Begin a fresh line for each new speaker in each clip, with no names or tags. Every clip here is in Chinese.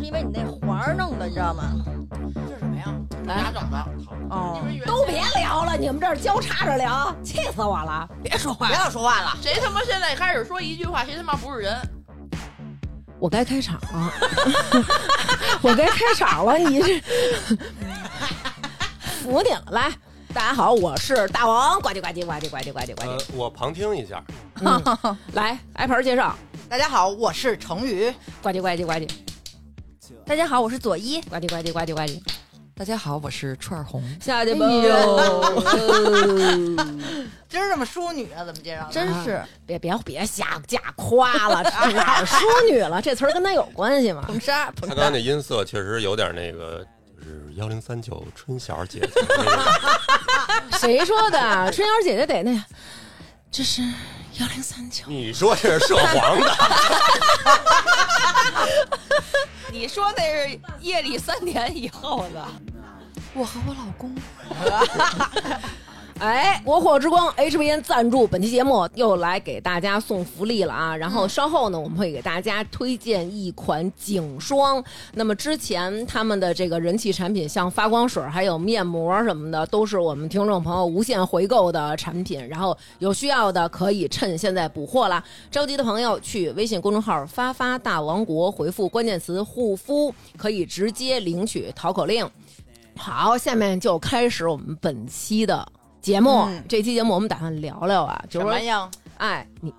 因为你那环儿弄的，你知道吗？
这什么呀？这哪整的？
哦，
都别聊了，你们这儿交叉着聊，气死我了！别说话
不
了，
要说话了，
谁他妈现在开始说一句话，谁他妈不是人？
我该开场了， 我该开场了，你这服你了。来，大家好，我是大王，呱唧呱唧呱唧呱唧呱唧呱
呃
唧。，
我旁听一下，
来，挨盘介绍，
大家好，我是成宇，
呱唧呱唧呱唧
大家好，我是左一，
呱唧呱唧呱唧呱唧，
大家好，我是串儿红。哎
下去吧。
今儿这么淑女啊，怎么介绍的？
真是
别别别瞎假夸了，哪儿淑女了？这词儿跟他有关系吗？
捧杀
他
捧
刚
杀
才，那音色确实有点那个，就是幺零三九春晓姐姐那个。
谁说的？春瑶姐姐得那，这是幺零三九。
你说这是涉黄的？
你说那是夜里三点以后的，
我和我老公，
哎，国货之光 HBN 赞助本期节目，又来给大家送福利了啊！然后稍后呢，我们会给大家推荐一款颈霜。那么之前他们的这个人气产品，像发光水还有面膜什么的，都是我们听众朋友无限回购的产品。然后有需要的可以趁现在补货啦！着急的朋友去微信公众号“发发大王国”回复关键词“护肤”，可以直接领取淘口令。好，下面就开始我们本期的节目。
嗯
这期节目我们打算聊聊啊，就
什
是
么，
说
呀？
哎，你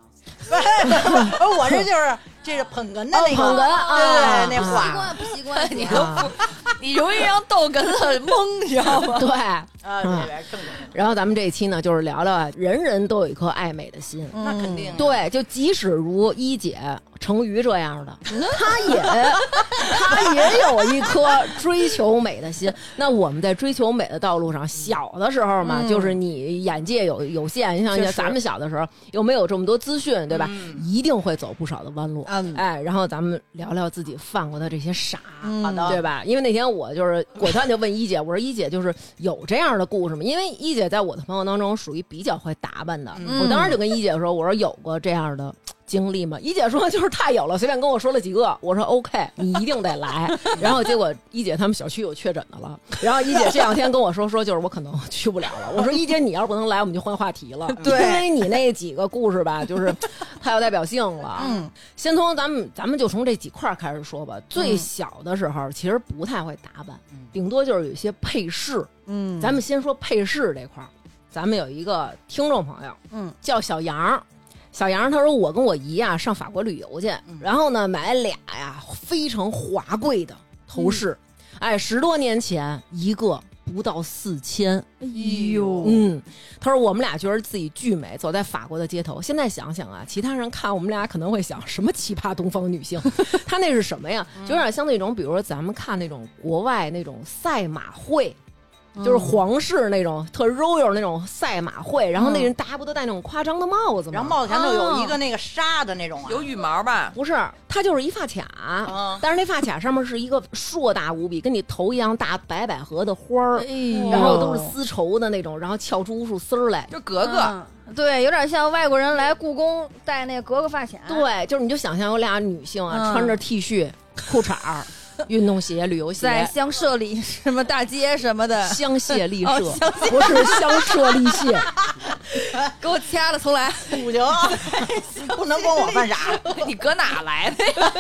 不哎是我这就是这是捧哏的那个，
捧哏啊
对对对，那
习
话
惯不习惯？你
啊
你容易让逗哏的懵，你知道吗？
对，
啊，这边正经，
然后咱们这一期呢，就是聊聊啊，人人都有一颗爱美的心。
那肯定，啊
嗯
对，就即使如一姐、成瑜这 样的，
嗯
她也 她也有一颗追求美的 心。那我们在追求美的道路上，小的时候嘛，就是你眼界有有限，你
嗯确
像
实
咱们小的时候又没有这么多资讯，对吧？一定会走不少的弯路。
嗯
哎，然后咱们聊聊自己犯过的这些傻。
嗯
好的，
对吧？因为那天我就是果断就问一姐，我说一姐就是有这样的故事吗？因为一姐在我的朋友当中属于比较会打扮的，
嗯
我当时就跟一姐说，我说有过这样的。经历吗？一姐说就是太有了，随便跟我说了几个，我说 OK，你一定得来。然后结果一姐他们小区有确诊的了，然后一姐这两天跟我说说就是我可能去不了了。我说一姐你要是不能来，我们就换话题了，
对
因为你那几个故事吧，就是太有代表性了。啊
嗯，
先从咱们咱们就从这几块儿开始说吧。最小的时候其实不太会打扮，顶多就是有一些配饰。
嗯
咱们先说配饰这块儿，咱们有一个听众朋友，
嗯，
叫小杨儿。小杨儿他说：“我跟我姨啊上法国旅游去，然后呢买了俩呀非常华贵的头饰，哎，十多年前一个不到四千，
哎呦，
嗯，他说我们俩觉得自己巨美，走在法国的街头。现在想想啊，其他人看我们俩可能会想什么奇葩东方女 性？她那是什么呀？
嗯
就有点像那种，比如说咱们看那种国外那种赛马会。
嗯
就是皇室那种特 royal 那种赛马会，然后那人大家不都戴那种夸张的帽子吗？
嗯然后帽子前头
嗯
有一个那个纱的那种
哦
啊，
有羽毛吧？
不是，它就是一发卡，
嗯
但是那发卡上面是一个硕大无比、跟你头一样大白百合的花
哎
儿，
呦
然后都是丝绸的那种，然后翘出无数丝儿来，
就格格，
嗯对，有点像外国人来故宫戴那格格发卡，，
对，就是你就想象有俩女性啊，
嗯
穿着 T 恤、裤衩 儿、运动鞋、旅游
在
鞋，
乡社里 什么大街什么 的，
香榭丽
哦
舍， 不是香榭丽榭，
给我掐了重来。
不行，不能跟我犯傻，
你搁哪来的呀？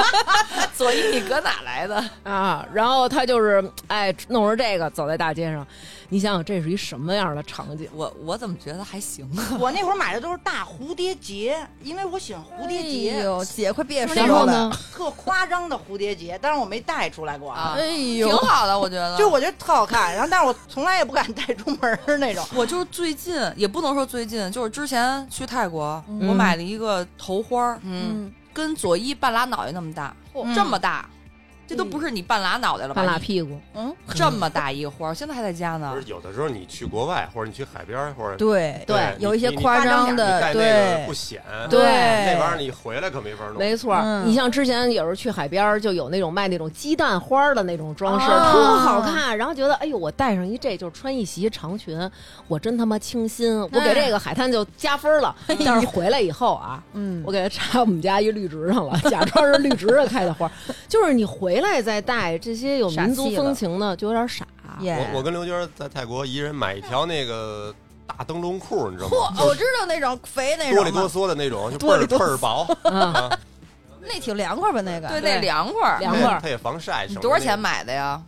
左一，你搁哪来的？
啊，然后她就是哎，弄成这个走在大街上，你想想这是一什么样的场景？
我我怎么觉得还行啊？
嗯
我那会儿买的都是大蝴蝶结，因为我喜欢蝴蝶
哎
结，
呦，姐快别说
然后呢，
特夸张的蝴蝶结，但是我没戴出来过啊
啊
哎
挺
呦，
好的，我觉得。
啊
就我觉得特好看，然后但是我从来也不敢带出门儿那种。
我就是最近，也不能说最近，就是之前去泰国，我买了一个头花儿，
嗯，
跟左一半拉脑袋那么大，
嚯
这么大，这都不是你半拉脑袋了吧？
半拉屁股，
你这么大一个花儿，现在还在家呢
不。是，有的时候你去国外，或者你去海边儿，或者
对
对
有一些
你你
夸张
你
的，
带那个
对
不显，
对
那玩意儿你回来可没法弄。
没错儿。
嗯
你像之前有时候去海边儿，就有那种卖那种鸡蛋花儿的那种装饰，
啊
特好看。然后觉得哎呦，我戴上一这就是穿一袭长裙，我真他妈清新，我给这个海滩就加 分儿了。
哎
但是回来以后啊，
嗯
我给它插我们家一绿植上了，假装是绿植上开的花儿。就是你回回来再戴这些有民族风情的，就有点傻。
耶
我我跟刘娟在泰国一人买一条那个大灯笼裤，你知道吗？
嚯，我知道那种肥那
哆里
种
哆
嘛，
嗦的那种，就倍
哆
儿
里哆
倍
嗦
儿薄，
嗯，
啊
那挺凉快吧？那个
对，那凉快儿。
凉快
对
儿，
它也防晒。
你
省
多少
着那
钱？买的呀？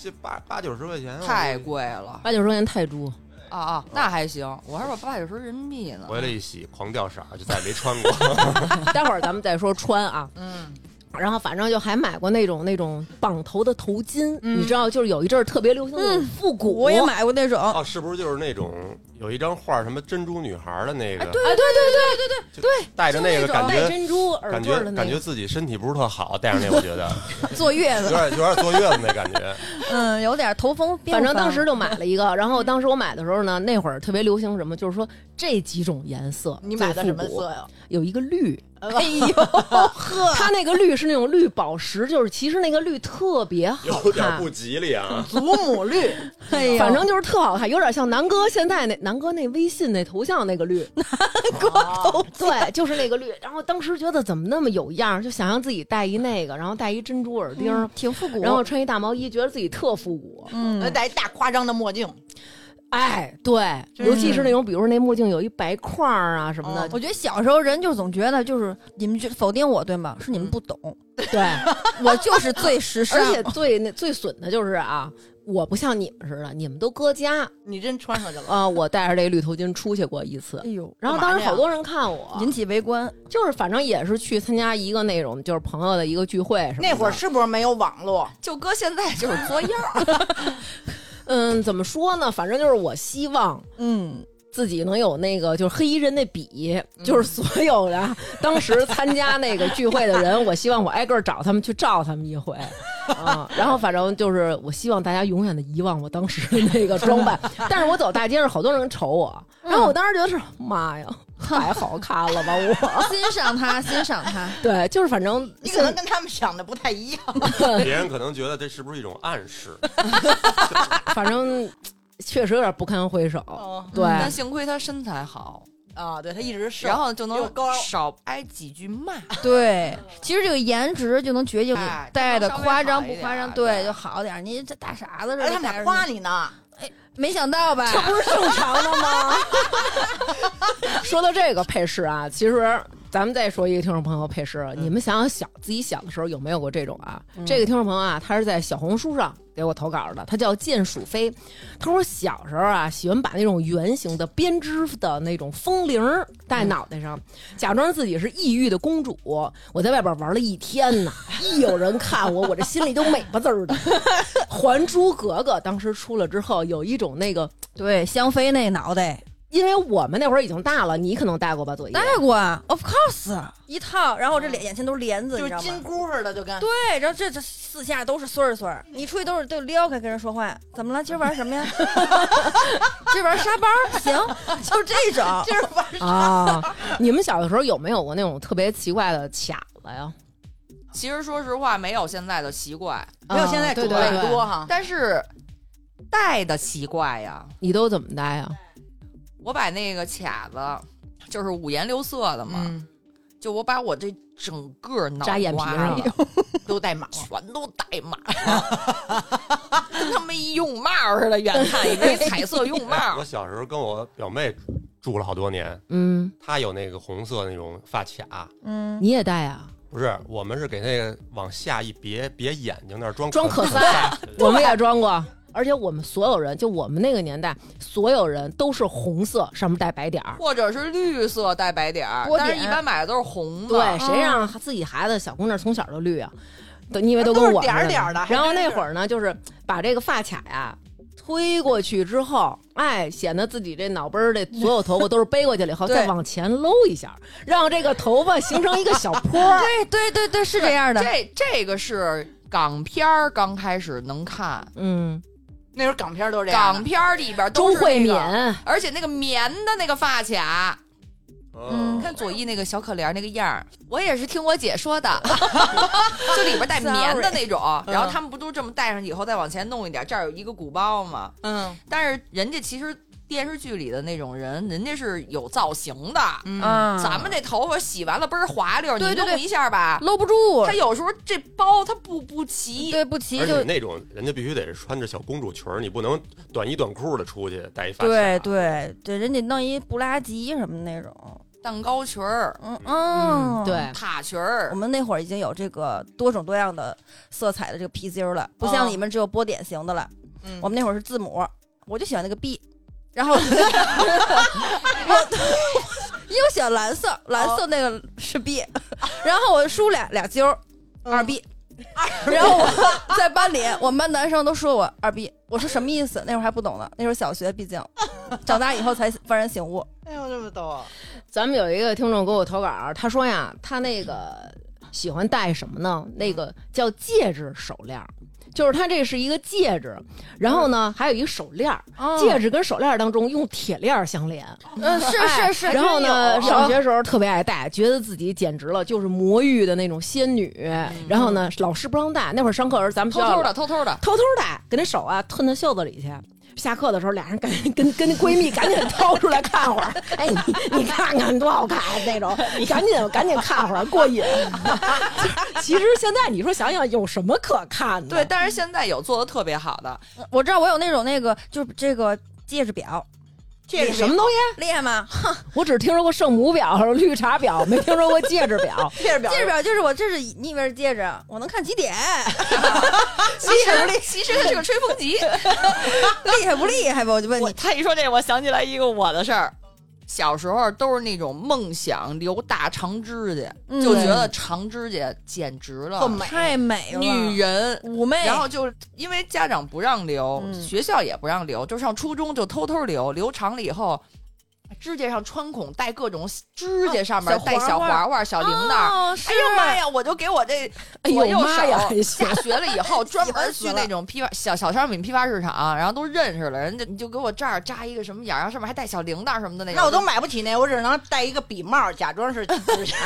这八八九十块钱，
太贵了
八九十块钱泰铢。
啊啊！那还行，我还说八九十人民币呢。
回来一洗，狂掉色儿，就再也没穿过。
待会儿咱们再说穿啊。
嗯，
然后反正就还买过那种那种绑头的头巾，你知道，就是有一阵儿特别流行那种复古。
嗯我也买过那种，
哦，是不是就是那种有一张画，什么珍珠女孩的那个？
哎
啊，对对
带着那个感
对对对，戴
觉，
珍珠哎耳
感
坠儿
觉
的那
感觉
个。
自己身体不是特好，戴上那我觉 得
坐月
有
子，
点有点坐月子那感觉。
嗯，有点头风。
反正当时就买了 一个，然后当时我买的时候呢，那会儿特别流行什么，就是说这几种颜色。
你买的什么
最复古
色呀？
有一个绿，
哎呦呵，
它那个绿是那种绿宝石，就是其实那个绿特别好
有点
看
不，吉利 啊！
祖母 绿，哎呦，
反正就是特好看，有点像南哥现在那南哥那微信那头像那个绿， 对，就是那个绿。然后当时觉得怎么那么有样儿，就想让自己戴一那个，然后戴一珍珠耳钉儿。
挺复古
然后穿一大毛衣，觉得自己特复古。
嗯，戴一大夸张的墨镜，
哎，对，
真
尤其
是哦
是那种，比如说那墨镜有一白块儿啊什么的，
我觉得小时候人就总觉得就是你们就否定我对吗？是你们不懂，
对。
我就是最时尚。
而且最那最损的就是啊，我不像你们似的，你们都搁家
你真穿上去了，
啊、我戴着这绿头巾出去过一次
哎。呦！
然后当时好多人看我，
引起围观。
就是反正也是去参加一个那种就是朋友的一个聚会什么的。
那会儿是不是没有网络？
就搁现在就是作样儿，
嗯，怎么说呢？反正就是我希望
嗯，
自己能有那个就是黑衣人那笔，就是所有的 啊当时参加那个聚会的人，我希望我挨个儿找他们去照他们一 回啊。然后反正就是我希望大家永远的遗忘我当时的那个装 扮，但是我走大街上好多人瞅我，嗯然后我当时觉得是妈 呀，太好看了吧我。
欣赏他，欣赏他。
对，就是反正
你可能跟他们想的不太一样。
别人可能觉得这是不是一种暗示？
反正哦确实有点不堪回首。对，
但幸亏他身材好，
啊，对他一直是
然后就
又
能
高
少挨几句骂。
对，其实这个颜值就能决定你
哎
戴的
稍微
夸
好
张不
一点
夸张，
儿
对，
对
就好点儿。你这大傻子似
哎，
的，
他们
戴
俩
着
夸
你，
你呢，
没想到吧？
不是正常的吗？说到这个配饰啊，其实咱们再说一个听众朋友配饰，你们想想小自己小的时候有没有过这种啊？这个听众朋友啊，他是在小红书上给我投稿的，他叫剑鼠飞，他说小时候啊喜欢把那种圆形的编织的那种风铃儿戴脑袋上，假装自己是异域的公主。我在外边玩了一天 呢，一有人看我，我这心里都美巴滋儿的。《还珠格格》当时出了之后，有一种那个
对，香妃那脑袋
因为我们那会儿已经大了，你可能戴过吧， 左一。
戴过啊，
，of course，啊
一套，然后我这脸眼前都是帘子，
就
你知
是
道
金
吗？
箍似的，就跟
对，然后这这四下都是穗儿穗儿，你出去都是都撩开跟人说话，怎么了？今儿玩什么呀？ 今儿玩沙包，行，就这 种。
今儿玩
啊，你们小的时候有没有过那种特别奇怪的卡子呀？
其实说实话，没有现在的奇怪，
没有现在
啊
种
对对
类
对
多哈。
但是戴的奇怪呀。
你都怎么戴啊呀？
我把那个卡子，就是五颜六色的嘛，
嗯
就我把我这整个脑
嗯扎眼皮上了
瓜
都戴满了，
全都戴满了，跟他们一泳帽似的，远看一个彩色泳帽
哦
我。小时候跟我表妹住了好多年，
嗯，
她有那个红色那种发卡，
嗯，
你也戴啊呀？
不是，我们是给那个往下一别别眼睛那儿装
装 可
可
塞
啊
我们也装过，而且我们所有人，就我们那个年代，所有人都是红色，上面带白点儿。
或者是绿色带白点儿，
波点
但是一般买的都是红的。嗯
对，谁让自己孩子小姑娘从小就绿啊？都你以为都
都
跟
是
我
点儿
似的
点儿
吗
的还
然后
真
那
是
会儿呢，就是把这个发卡呀、推过去之后，哎，显得自己这脑杯儿这所有头发都是背过去了以后，
对
再往前搂一下，让这个头发形成一个小坡儿。
对对对对，是这样的。
这这个是港片儿刚开始能看，
嗯，
那时候港片都这样
港
的。
片儿里边
啊周
都是、那个、
慧敏，
而且那个棉的那个发卡，
嗯
哦
你看左一那个小可怜那个样儿，我也是听我姐 说的，就里边带棉的那种。
嗯
然后他们不都这么戴上以后再往前弄一点，这儿有一个鼓包吗？
嗯，
但是人家其实电视剧里的那种人，人家是有造型的。
嗯，
啊，
咱们这头发洗完了倍儿滑溜，
对对
你
对
弄一下吧。
搂不住
他，有时候这包他不不齐，
对不齐
而且
就
那种人家必须得是穿着小公主裙儿，你不能短衣短裤的出去带一发卡啊
对对对，人家弄一布拉吉什么那种，
蛋糕裙儿、
嗯嗯，
对，
塔裙
我
儿，
们那会儿已经有这个多种多样的色彩的这个皮筋儿了，不
嗯
像你们只有波点型的了。
嗯
我们那会儿是字母，我就喜欢那个 B，然 后我因为我喜欢蓝色，蓝色那个是 B，、然后我梳俩俩揪儿二 B，、然后我在班里，我们班男生都说我二 B，我说什么意思？那会儿还不懂呢，那会儿小学，毕竟长大以后才幡然醒悟。
哎呦，这么逗！
咱们有一个听众给我投稿儿，他说呀，他那个喜欢戴什么呢？那个叫戒指手链儿，就是他这是一个戒指，然后呢还有一个手链儿，戒指跟手链儿当中用铁链儿相连。哎
嗯，哦是是是，
然后呢，
真有
上学时候特别爱戴，觉得自己简直了，就是魔域的那种仙女。
嗯
然后呢，老师不让戴，那会儿上课的时候咱们学
偷
校
偷的，偷偷的。
偷偷戴，给那手啊吞到袖子里去。下课的时候，俩人赶紧跟跟闺蜜赶紧掏出来看会儿，哎，你你看看多好看啊那种，赶紧赶紧看会儿，过瘾。 其实现在你说想想有什么可看
嗯
的？
对，，但是现在有做的特别好的，
我知道我有那种那个就是这个戒指表，
这
什么东西？
厉害吗？
我只听说过圣母表、绿茶表，没听说过戒指表。
戒指表
戒指表就是我这是你以为是戒指，我能看几点，
其实其实它是个吹风机。
厉害不厉害吧？我就问
我
你，
他一说这，我想起来一个我的事儿，
小时候都是那种梦想留大长指甲，
嗯
就觉得长指甲简直了
特，美，
太美了，
女人。
妩媚，
然后就因为家长不让留，
嗯
学校也不让留，就上初中就偷偷留，留长了以后，指甲上穿孔，带各种指甲上面
啊小
带小
环环
环环、小铃铛。
哦，是
哎呦妈呀！我就给我这
哎呦
左右
妈呀
手，下学了以后专门去那种批发小小商品批发市场，然后都认识了，人家你就给我这儿扎一个什么眼儿，然后上面还带小铃铛什么的那种。
那我都买不起那，我只能戴一个笔帽，假装是指甲。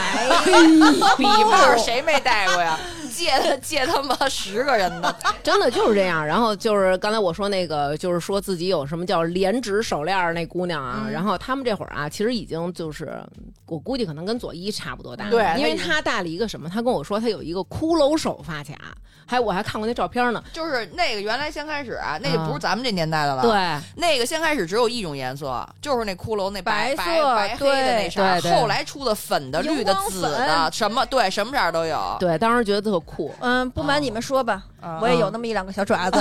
笔
哦
帽谁没戴过呀？借 他借他妈十个人的，
真的就是这样。然后就是刚才我说那个，就是说自己有什么叫连指手链儿那姑娘啊，然后他们这会儿啊，其实已经就是我估计可能跟左一差不多大，
对
因
她
为
已经
她戴了一个什么，她跟我说她有一个骷髅手发卡，还有我还看过那照片呢，
就是那个原来先开始啊，那个
啊
不是咱们这年代的了。
对，。
那个先开始只有一种颜色，就是那骷髅那白
白
白
色
白黑的那啥，
对对对
后来出的粉的、
荧光
绿的、紫的，
粉
什么对什么色儿都有。
对，当时觉得特 酷
嗯，不瞒你们说吧，
啊
我也有那么一两个小爪子，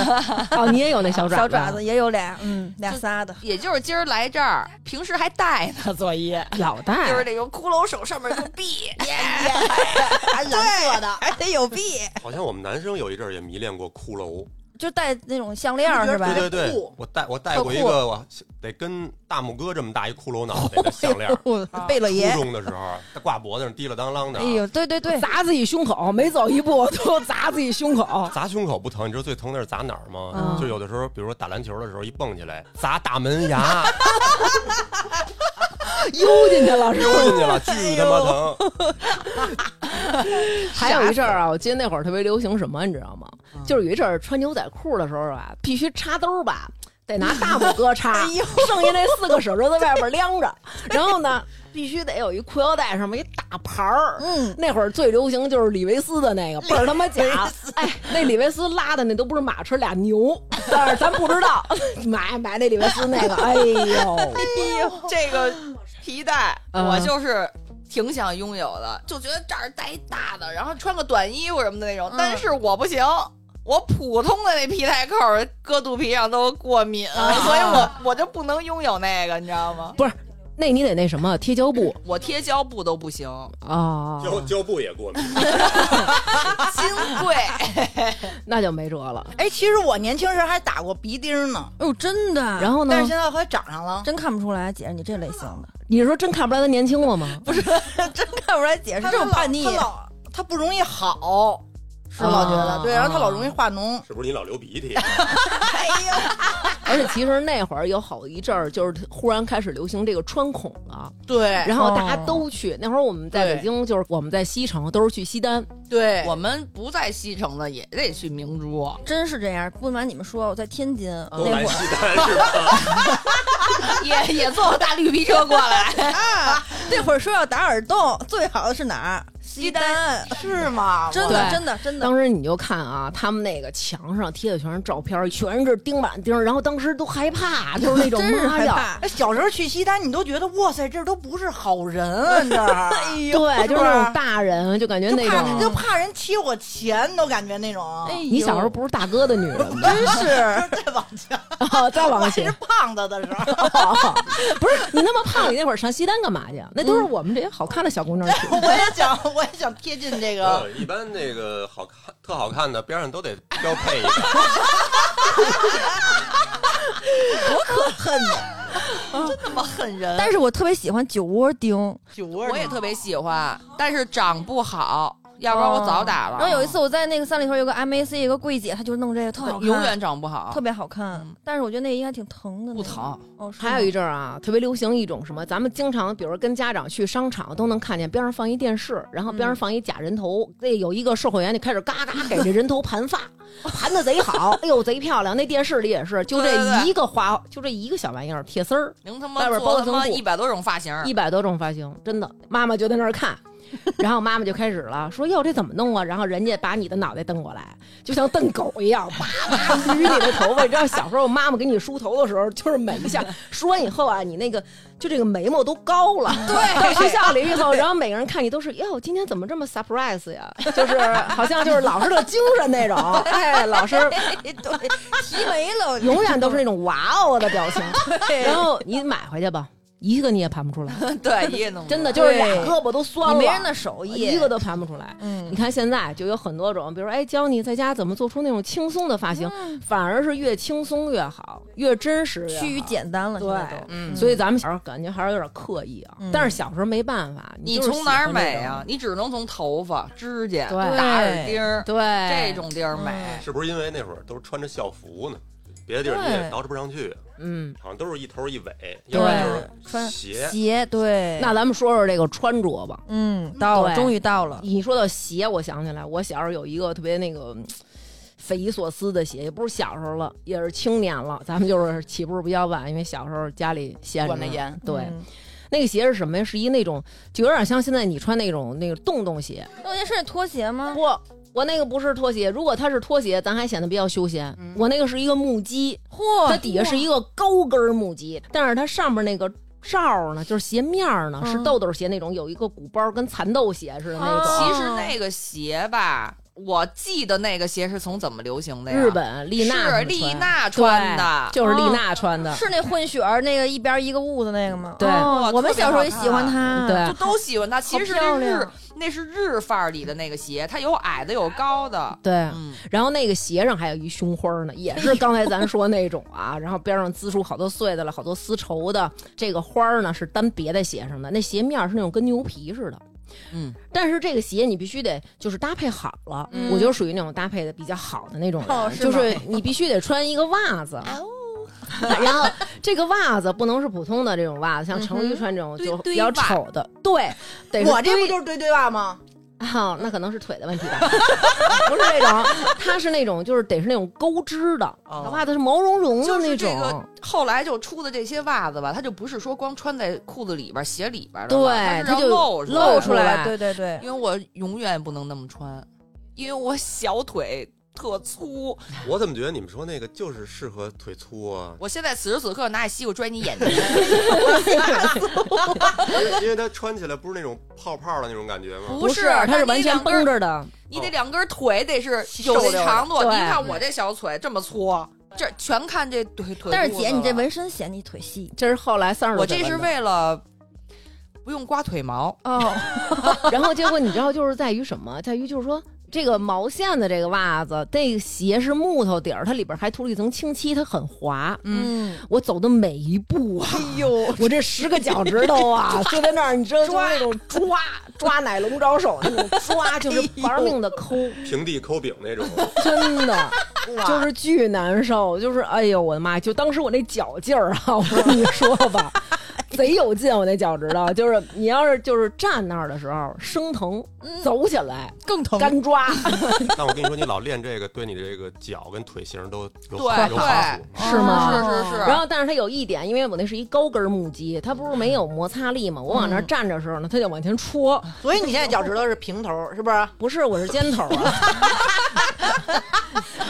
哦，你也有那小爪
小爪子也有俩，嗯，俩仨的，
也就是今儿来这儿，平时还戴呢，
左一，
老
就
戴
是，那种骷髅手上面有币，
还蓝色的，
还得有臂，
好像我们男生有一阵儿也迷恋过骷髅，
就戴那种项链儿是吧？哎
对对对
酷，
我戴我戴
特
过一
酷
个，我得跟大拇哥这么大一骷髅脑袋的项链儿，
贝勒爷
初，中的时候，它挂脖子上滴了当啷的。
哎，呦，对对对，
砸自己胸口，每走一步 都砸自己胸口
啊砸胸口不疼，你知道最疼的是砸哪儿吗？
嗯
就有的时候，比如说打篮球的时候，一蹦起来砸大 门牙，
悠进去
哎
了是
溜进去了，巨他妈疼！
还有一阵儿啊，我记得那会儿特别流行什么，你知道吗？就是有一阵儿穿牛仔裤的时候啊，必须插兜儿吧，得拿大拇哥插，剩下那四个手指在外边晾着。然后呢，必须得有一裤腰带上面一大牌儿。
嗯，
那会儿最流行就是李维斯的那个，倍儿他妈假！哎，那李维斯拉的那都不是马车，俩牛，但是咱不知道买买那李维斯那个，哎呦，
这个皮带
嗯
我就是挺想拥有的，就觉得这儿带一大的，然后穿个短衣服什么的那种
嗯，
但是我不行。我普通的那皮带扣儿搁肚皮上都过敏，所以我我就不能拥有那个，你知道吗？
那你得那什么贴胶布
我贴胶布都不行，
哎
啊，
胶胶布也过敏，
金贵。
那就没辙了。
哎，其实我年轻时候还打过鼻钉呢，
哎呦，真的，
然后呢？
但是现在快长上了。
真看不出来，姐，你这类型的，
你是说真看不出来他年轻了吗？
真 看不出来，姐是这种叛逆
他，老他不容易好，是
啊
老觉得对，然后他老容易化脓。
是不是你老流鼻涕？
哎呀，
而且其实那会儿有好一阵儿，就是忽然开始流行这个穿孔了，
对
哎
然后大
哦
家都去。那会儿我们在
对
北京，就是我们在西城，都是去西单。
对，
我们嗯不在西城的也得去明珠，
哦真是这样。不瞒你们说，我在天津那
都
会
来
儿，
西单是吧？
也也坐大绿皮车过来，
啊，
那会儿说要打耳洞，最好的是哪儿？西单，
是吗？
真
对
的真的真的。
当时你就看啊，他们那个墙上贴的全是照片，全是钉板钉，然后当时都害 怕，就是那种
真是
妈
害
呀，
怕，
哎小时候去西单，你都觉得哇塞，这儿都不是好人，啊这儿
对，就是
哎
那种
吧
大人，就感觉
就
那
怕
种
就。怕人欺我钱，都感觉那种。
哎呦
你小时候不是大哥的女人吗？
真是
再往前，
哦再往
我还
前
是，胖子的时候，
不是你那么胖，你那会儿上西单干嘛去？啊那都是我们这些好看的小姑娘去。
我也想， 我也想贴近这个。
嗯一般那个好看、特好看的边上都得标配一个，
这么恨人，
但是我特别喜欢酒窝钉，
嗯
酒味儿
我也
呢
特别喜欢，但是长不好，要不然我早打了。
嗯然后有一次我在那个三里屯有个 MAC 一个柜姐，她就弄这个，特好看，
永远长不好，
特别好看
嗯。
但是我觉得那应该挺疼的，
不疼。
那个。哦，是吗
还有一阵儿啊，特别流行一种什么，咱们经常比如跟家长去商场都能看见边上放一电视，然后边上放一假人头，那、有一个售货员就开始嘎嘎给这人头盘 发，盘的贼好，哎呦贼漂亮。那电视里也是，就
对对
这
对
一个花，就这一个小玩意儿贴丝儿，
能他妈
外边包的
做他
增
妈
布
一百多种发型，
一百多种发型，真的，妈妈就在那儿看。然后妈妈就开始了，说：“哟，这怎么弄啊？”然后人家把你的脑袋瞪过来，就像瞪狗一样，叭叭捋你的头发。你知道小时候妈妈给你梳头的时候，就是每一下梳完以后啊，你那个就这个眉毛都高了。对，到学校里以后，然后每个人看你都是：“哟，今天怎么这么 surprise 呀？”就是好像就是老师的精神那种。哎，老师
对，提没了，
永远都是那种哇哦的表情。
对
然后你买回去吧，一个你也盘不出来。
对，一个弄
真的就是俩
对
胳膊都酸了，
你没人的手艺，
一个都盘不出来。
嗯
你看现在就有很多种，比如说哎，教你在家怎么做出那种轻松的发型，反而是越轻松越好，越真实 越好
嗯趋于。简单了，
对
现在都
嗯，
所以咱们小时候感觉还是有点刻意啊，
嗯
但是小时候没办法，
你
就是
从哪儿
喜欢这
美
种
啊？？你只能从头发、指甲、
对
打耳钉儿
对，
这种地儿美。
是不是因为那会儿都是穿着校服呢？别的地儿你也
对
捯饬不上去，
嗯。
好像都是一头一尾，要不然就是
穿
鞋。
鞋，对，
那咱们说说这个穿着吧。
嗯，到了，
对
终于到了，
你说到鞋，我想起来，我小时候有一个特别那个嗯匪夷所思的鞋，也不是小时候了，也是青年了。咱们就是起步比较晚，因为小时候家里闲着
管得
呢
严
对，
嗯，
那个鞋是什么呀？是一那种就有点像现在你穿那种那个洞洞鞋。
那我先说你拖鞋吗？
不，我那个不是拖鞋。如果它是拖鞋，咱还显得比较休闲。
嗯
我那个是一个木屐，
嚯
它底下是一个高跟儿木屐，但是它上面那个。罩儿呢，就是鞋面儿呢，
嗯
是豆豆鞋那种，有一个鼓包，跟蚕豆鞋似的那种。
哦
其实那个鞋吧，我记得那个鞋是从怎么流行的呀？
日本丽娜
是
他们
丽
穿
娜穿的
对，就是丽娜穿的。
是那混血儿那个一边一个痦子那个吗？
对
哦
哇
我们
特别
小时候
好
也喜欢它，
对
就都喜欢它。其实
漂
那日
亮
那是日范儿里的那个鞋，它有矮的有高的。
对，
嗯，
然后那个鞋上还有一胸花儿呢，也是刚才咱说那种啊， 然后边上滋出好多碎的了，好多丝绸的。这个花儿呢是单别在鞋上的，那鞋面儿是那种跟牛皮似的。
嗯，
但是这个鞋你必须得就是搭配好了，
嗯
我就属于那种搭配的比较好的那种人，
哦是
就
吗
是你必须得穿一个袜子。然后这个袜子不能是普通的这种袜子，像成
嗯
昱
哼
穿这种
堆
就比
堆
较
袜
丑的，对，得是
我这
堆
不就是堆堆袜吗？
哦，那可能是腿的问题吧，不是那种，它是那种就是得是那种钩织的，
哦
它袜子是毛茸茸的
就
那
是这
种，
个后来就出的这些袜子吧，它就不是说光穿在裤子里边儿、鞋里边儿的了，
对，
它
它
是
就
要露出
露
来。
出
来，
来，
对对对，
因为我永远不能那么穿，因为我小腿特粗。
我怎么觉得你们说那个就是适合腿粗 啊？
我现在此时此刻拿起西瓜拽你眼睛，
因为因为它穿起来不是那种泡泡的那种感觉吗？
不
是，它
它
是完全绷，着的，
你得两根腿得是有那长度。
对
你看我这小腿这么粗，这全看这腿腿。
但是姐，你这，纹身显你腿细
这是后来三十
我
多岁
这
纹
是
的，
为了不用刮腿毛。
哦，
然后结果你知道就是在于什么，在于就是说。这个毛线的这个袜子，这个鞋是木头底儿，它里边还涂了一层清漆，它很滑。
嗯，
我走的每一步啊，
哎呦，
我这十个脚趾头 啊，就在那儿，你知道，就是那种抓抓奶龙爪手那种
哎
抓，就是玩命的抠，
平地抠饼那种，
真的就是 巨难受，就是哎呦我的妈！就当时我那脚劲儿啊，我跟你说吧，贼有劲，我那脚趾头，就是你要是就是站那儿的时候生疼，走起来
更疼
干 抓，
但我跟你说，你老练这个，对你这个脚跟腿型都有
对
有好处。
是吗？
是是是。
然后，但是它有一点，因为我那是一高跟木屐，它不是没有摩擦力嘛。我往那儿站着的时候呢，它就往前戳，
所以你现在脚趾头是平头，是不是？
不是我是尖头啊。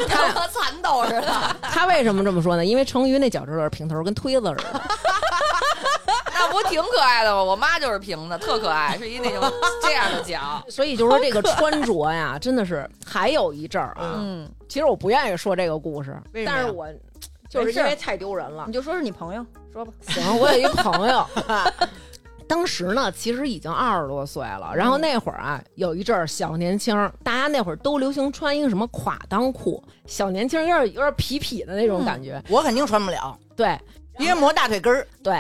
他和蚕豆似的。
他为什么这么说呢？因为成鱼那脚趾头是平头，跟推子似的。。
那不挺可爱的吗？我妈就是平的，特可爱，是一那种这样的脚
所以就是说这个穿着呀，真的是还有一阵儿啊。
嗯，
其实我不愿意说这个故事，
为什么
但
呀
是我就是因为太丢人了
你。就说是你朋友，说吧。
行，我有一朋友，当时呢其实已经二十多岁了，然后那会儿啊有一阵儿小年轻儿，大家那会儿都流行穿一个什么垮裆裤，小年轻儿有点有点痞痞的那种感觉。
我肯定穿不 了，
对
因为磨大腿根儿。
对，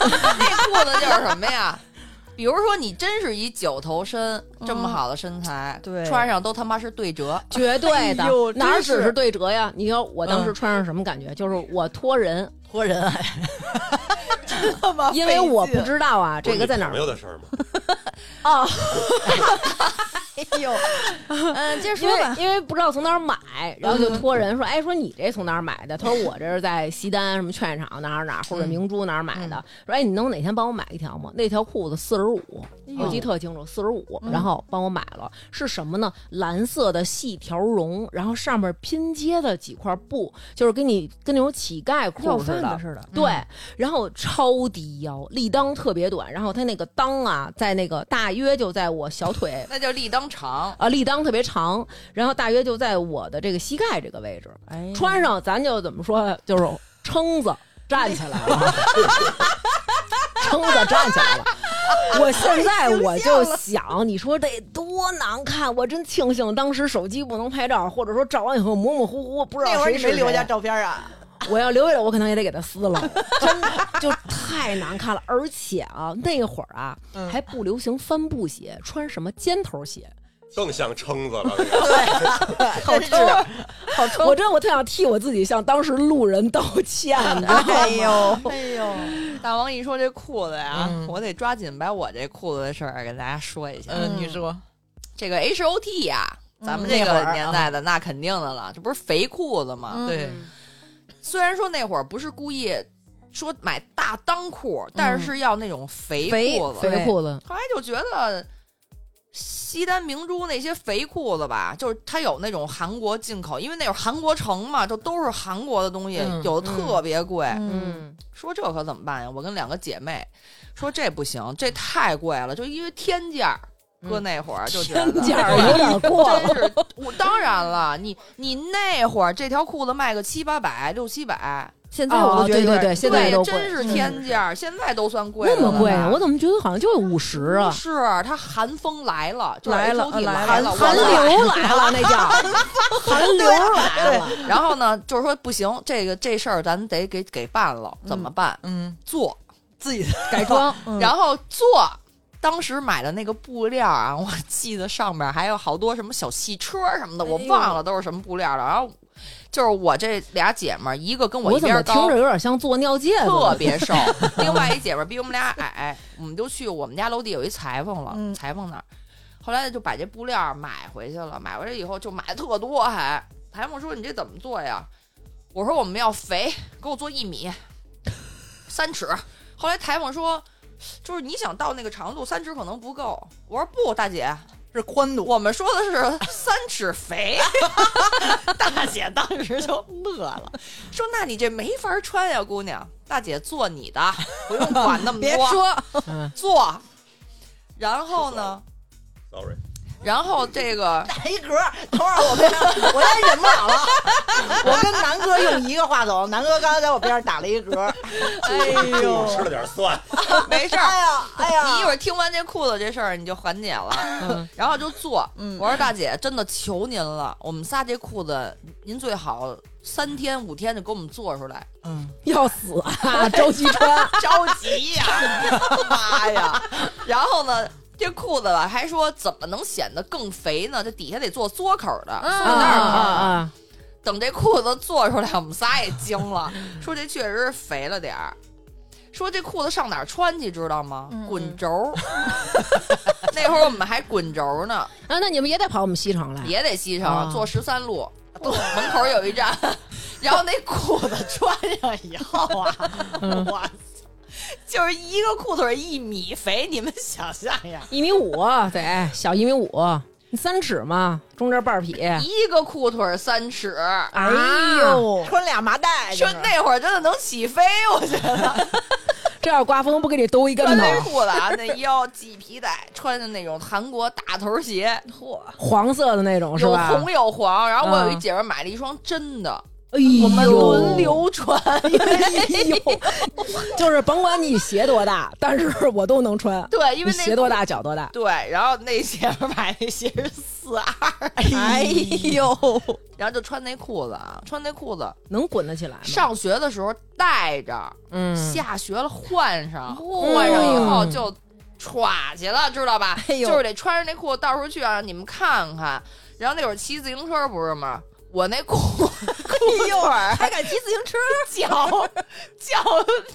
那裤子就是什么呀？ 比如说，你真是一九头身这么好的身材，
对
穿上都他妈是对折。
绝对的，
哎呦
哪儿
真是
只是对折呀？你说我当时穿上什么感觉？就是我托人，
托人哎，
因为我不知道啊，
不是
这个在哪
你
儿
朋友的事儿吗？
哎呦，嗯，接着
因
说
为
吧。嗯
因为不知道从哪儿买，然后就托人说，哎，说你这从哪儿买的？他说我这是在西单什么劝业场哪儿哪儿或
嗯
者明珠哪儿买的。说哎，你能哪天帮我买一条吗？那条裤子四十五，
哎
我记得特清楚，四十五，
嗯
然后帮我买了，是什么呢？蓝色的细条绒，然后上面拼接的几块布，就是跟你跟那种乞丐
要
裤似
饭
的
的，似的，嗯
对，然后超低腰，立裆特别短，然后它那个裆啊，在那个大约就在我小腿
那就立裆长，
啊，立裆特别长，然后大约就在我的这个膝盖这个位置。
嗯
哎
穿上咱就怎么说，就是撑子站起来 了，撑子站起来了。我 现在我就想，你说得多难看！我真庆幸当时手机不能拍照，或者说照完以后模模糊糊，不知道
那会儿
谁
你
是
没留
谁
下照片啊？
我要留下来，我可能也得给它撕了，真的就太难看了。而且啊，那会儿啊、
嗯
还不流行帆布鞋，穿什么尖头鞋。
更像撑子了。这个
好吃， 好吃。
我真的我特想替我自己向当时路人道歉啊的。
哎呦，
哎呦，
大王一说这裤子呀，
嗯
我得抓紧把我这裤子的事儿给大家说一下。
嗯，你说
这个 H O T 呀，咱们这
那会
个
儿啊
年代的那嗯肯定的了，这不是肥裤子
啊
吗？
对，
虽然说那会儿不是故意说买大裆裤，但是是要那种嗯肥
肥
裤子。
肥
裤子，
后来就觉得西单明珠那些肥裤子吧，就是它有那种韩国进口，因为那会儿韩国城嘛，就都是韩国的东西，
嗯
有的特别贵。
嗯，
嗯，
说这可怎么办呀？我跟两个姐妹说这不行，这太贵了，就因为天价儿。搁那会儿就觉得
嗯天价儿有点过了
真是我当然了，你你那会儿这条裤子卖个七八百、六七百，
现在我都觉得有点
哦对对对现在
对
都，贵嗯
真是天价儿，现在都算 贵
那
的
么
了
贵
吧
啊？我怎么觉得好像就五十啊？
是，它寒风来了，就是
来了
SOT
来
来
了
我
寒
操
流来了，那叫寒流啊来了。
然后呢，就是说不行，这个这事儿咱得给给办了，怎么办？
嗯，
做，
自 己
改装，嗯
然后做。当时买的那个布料啊， 我记得上面还有好多什么小汽车什么的，我忘了都是什么布料了。然后就是我这俩姐们儿，一个跟我
我
一
怎
边
么
儿
听
高
着，有点像做尿介子？
特别瘦；另外一姐们儿比我们俩矮，我们就去我们家楼底有一裁缝了，
嗯
裁缝那儿。后来就把这布料买回去了，买回来以后就买的特多还裁缝说：“你这怎么做呀？”我说：“我们要肥，给我做一米三尺。”后来裁缝说：“就是你想到那个长度，三尺可能不够。”我说：“不，大姐，
是宽度。
我们说的是三尺肥。” 大姐当时就乐了，说：“那你这没法穿呀，姑娘。”大姐做你 的，不用管那么多，
别说
做。然后呢？
Sorry，
然后这个
打一嗝，等会儿我跟 我再忍不了了。 我跟南哥用一个话筒，南哥刚才在我边上打了一嗝。 哎呦，
吃了点蒜，
没事
哎
儿，
呀，哎呀，
你一会儿听完这裤子这事儿你就缓解了，然后就做。我说大姐，真的求您了，我们仨这裤子您最好三天五天就给我们做出来，
嗯，
要死啊！ 周其川，
着 急呀，妈呀！然后呢？这裤子吧，还说怎么能显得更肥呢？这底下得做缩口的，
啊
缩
啊
那儿
啊
的。
啊！
等这裤子做出来，我们仨也惊了，说这确实是肥了点儿。说这裤子上哪儿穿去，知道吗？
嗯
滚轴儿。 那会儿我们还滚轴儿呢，
啊，那你们也得跑我们西城来。
也得西
啊
城，坐十三路，对门口有一站。然后那裤子
穿 上以后啊，
嗯
我
就是一个裤腿一米肥，你们想象一下，
一米五得小一米五，你三尺嘛，中间半匹。
一个裤腿儿三尺，
哎呦，
呦，穿俩麻袋，就
说
是
那会儿真的能起飞，我觉得
这要是刮风不给你兜一跟
穿
头，
那裤子啊，那腰系皮带，穿的那种韩国大头鞋，
黄色的那种哦是
有
吧？
红有黄。然后我有一
嗯
姐们儿买了一双真的，
哎呦
我们轮流穿，
哎呦，就是甭管你鞋多大，但是我都能穿。
对，因为
你
那
鞋多大脚多大，
对，然后那鞋们儿买那鞋是四二，
哎呦，
然后就穿那裤子啊，穿那裤子。
能滚得起来吗？
上学的时候带着，
嗯，哦
下学了换上，换上以后就歘去了，知道吧？
哎呦
就是得穿着那裤子到处去啊，你们看看。然后那会儿骑自行车不是吗？我那裤
哎
裤腿儿
还敢骑自行车？
脚脚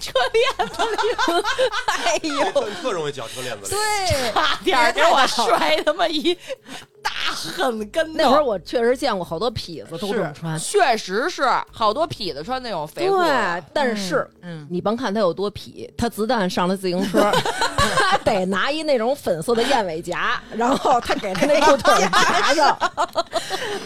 车链子里
哎呦，
特容易绞车链子里。
对，
差点儿给我摔他妈一大狠跟头。
那会儿我确实见过好多痞子都这么
是
穿，
确实是好多痞子穿那种肥裤子，
对，但是、
嗯，
你甭看他有多痞，他子弹上了自行车，他得拿一那种粉色的燕尾夹，然后他给他那裤
哎
腿儿夹上。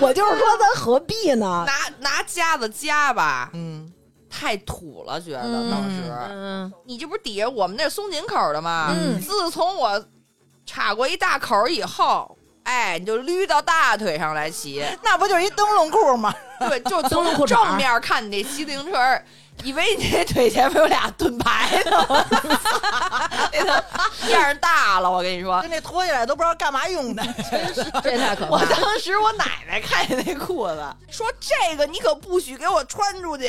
我就是说，咱何必呢？
拿 拿夹子夹吧，
嗯，
太土了，觉得当时。
嗯，
你这不是底下我们那是松紧口的吗？
嗯
自从我插过一大口以后，哎，你就捋到大腿上来骑，
那不就是一灯笼裤吗？
对，就
蹬着
从
裤衩儿
正面看你这骑自行车儿，以为你这腿前面有俩盾牌呢， 样儿大了，我跟你说
跟。那脱下来都不知道干嘛用的，
这太可
我
怕了。
当时我奶奶看见那裤子，说这个你可不许给我穿出去。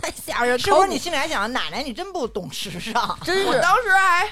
太吓人了，
是不是？你心里还想，奶奶你真不懂时 尚，
真
我
是，
当时还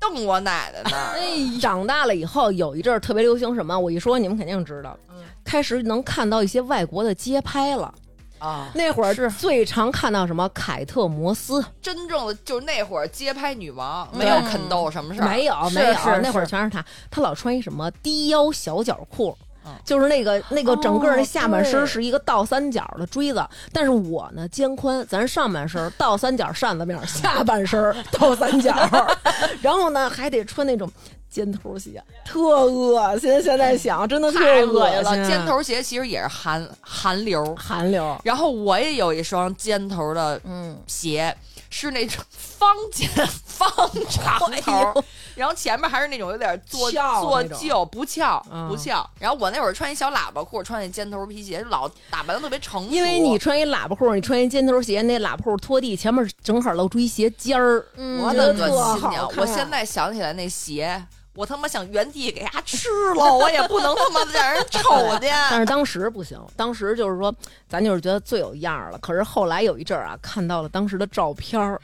瞪我奶奶呢。
长大了以后，有一阵儿特别流行什么，我一说你们肯定知道
嗯，
开始能看到一些外国的街拍了。
啊，
那会儿最常看到什么凯特摩斯，
真正的就是那会儿街拍女王，
嗯
没有肯豆什么事儿，
没有
是
没有
是，
那会儿
是
全是她，她老穿一什么低腰小脚裤
嗯。
就是那个那个整个
哦
的下半身
对
是一个倒三角的锥子，但是我呢肩宽，咱上半身倒三角扇子面，下半身倒三角， 然后呢还得穿那种尖头鞋，特恶心。现在想真的特
太
恶
恶心了。
心
尖头鞋其实也是韩韩流，
韩流，
然后我也有一双尖头的
嗯，
鞋，是那种方尖方长头，然后前面还是那种有点做
哎翘
做
那种
旧不翘
嗯
不翘。然后我那会儿穿一小喇叭裤，穿那尖头皮鞋，老打扮的特别成熟。啊
因为你穿一喇叭裤，你穿一尖头鞋，那喇叭裤拖地，前面正好露出一鞋尖儿，
嗯
我
我
的
的
特
恶心
好
呀！
看
我现在想起来那鞋。我他妈想原地给它吃了，我也不能他妈让人瞅见。
但是当时不行，当时就是说，咱就是觉得最有样儿了。可是后来有一阵儿啊，看到了当时的照片儿，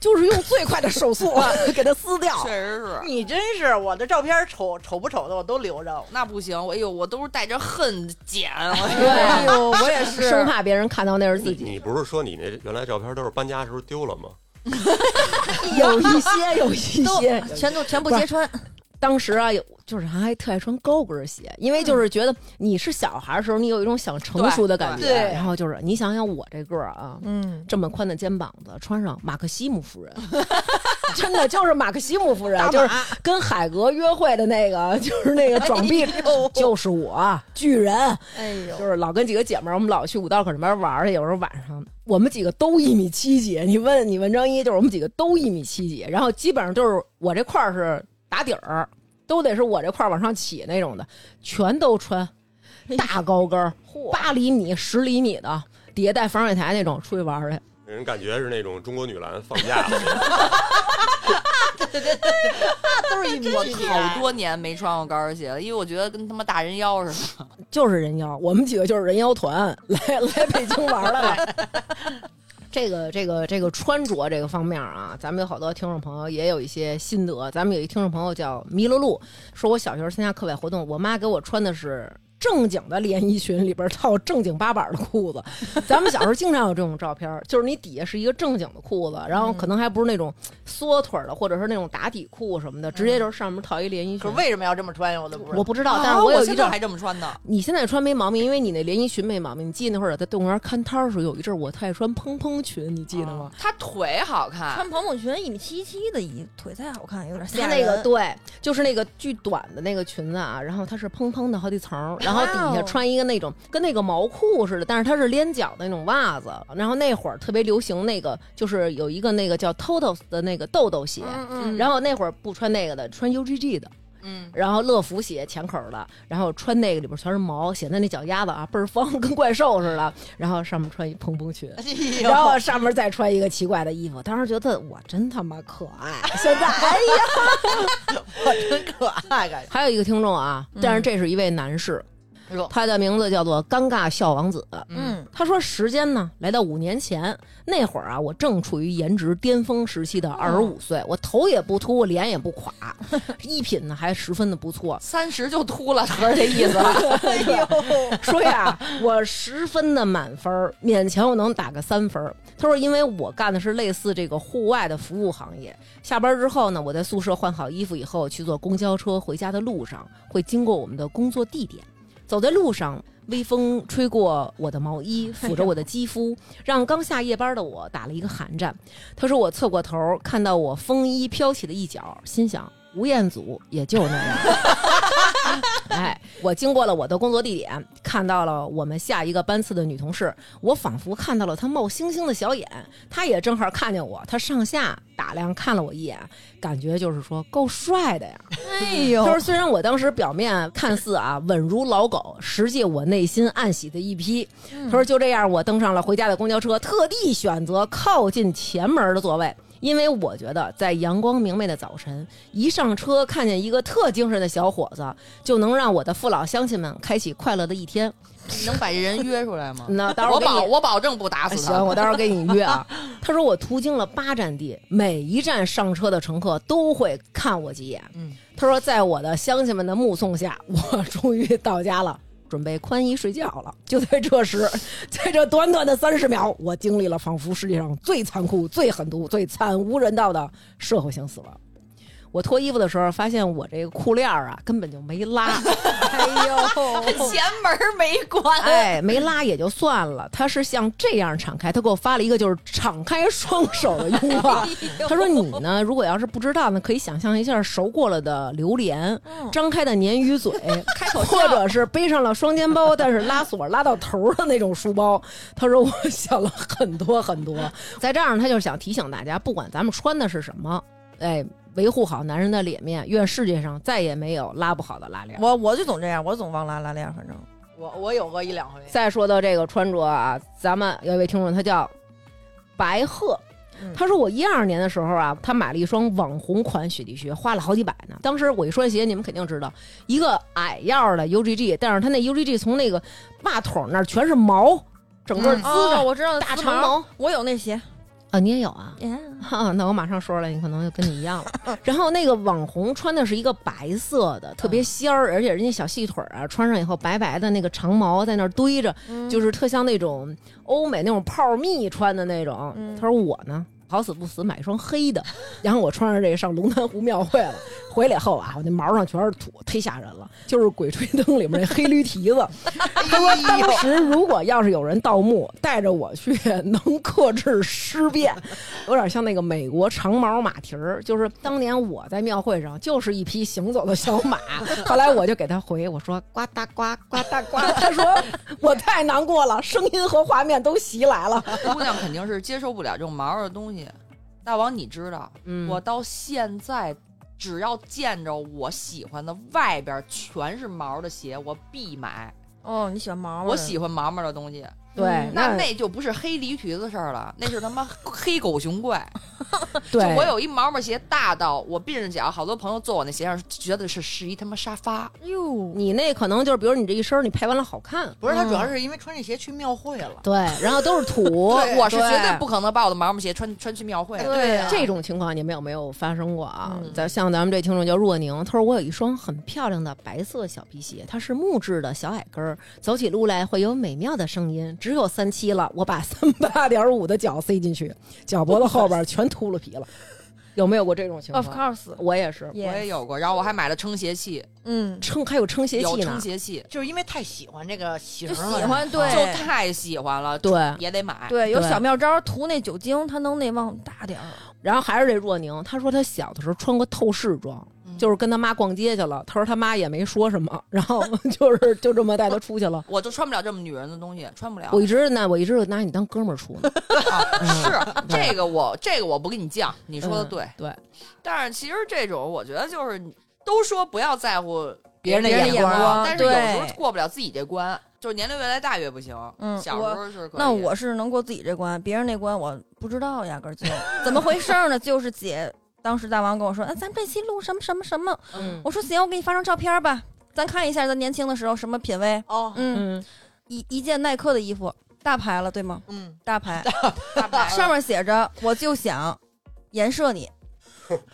就是用最快的手速啊 给它撕掉
确。实是，
你真是我的照片丑丑不丑的我都留着，
那不行，我哎呦，我都是带着恨剪，我
对，哎呦
我也是
生怕别人看到那是自己。
你不是说你那原来照片都是搬家时候丢了吗？
有一些，有一些。
都全都全部揭穿，
当时啊，有就是还特爱穿高跟鞋，因为就是觉得你是小孩儿的时候，你有一种想成熟的感觉。
嗯对对
然后就是你想想我这个儿啊，
嗯，
这么宽的肩膀子，穿上马克西姆夫 人，真的就是马克西姆夫人，
大
就是
马哎
跟海格约会的那个，就是那个装逼，就是我巨人，
哎呦
就，是老跟几个姐们儿，我们老去五道口那边玩儿去，有时候晚上我们几个都一米七几，你问你文章一，就是我们几个都一米七几，然后基本上就是我这块儿是打底儿，都得是我这块儿往上起那种的，全都穿大高跟儿，八厘米、十厘米的，底下带防水台那种，出去玩儿去。
给人感觉是那种中国女篮放假了，
都是 一模一
好
样。
多年没穿过高跟鞋了，因为我觉得跟他妈大人腰似的。
就是人妖，我们几个就是人妖团来来北京玩儿来了。 这个这个这个穿着这个方面啊，咱们有好多听众朋友也有一些心得。咱们有一听众朋友叫麋鹿鹿，说我小学时候参加课外活动，我妈给我穿的是正经的连衣裙里边套正经八板的裤子。咱们小时候经常有这种照片儿，就是你底下是一个正经的裤子，然后可能还不是那种缩腿儿的，或者是那种打底裤什么的，直接就是上面套一连衣
可
裙
是。为什么要这么穿呀？我都不知
我
道。
不知道，但是啊我有一
现
阵
在
儿
还这么穿呢。
你现在穿没毛病，因为你那连衣裙没毛病。你记得那会儿在动物园看摊儿的时候，有一阵儿我特爱穿蓬蓬裙，你记得吗？
她腿好看，
穿蓬蓬裙一米七七的，一腿太好看，有点
它
吓人。
那个对，就是那个巨短的那个裙子啊，然后它是蓬蓬的好几层儿，然后底
哇
下
哦
穿一个那种跟那个毛裤似的，但是它是连脚的那种袜子。然后那会儿特别流行那个，就是有一个那个叫 Totos 的那个豆豆鞋，
嗯嗯，
然后那会儿不穿那个的，穿 UGG 的。
嗯，
然后乐福鞋前口的，然后穿那个里边全是毛，显得那脚丫子啊倍儿方，跟怪兽似的。然后上面穿一蓬蓬裙，
哎
然后上面再穿一个奇怪的衣服。当时觉得我真他妈可爱。现在哎呀，
我真可爱，感觉
还有一个听众啊，但是这是一位男士，
哎呦
他的名字叫做尴尬笑王子。
嗯
他说：“时间呢，来到五年前那会儿啊，我正处于颜值巅峰时期的二十五岁，我头也不秃，脸也不垮， 衣品呢还十分的不错。
三十就秃了，合着这意思吧？
哎呦，
说呀，我十分的满分儿，勉强我能打个三分儿。他说，因为我干的是类似这个户外的服务行业，下班之后呢，我在宿舍换好衣服以后，去坐公交车回家的路上，会经过我们的工作地点。走在路上，微风吹过我的毛衣，抚着我的肌肤，让刚下夜班的我打了一个寒战。他说，我侧过头看到我风衣飘起的一角，心想吴彦祖也就那样。哎， 我经过了我的工作地点，看到了我们下一个班次的女同事，我仿佛看到了她冒星星的小眼，她也正好看见我，她上下打量看了我一眼，感觉就是说够帅的呀。
哎
她
呦
说，，虽然我当时表面看似啊稳如老狗，实际我内心暗喜的一批。
嗯
她说就这样，我登上了回家的公交车，特地选择靠近前门的座位。因为我觉得，在阳光明媚的早晨，一上车看见一个特精神的小伙子，就能让我的父老乡亲们开启快乐的一天。
你能把这人约出来吗？
那到时候
我
给你哎啊
保我保证不打死他。
行，我到时候给你约 啊。他说我途经了八站地，每一站上车的乘客都会看我几眼。
嗯，
他说在我的乡亲们的目送下，我终于到家了。准备宽衣睡觉了，就在这时， 在这短短的三十秒，我经历了仿佛世界上最残酷、最狠毒、最惨无人道的社会性死亡。我脱衣服的时候，发现我这个裤链儿啊根本就没拉，
哎呦，
前门没关，
哎， 没拉也就算了，他是像这样敞开，他给我发了一个就是敞开双手的拥
哎
抱。他说：“你呢？如果要是不知道呢，可以想象一下熟过了的榴莲，张开的鲶鱼嘴，
嗯开口
或者是背上了双肩包，但是拉锁拉到头儿的那种书包。”他说：“我想了很多 很多，在这儿呢，他就想提醒大家，不管咱们穿的是什么，哎，维护好男人的脸面，愿世界上再也没有拉不好的拉链。”
我我就总这样，我总忘拉拉链，反正
我我有过一两回，
再说到这个穿着啊，咱们有一位听众，他叫白鹤
嗯。
他说我一二年的时候啊，他买了一双网红款雪地靴，花了好几百呢。当时我一双鞋，你们肯定知道，一个矮腰的 UGG，但是他那 UGG 从那个袜筒那儿全是毛，整个
嗯
滋着、
哦我知道
大
丝
长毛
我有那鞋，
啊。你也有啊？
耶
哈， 那我马上说出来，你可能就跟你一样了。 然后那个网红穿的是一个白色的，特
嗯
别仙儿，而且人家小细腿儿啊，穿上以后白白的那个长毛在那儿堆着，
嗯
就是特像那种欧美那种泡蜜穿的那种。
嗯
他说我呢，好死不死买一双黑的，然后我穿上这个上龙潭湖庙会了，回来以后啊，我那毛上全是土，忒吓人了，就是《鬼吹灯》里面那黑驴蹄子。
哎呦
当时如果要是有人盗墓，带着我去， 能克制尸变，有点像那个美国长毛马蹄儿，就是当年我在庙会上就是一匹行走的小马，后来我就给他回我说呱嗒呱呱嗒呱，他说我太难过了，声音和画面都袭来了。
姑娘肯定是接受不了这种毛的东西。大王，你知道，
嗯
我到现在只要见着我喜欢的外边全是毛的鞋，我必买。
哦，你喜欢毛毛？
我喜欢毛毛的东西，
对，
那那就不是黑驴蹄子事儿了，那是他妈黑狗熊怪。
对
就我有一毛毛鞋大到我鬓着脚，好多朋友坐我那鞋上觉得是是一他妈沙发。，
哟，你那可能就是，比如你这一身儿你配完了好看，
不是，他主要是因为穿这鞋去庙会了。
对，然后都是 土
我是绝对不可能把我的毛毛鞋穿穿去庙会的。
对
啊
呀
这种情况你们有没有发生过啊
啊嗯？
咱、像咱们这听众叫若宁，他说我有一双很漂亮的白色小皮鞋，它是木质的小矮跟儿，走起路来会有美妙的声音。只有三七了，我把 三八点五的脚塞进去，脚脖子后边全秃噜 皮了。有没有过这种情
Of
况？
course，
我也是，
我也有过，然后我还买了撑鞋器，
嗯，
撑还有撑鞋
有
器呢
撑。鞋器，
就是因为太喜欢这个型
就
了，
喜欢对
就太喜欢了，
对，
也得买。
对，有
对
小妙招，涂那酒精，它能那往大点儿。
然后还是这若宁，她说她小的时候穿过透视装，
嗯
就是跟她妈逛街去了。她说她妈也没说什么，然后 就是就这么带她出去了。
我就穿不了这么女人的东西，穿不了。
我一直呢，我一直就拿你当哥们儿处呢。
啊是这个我这个我不跟你犟， 你说的
嗯
对。
对，
但是其实这种我觉得就是你都说不要在乎
别人的
眼
眼光
但是有时候
对
过不了自己这关，就是年龄越来越大越不行。
嗯
小时候是可以
那我是能过自己这关，别人那关我不知道，压根儿就怎么回事儿呢？就是姐当时大王跟我说，哎，咱们这期录什么什么什么，
嗯
我说行，我给你发张照片吧，咱看一下咱年轻的时候什么品味。
哦，
嗯，
嗯，
一一件耐克的衣服，大牌了，对吗？
嗯，
大牌，
大 白
上面写着我就想颜射你。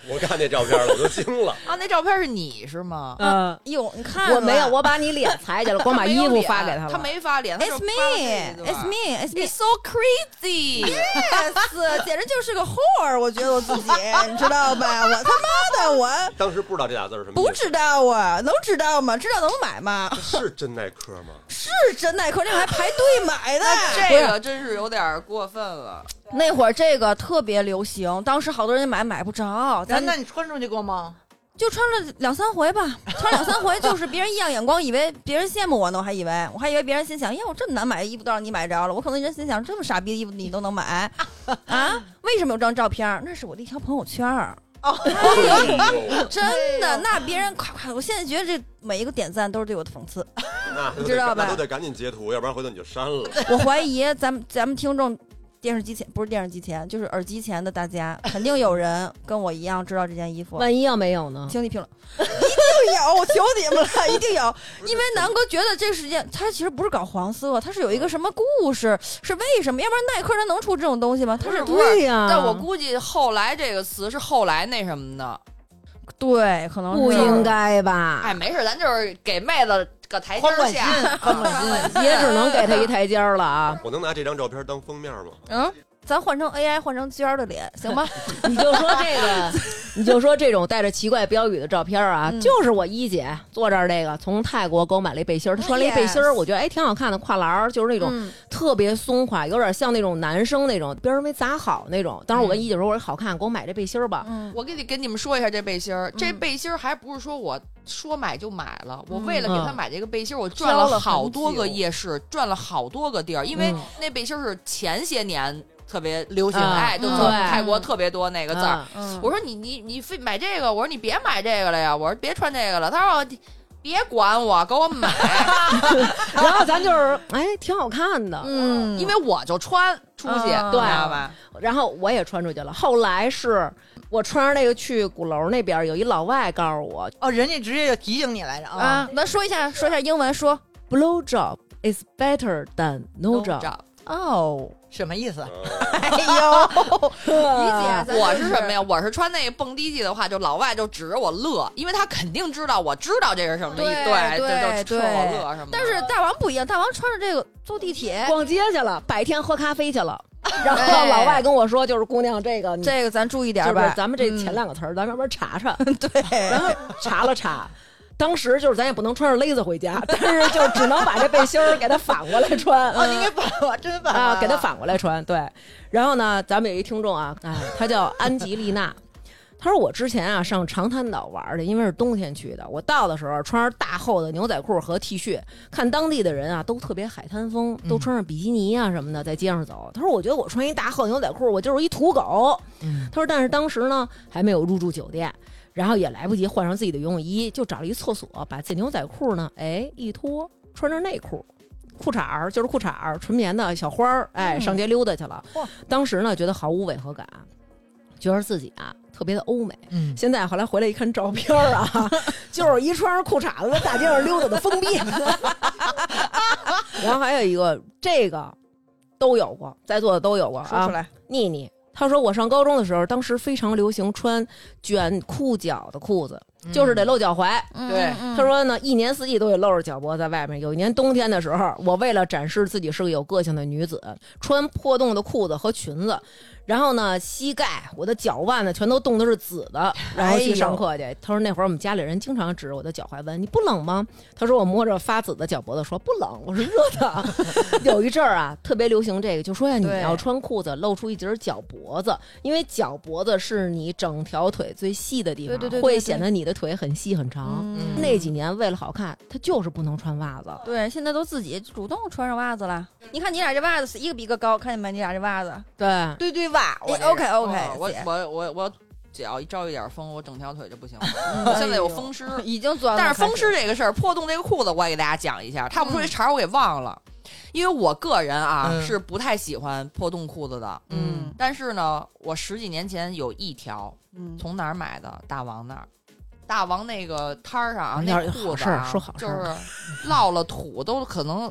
我看那照片了，我都惊了。
啊，那照片是你是吗？
呃，
哟，哎你
啊
看
我没有，
了
我把你脸裁 去了，光把
没
衣
有
服
脸
发给他了。
他没发脸，他就
，It's
发了自己
me,
的吧
it's me, it's me
It's。so crazy，
yes，简直 就是个 whore，我觉得我自己，你知道吧？我他妈的，我
当时不知道这俩字儿是什么
不
意思，
知道啊，能知道吗？知道能买 吗？
是真耐克吗？
是真耐克，那会儿还排队买的。
啊这个真是有点过分了。
那会儿这个特别流行，当时好多人买买不着，
咱
咱
那你穿出去过吗？
就穿了两三回吧，穿两三回就是别人异样眼光，以为别人羡慕我呢，我还以为我还以为别人心想，呀，我这么难买的衣服都让你买着了，我可能人心想这么傻逼的衣服你都能买啊？为什么有张照片儿？那是我的一条朋友圈儿。 真的，那别人夸夸，我现在觉得这每一个点赞都是对我的讽刺。
那
知道吧
那都得赶紧截图，要不然回头你就删了。
我怀疑咱们咱们听众电视机前不是电视机前，就是耳机前的大家，肯定有人跟我一样知道这件衣服。
万一要没有呢？
请你评论， 一定有，我求你们了，一定有，因为南哥觉得这是件，他其实不是搞黄色，他是有一
嗯
个什么故事，是为什么？要不然耐克他能出这种东西吗？他
不是
是
不是
呀
但我估计后来这个词是后来那什么的。
对，可能是
不应，该吧，
哎，没事，咱就是给妹子个台阶
宽
儿
宽心
下。，
宽
哎
宽心。
也只能给他一台阶儿了 啊！
我能拿这张照片当封面吗？
嗯，咱换成 AI 换成娟儿的脸行吗？
你就说这个， 你就说这种带着奇怪标语的照片儿啊，
嗯
就是我一姐坐这儿这个从泰国给我买了一
哎
背心儿，她穿了一背心儿，
Yes
我觉得哎挺好看的，跨栏儿就是那种
嗯
特别松垮，有点像那种男生那种边儿没扎好那种。当时
嗯
我跟一姐说，我说好看，给我买这背心儿吧。
嗯，
我给你跟你们说一下这背心儿，这
嗯
背心儿还不是说我说买就买了，我为了给他买这个背心儿，我转
挑了很
好多个
久
夜市，转了好多个地儿，因为
嗯
那背心儿是前些年特别流行，
啊
哎，就
嗯
是
对
泰国特别多那个字儿。
嗯
嗯
我说你你你非买这个，我说你别买这个了呀，我说别穿这个了。他说你别管我，给我 买，
然后咱就是哎挺好看的，
嗯
嗯
因为我就穿出去，
啊
你知道吧？
然后我也穿出去了。后来是我穿上那个去鼓楼那边儿，有一老外告诉我
哦，人家直接就提醒你来着啊！
啊，咱说一下说一下英文，说
，blow job is better than no job。
哦，
什么意思？
呃
哎呦，理解
我是什么？呀？我是穿那个蹦迪去的话，就老外就指着我乐，因为他肯定知道我知道这是什么意思，
对
对，
对
就就冲我乐什么的。
但是大王不一样，大王穿着这个坐地铁，
逛街去了，白天喝咖啡去 了，然后
哎
老外跟我说，就是姑娘这个你
这个咱注意点
就
儿吧嗯
是。咱们
嗯
这 前两个词儿，咱慢慢查 查，
对，
然后查了查。当时就是咱也不能穿着勒子回家，但是就只能把这背心儿给它反过来穿。
哦，你给反了，真反
啊，给他
他。
反过来穿。对，然后呢，咱们有一听众啊，哎，她叫安吉丽娜，她说我之前啊上长滩岛玩儿去，因为是冬天去的，我到的时候穿着大厚的牛仔裤和 T 恤，看当地的人啊都特别海滩风，都穿上比基尼啊什么的在街上走。她说我觉得我穿一大厚牛仔裤，我就是一土狗。
嗯
她说但是当时呢还没有入住酒店。然后也来不及换上自己的游泳衣，就找了一厕所，把自己牛仔裤呢，哎一脱，穿着内裤，裤衩儿，就是裤衩儿，纯棉的小花儿，
嗯
哎，上街溜达去了。
嚯
当时呢，觉得毫无违和感，觉得自己啊特别的欧美。
嗯
现在后来回来一看照片儿啊， 就是一穿着裤衩子在大街上溜达的疯逼。 然后还有一个，这个都有过，在座的都有过
说
啊
出。来，
妮妮，她说我上高中的时候，当时非常流行穿卷裤脚的裤子，就是得露脚踝。
对
嗯
她说呢，一年四季都得露着脚脖在外面。有一年冬天的时候，我为了展示自己是个有个性的女子，穿破洞的裤子和裙子，然后呢，膝盖、我的脚腕子全都冻得是紫的，然
哎
后去上课去。她说那会儿我们家里人经常指着我的脚踝问：“你不冷吗？”她说我摸着发紫的脚脖子说：“不冷，我是热 的。”有一阵儿啊，特别流行这个，就说呀，你
对
要穿裤子露出一截儿脚脖子，因为脚脖子是你整条腿最细的地方，
对对对对
会
对
显得你的腿很细很长。
嗯
那几年为了好看，她就是不能穿袜子。
对，现在都自己主动穿上袜子了。你看你俩这袜子一个比一个高，看见没？你俩这袜子
对，
对对袜，我这是
OK
哦
OK，
我
姐
我我我只要一招一点风，我整条腿就不行了。
嗯哎
我现在有风湿，
已经钻了。
但是风
开始嗯
湿这个事儿，破洞这个裤子，我也给大家讲一下。他们说这茬儿我给忘了，因为我个人啊、
嗯
是不太喜欢破洞裤子的。
嗯
但是呢，我十几年前有一条，
嗯，
从哪儿买的？大王那儿，大王那个摊儿上啊，
要
那
是哎
裤
好
子
事儿
啊，
说好事
就
儿
是落了土都可能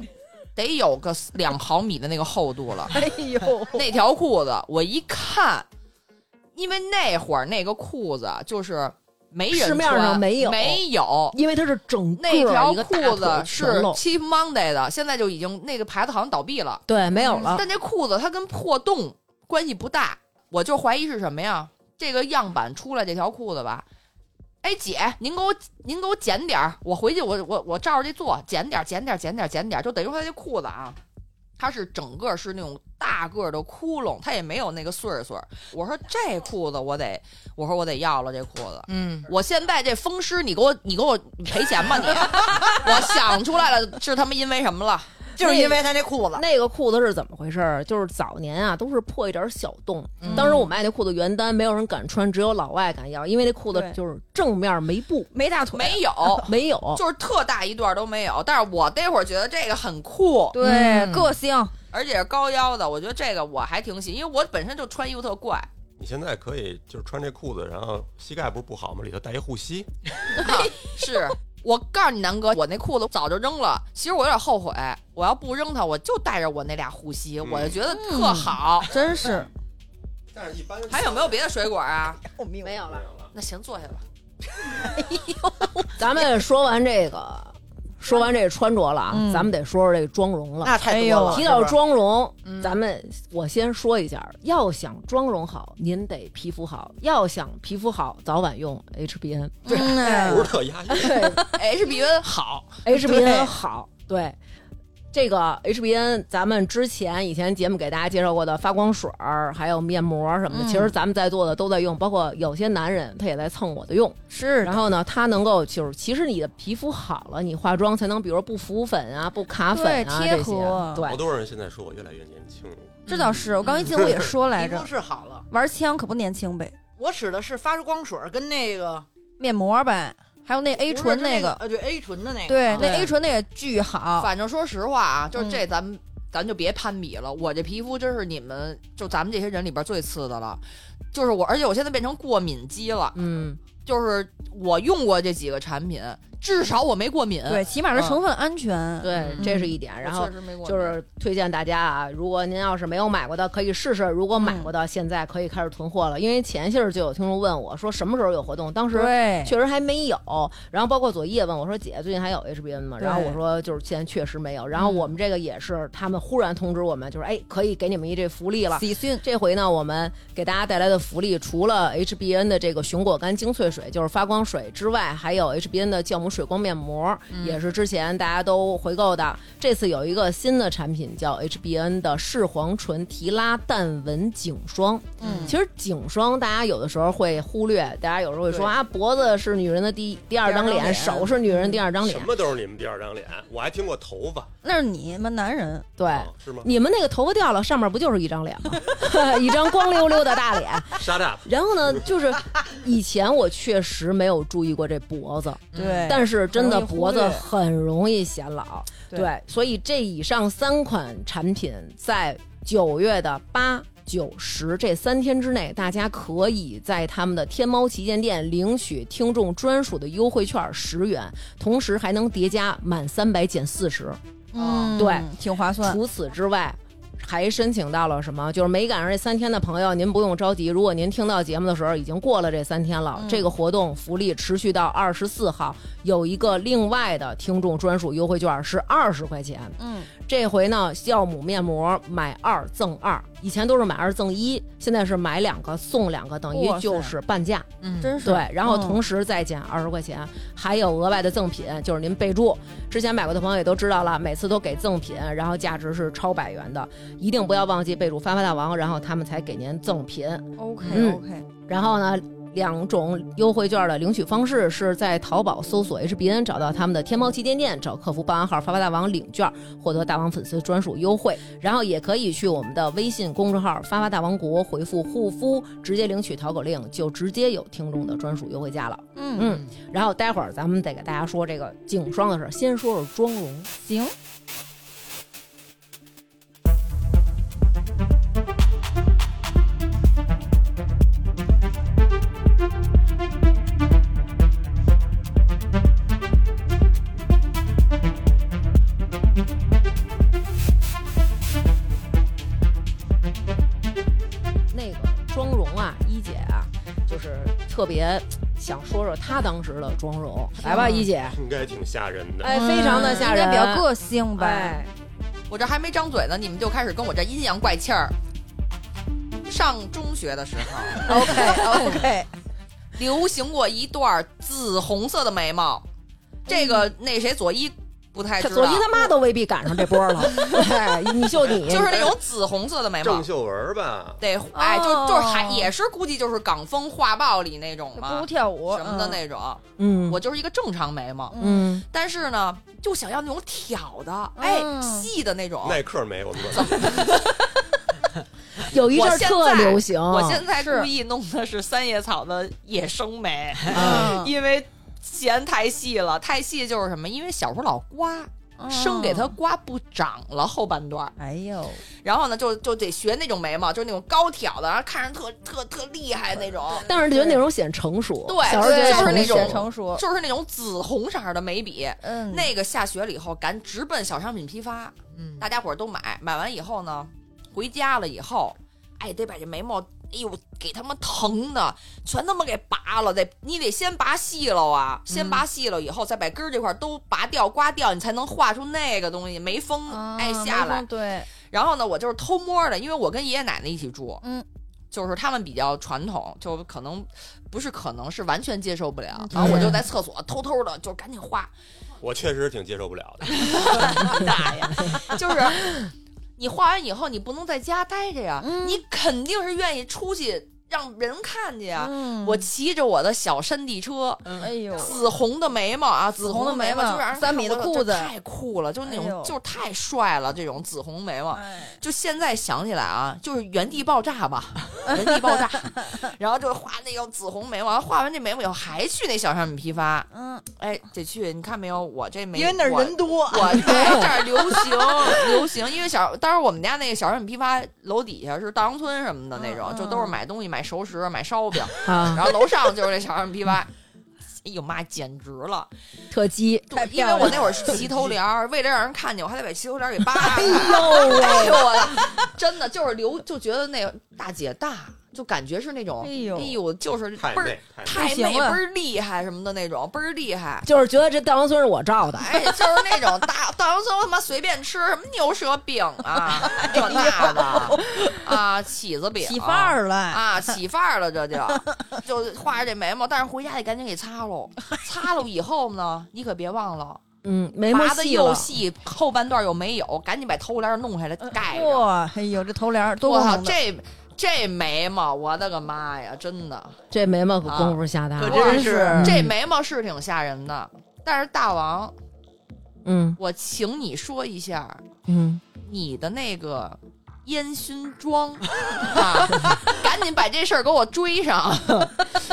得有个两毫米的那个厚度了。
哎呦，
那条裤子我一看，因为那会儿那个裤子就是没人
市面上
穿
没有
没有。
因为它是整个
那
一
条
个大
裤子
腿
是
全露
Chief Monday 的，现在就已经那个牌子好像倒闭了。
对没有了。
嗯但这裤子它跟破洞关系不大，我就怀疑是什么呀？这个样板出来这条裤子吧。哎，姐，您给我您给我剪点儿，我回去我我我照着这做，剪点儿剪点儿剪点儿剪点儿，就等于说它这裤子啊，它是整个是那种大个儿的窟窿，它也没有那个穗儿穗儿。我说这裤子我得，我说我得要了这裤子。
嗯，
我现在这风湿，你给我，你给我赔钱吧你！ 我想出来了，是他们因为什么了？
就是因为他那裤子，
那个裤子是怎么回事儿？就是早年啊，都是破一点儿小洞。
嗯
当时我卖那裤子原单，没有人敢穿，只有老外敢要，因为那裤子
对
就是正面没布，
没大腿，
没有，
没有。
就是特大一段都没有。但是我那会儿觉得这个很酷，
对
嗯
个性，
而且是高腰的，我觉得这个我还挺喜，因为我本身就穿衣服特怪，
你现在可以就是穿这裤子，然后膝盖不是不好吗？里头带一护膝，
是。我告诉你，南哥，我那裤子早就扔了。其实我有点后悔，我要不扔它，我就带着我那俩护膝，
嗯
我就觉得特好。
真是
但是一般
还有没有别的水果啊？
我命
没有了。
嗯 那行，坐下吧。
咱们说完这个，说完这个穿着了啊，
嗯
咱们得说说这个妆容了。
那太
哎
多
呦
了。
提到
是吧，
妆容，
嗯
咱们我先说一下，要想妆容好，您得皮肤好；要想皮肤好，早晚用 HBN。
嗯哎
不是特压抑。
HBN 好，
HBN 好，对。这个 HBN，咱们之前以前节目给大家介绍过的发光水儿，还有面膜什么的，
嗯
其实咱们在座的都在用，包括有些男人他也在蹭我的用。
是
然后呢，它能够就是，其实你的皮肤好了，你化妆才能，比如说不浮粉啊，不卡粉啊
对
这
贴
些
合。
好
对，
多人现在说我越来越年轻，
这倒是，我刚一进屋也说来
皮肤
着，
是好了。
玩枪可不年轻呗，
我使的是发光水儿跟那个
面膜呗，还有那 A
不是
醇
是那
个，
呃，对 A 醇的那个，
对，
啊
那 A 醇那也巨好，
哦反正说实话啊，就是这咱们、咱就别攀比了。我这皮肤真是你们就咱们这些人里边最次的了，就是我，而且我现在变成过敏肌了。
嗯，
就是我用过这几个产品，至少我没过敏。
对，起码是成分安全。
嗯对，这是一点。
我
然后
确实没过敏，
就是推荐大家啊，如果您要是没有买过的，可以试试；如果买过
嗯
的，现在可以开始囤货了。因为前些儿就有听众问我说什么时候有活动，当时
对，
确实还没有。然后包括左一也问我说：“姐，最近还有 HBN 吗？”
对嗯
然后我说：“就是现在确实没有。”然后我们这个也是，他们忽然通知我们，就是哎，可以给你们一这福利了。
喜讯
这回呢，我们给大家带来的福利，除了 HBN 的这个熊果苷精粹水，就是发光水之外，还有 HBN 的酵母水光面膜，也是之前大家都回购的。这次有一个新的产品叫 HBN 的视黄醇提拉淡纹颈霜。
嗯
其实颈霜大家有的时候会忽略，大家有时候会说
对
啊，脖子是女人的第一第二张脸，手是女人第二张脸
什。么都是你们第二张脸。我还听过头发，
那是你们男人，
对，
啊是吗
你们那个头发掉了，上面不就是一张脸吗？ 一张光溜溜的大脸。
？Shut up！
然后呢，就是以前我确实没有注意过这脖子，
对，
嗯但是真的脖子
容易忽略
很容易显老。
对
对，所以这以上三款产品在九月的八。九十这三天之内，大家可以在他们的天猫旗舰店领取听众专属的优惠券十元，同时还能叠加满三百减四十。
嗯，
对，
挺划算。
除此之外，还申请到了什么？就是没赶上这三天的朋友，您不用着急。如果您听到节目的时候已经过了这三天
嗯
了，这个活动福利持续到二十四号，有一个另外的听众专属优惠券是二十块钱。
嗯，
这回呢，酵母面膜买二赠二，以前都是买二赠一，现在是买两个送两个，等于
哇塞
就是半价。
嗯
真是
对，然后同时再减二十块钱，还有额外的赠品，就是您备注，之前买过的朋友也都知道了，每次都给赠品，然后价值是超百元的，一定不要忘记备注“发发大王”，然后他们才给您赠品。
OK
嗯
OK，
然后呢，两种优惠券的领取方式是在淘宝搜索 HBN 找到他们的天猫旗舰店，找客服报暗号“发发大王”领券，获得大王粉丝专属优惠。然后也可以去我们的微信公众号“发发大王国”回复“护肤”，直接领取淘口令，就直接有听众的专属优惠价了。
嗯
嗯，然后待会儿咱们得给大家说这个颈霜的事儿，先说说妆容。
行，
那个妆容啊，一姐啊，就是特别想说说她当时的妆容。来吧，一姐，
应该挺吓人的。
哎，非常的
嗯
吓人，
应该比较个性吧。
哎，
我这还没张嘴呢，你们就开始跟我这阴阳怪气儿。上中学的时候，
OK OK，
流行过一段紫红色的眉毛，这个那谁佐伊不太哎知道，
佐伊嗯他妈都未必赶上这波 了。哎，你就你，
就是那种紫红色的眉毛
郑，秀文吧，
得哎，就
哦
就是还也是估计就是港风画报里那种
不
嘛
如，跳舞
什么的
嗯
那种。
嗯，
我就是一个正常眉毛，
嗯，
但是呢，就想要那种挑的，哎，
嗯
细的那种。
耐克没我们管。
有一阵儿
我现在
特流行。
我现在
哦是
故意弄的是三叶草的野生眉，
嗯
因为嫌太细了。太细就是什么？因为小时候老刮，生给它刮不长了后半段儿。
嗯哎呦，
然后呢，就就得学那种眉毛，就是那种高挑的，然后看着特特特厉害那种。
但是觉得那种显成熟，
对
小时候觉得
就是那
熟
种
成熟，
就是那种紫红色儿的眉笔，
嗯，
那个下雪了以后，赶直奔小商品批发，
嗯
大家伙儿都买，买完以后呢，回家了以后，哎，得把这眉毛，哎呦，给他们疼的，全他妈给拔了，得你得先拔细了啊，先
嗯
拔细了以后，再把根儿这块儿都拔掉、刮掉，你才能画出那个东西眉峰，
啊
哎下
没
来
错。对，
然后呢，我就是偷摸的，因为我跟爷爷奶奶一起住，
嗯，
就是他们比较传统，就可能不是可能是完全接受不了
嗯。
然后我就在厕所偷偷的就赶紧画，
我确实挺接受不了的。
大爷， 就是你画完以后，你不能在家待着呀，
嗯
你肯定是愿意出去让人看见呀。
嗯
我骑着我的小山地车，
哎呦，
紫红的眉毛啊，紫
红
红
的
的眉
眉毛
毛，就让人
三米的
看我
裤子
这太酷了，就是那
哎呦
种就是太帅了，这种紫红眉毛。
哎
就现在想起来啊，就是原地爆 炸吧，原地爆炸，然后就画那个紫红眉毛，画完这眉毛以后还去那小商品批发，
嗯，
哎，得去，你看没有，我这眉，
因为那儿人多
我，我哎这儿流行流行，因为小当时我们家那个小商品批发楼底下是稻香村什么的那种，
嗯
就都是买东西、买熟食、买烧饼，
啊，
然后楼上就是这小商品批发。哎呦妈，简直了！
特鸡，
太
因
漂
为
亮
我那会儿是齐头帘儿，为了让人看见，我还得把齐头帘儿给扒
哎
开。
呦
哎呦我的，真的就是流，就觉得那个大姐大，就感觉是那种，
哎
哎
呦
呦，就是
太
倍儿
累，太累。
太
不
妹
行
倍
了
儿厉害什么的那种，倍儿厉害。
就是觉得这稻香村是我照的。
哎，就是那种大大洋村他妈随便吃什么牛舌饼啊，这那的啊，起子饼，
起范儿了，
啊，起范儿了，这就就画着这眉毛，但是回家得赶紧给擦喽。擦喽以后呢，你可别忘了，
嗯，眉毛
拔的
细
又
了，
细，后半段又没有，赶紧把头帘弄下来盖着。
哇，哎呦，这头帘儿多
我
光
操，
荣的，
这这眉毛，我的个妈呀，真的，
这眉毛可功夫下大
可
了。
真是
嗯
啊这眉毛是挺吓人的。但是大王，
嗯
我请你说一下，
嗯，
你的那个烟熏妆 啊，赶紧把这事儿给我追 上，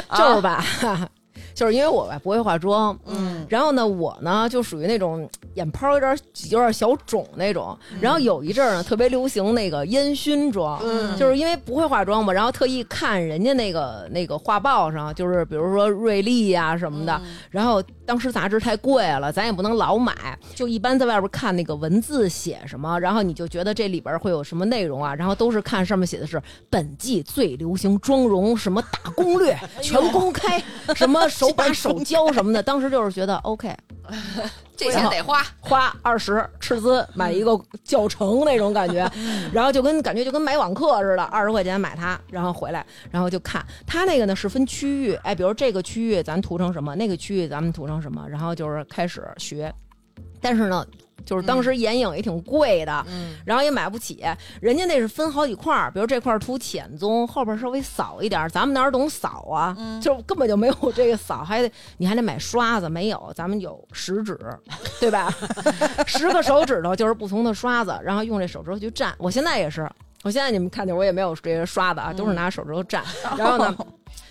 啊
就是
吧，
吧，就是因为我吧不会化妆，
嗯
然后呢，我呢就属于那种眼泡有点有点小肿那种。然后有一阵儿呢，特别流行那个烟熏妆，
嗯
就是因为不会化妆嘛，然后特意看人家那个那个画报上，就是比如说瑞丽呀、什么的。然后当时杂志太贵了，咱也不能老买，就一般在外边看那个文字写什么，然后你就觉得这里边会有什么内容啊，然后都是看上面写的是本季最流行妆容什么大攻略，全公开，什么手把手教什么的。当时就是觉得 OK，
这钱得花，
花二十斥资买一个教程那种感觉，然后就跟感觉就跟买网课似的，二十块钱买它，然后回来，然后就看它那个呢是分区域，哎，比如这个区域咱涂成什么，那个区域咱们涂成什么，然后就是开始学，但是呢。就是当时眼影也挺贵的，
嗯
然后也买不起，人家那是分好几块儿，比如这块儿涂浅棕，后边儿稍微扫一点儿，咱们哪儿懂扫啊？就根本就没有这个扫，还得你还得买刷子，没有，咱们有食 指，对吧？十个手指头就是不同的刷子，然后用这手指头去蘸。我现在也是，我现在你们看见我也没有这些刷子啊，都是拿手指头蘸。然后 呢，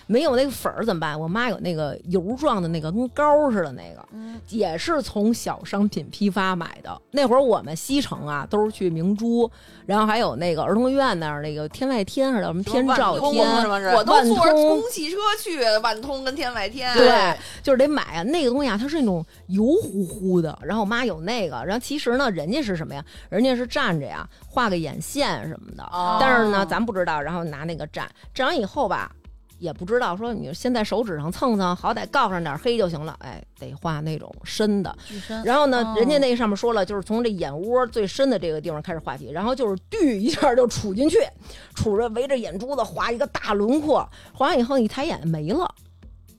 没有那个粉儿怎么办？我妈有那个油状的那个跟膏似的那个，也是从小商品批发买的。那会儿我们西城啊，都是去明珠，然后还有那个儿童医院那儿那个天外天还是叫什么啊天照天，
我都
万
坐着
通
公汽车去万通跟天外 天。
对，就是得买啊。那个东西啊，它是那种油乎乎的。然后我妈有那个，然后其实呢，人家是什么呀？人家是蘸着呀，画个眼线什么的。
哦 啊
但是呢，咱不知道。然后拿那个蘸，蘸完以后吧，也不知道说你先在手指上蹭蹭，好歹告上点黑就行了。哎，得画那种深的。
嗯
然后
哦
呢，人家那上面说了，就是从这眼窝最深的这个地方开始画起，然后就是嘟一下就杵进去，杵着围着眼珠子画一个大轮廓，画完以后你抬眼没了。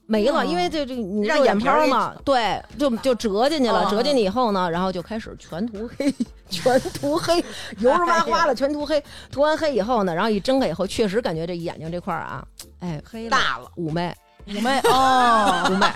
没了，因为这这你
让
这眼
嗯眼皮儿
泡
一
嘛，对，就就折进去
哦
了，折进去以后呢，然后就开始全涂黑， 全 涂黑，油儿哇
哎
哗了，全涂黑。涂完黑以后呢，然后一睁开以后，确实感觉这眼睛这块儿啊，哎，
黑了
大了，
妩媚
妩媚 哦，
妩媚。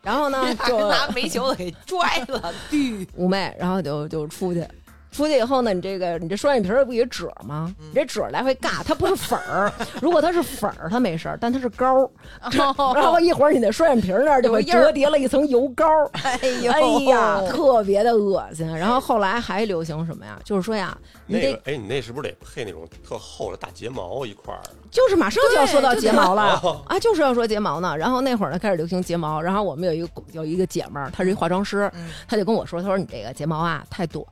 然后 呢，就
拿煤球子给拽 了，地
妩媚，然后就就出去。出去以后呢，你这个你这双眼皮儿不也褶儿吗？你这褶儿来回尬，它不是粉儿。如果它是粉儿，它没事儿，但它是膏儿。然后一会儿你那双眼皮儿那儿就会折叠了一层油膏儿。
哎呦，
哎呀，特别的恶心。然后后来还流行什么呀？就是说呀，你
那
这
个，哎，你那是不是得配那种特厚的大睫毛一块儿？
就是马上就要说到睫毛了
对就得
啊，就是要说睫毛呢。然后那会儿呢开始流行睫毛，然后我们有一个有一个姐们儿，她是一化妆师，
嗯
她就跟我说，她说你这个睫毛啊太短。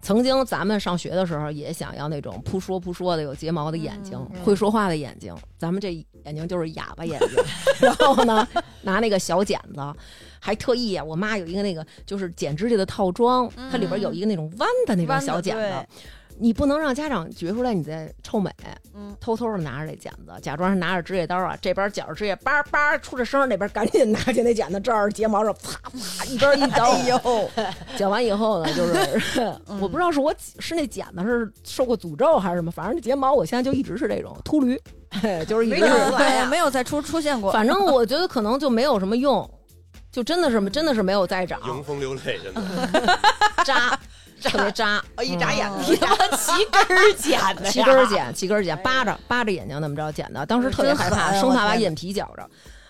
曾经咱们上学的时候也想要那种扑说扑说的有睫毛的眼睛，会说话的眼睛，咱们这眼睛就是哑巴眼睛。 然后呢，拿那个小剪子。还特意啊，我妈有一个那个就是剪指甲的套装，它里边有一个那种弯的那种小剪子，你不能让家长觉出来你在臭美，
嗯
偷偷的拿着这剪子，假装是拿着指甲刀啊，这边绞着指甲，叭叭出着声儿，那边赶紧拿起那剪子，这儿睫毛上啪啪一边一刀，
哎呦，
剪完以后呢，就是我不知道是我是那剪子是受过诅咒还是什么，反正这睫毛我现在就一直是这种秃驴，嘿就是一直
没
是
长出来啊
对，
呀
没有再出出现过，
反正我觉得可能就没有什么用，就真的是真的是没有再长，
迎风流泪，真的。
扎，特别扎，
哦一眨眼
嗯
一眨
齐根儿剪的呀，
齐根儿剪，齐根儿剪，扒着扒着眼睛那么着剪的，当时特别害
真
怕，
狠啊
生怕
我
把
天
眼皮绞着。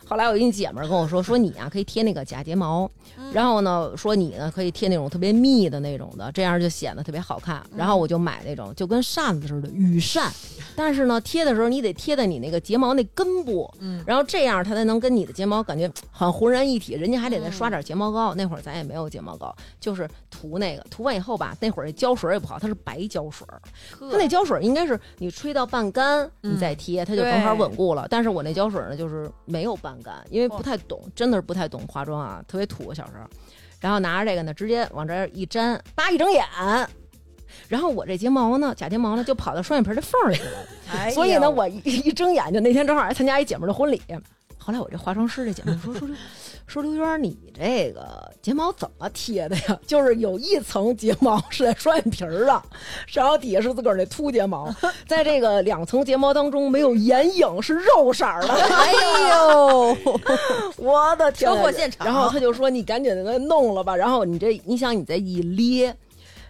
后来我一姐们儿跟我说，说你啊可以贴那个假睫毛，
嗯
然后呢说你呢可以贴那种特别密的那种的，这样就显得特别好看。
嗯
然后我就买那种就跟扇子似的羽扇，但是呢贴的时候你得贴在你那个睫毛那根部，
嗯
然后这样它才能跟你的睫毛感觉好像浑然一体。人家
嗯
还得再刷点睫毛膏，那会儿咱也没有睫毛膏，就是涂那个，涂完以后吧，那会儿那胶水也不好，它是白胶水儿，它那胶水应该是你吹到半干，你再贴，它就正好稳固了。但是我那胶水呢，就是没有半干，因为不太懂，真的是不太懂化妆啊，特别土。我小时候，然后拿着这个呢，直接往这儿一粘，叭一睁眼。然后我这睫毛呢，假睫毛呢，就跑到双眼皮儿的缝儿里去了。
哎呦
所以呢，我一 一睁眼就那天正好还参加一姐们儿的婚礼，后来我这化妆师这姐们儿 说说说说刘娟，你这个睫毛怎么贴的呀？ 就是有一层睫毛是在双眼皮儿上，然后底下是自个儿那秃睫毛，在这个两层睫毛当中没有眼影，是肉色 儿的。
哎 呦，
我的天！
车祸现场
然后他就说：“你赶紧给它弄了吧。”然后你这，你想你再一咧，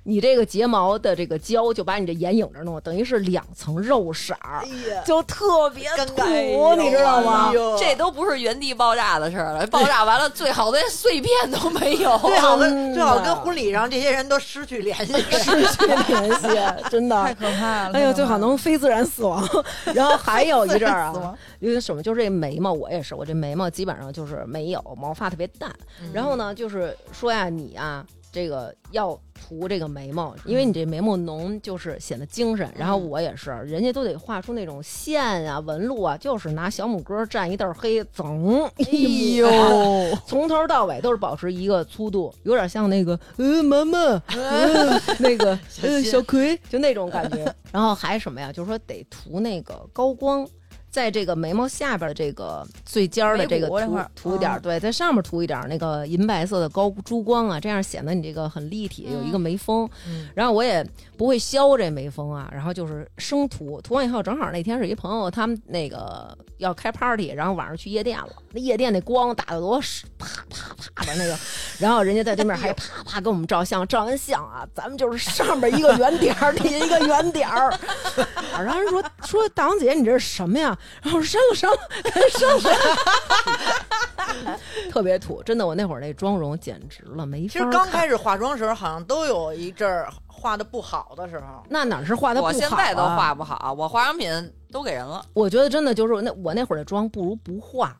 你这个睫毛的这个胶就把你这眼影这儿弄，等于是两层肉色儿
哎，呀，
就特别
尴尬
土，你知道吗
哎？呦
这都不是原地爆炸的事儿了，爆炸完了最好的碎片都没有。
最好
嗯
跟最好跟婚礼上这些人都失去联 系。
失去联系，真的
太可怕了！
哎呦，
太
最
可怕
好
了
能非自然死亡。 然后还有一阵儿
自然死
啊
亡，
因为什么，就是这眉毛，我也是，我这眉毛基本上就是没有毛发特别淡。
嗯
然后呢，就是说呀，你啊，这个要涂这个眉毛，因为你这眉毛浓，就是显得精
嗯
神。然后我也是，人家都得画出那种线啊、纹路啊，就是拿小拇哥蘸一道黑，整一抹。
哎呦，
从头到尾都是保持一个粗度，有点像那个呃妈妈， 呃、那个呃小葵，就那种感觉。然后还什么呀？就是说得涂那个高光。在这个眉毛下边的这个最尖儿的这个
眉骨这
涂
块儿
涂一点儿，对，在上面涂一点儿那个银白色的高珠光啊，这样显得你这个很立体，有一个眉峰。然后我也不会削这眉峰啊，然后就是生涂，涂完以后正好那天是一朋友他们那个要开 party，然后晚上去夜店了，那夜店那光打的多是啪啪啪的那个，然后人家在对面
哎
还啪啪跟我们照相，照完相啊， 咱们就是上面一个圆点儿，底下一个圆点儿， 然后人说说大王姐你这是什么呀？然后我说删了删了，删了 删了， 特别土，真的我那会儿那妆容简直了，没
其
法
实
儿
刚
看
开始化妆时候，好像都有一阵儿画的不好的时候。
那哪是画的不好、
我
啊，
现在都画不好，我化妆品都给人了。
我觉得真的就是那我那会儿的妆不如不化，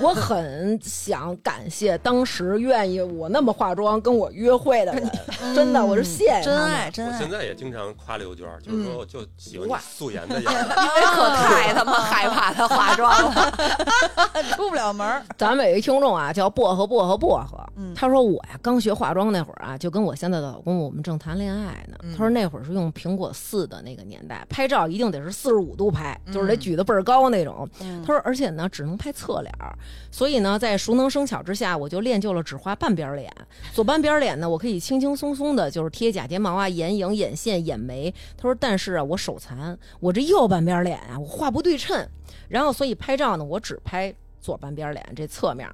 我很想感谢当时愿意我那么化妆跟我约会的 人，
嗯
真的我是啊谢谢他
真
们
爱真
我
爱
现，在也经常夸刘娟儿，就是说我就喜欢你素颜的样子。
啊
因为可太他妈害 怕她化妆了，
出不了门儿。
咱们有一听众啊，叫薄荷薄荷薄荷，
嗯
他说我呀刚学化妆那会儿啊，就跟我现在的老公我们正谈恋爱呢。
嗯
他说那会儿是用苹果四的那个年代，拍照一定得是四十五度拍，就是得举得倍儿高那种。他说而且呢只能拍侧脸儿，所以呢在熟能生巧之下，我就练就了只画半边脸，左半边脸呢我可以轻轻松松的，就是贴假睫毛啊、眼影、眼线、眼眉。他说但是啊我手残，我这右半边脸啊我画不对称，然后所以拍照呢我只拍。左半边脸这侧面，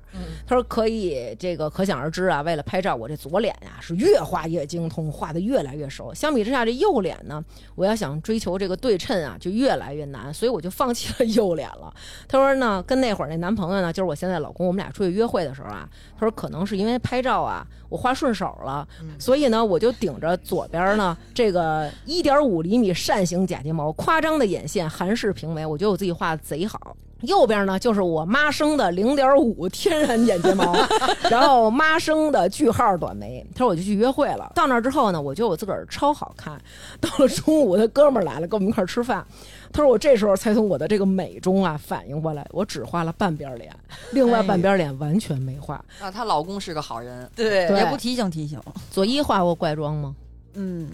他说可以，这个可想而知啊。为了拍照，我这左脸啊是越画越精通，画的越来越熟。相比之下，这右脸呢，我要想追求这个对称啊，就越来越难，所以我就放弃了右脸了。他说呢，跟那会儿那男朋友呢，就是我现在老公，我们俩出去约会的时候啊，他说可能是因为拍照啊，我画顺手了，所以呢，我就顶着左边呢这个一点五厘米扇形假睫毛，夸张的眼线，韩式平眉，我觉得我自己画的贼好。右边呢就是我妈生的零点五天然眼睫毛， 然后妈生的句号短眉。他说我就去约会了，到那儿之后呢，我觉得我自个儿超好看。到了中午，他哥们儿来了，跟我们一块儿吃饭。他说我这时候才从我的这个美中啊反应过来，我只画了半边脸，另外半边脸完全没画。
那她老公是个好人，
对
对
也不提醒提醒，
哎左一画过怪妆吗？
嗯，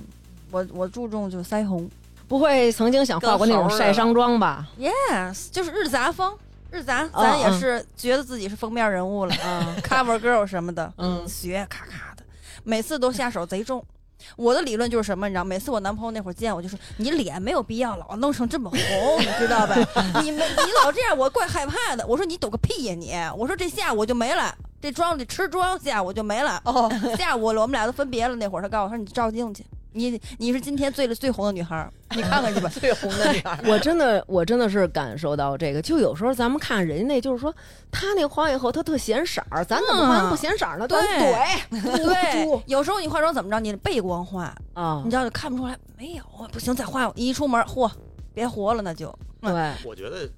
我我注重就腮红
不会曾经想化过那种晒伤妆吧？
，yes，就是日杂风，日杂咱也是觉得自己是封面人物了
啊，
，cover girl 什么的，
嗯
学咔咔的，每次都下手贼重。我的理论就是什么，你知道？每次我男朋友那会儿见我，就说你脸没有必要老弄成这么红，你知道 吧？你没你老这样，我怪害怕的。我说你抖个屁呀、你！我说这下午我就没了，这妆得吃妆，下午我就没了。哦， 下午了我们俩都分别了。那会儿他告诉我，他说你照镜去，你你是今天最最红的女孩儿，你看看去 吧。
最红的女 孩。
我真的，我真的是感受到这个。就有时候咱们看人家那，就是说他那画完以后，他特显色儿，咱怎么
嗯
画成不显色儿呢？咱
对
怼
对
猪，
有时候你化妆怎么着，你背光化，
啊
你，知道就看不出来。没有，啊不行，再化。一出门，嚯，别活了，那就。
对，
我觉得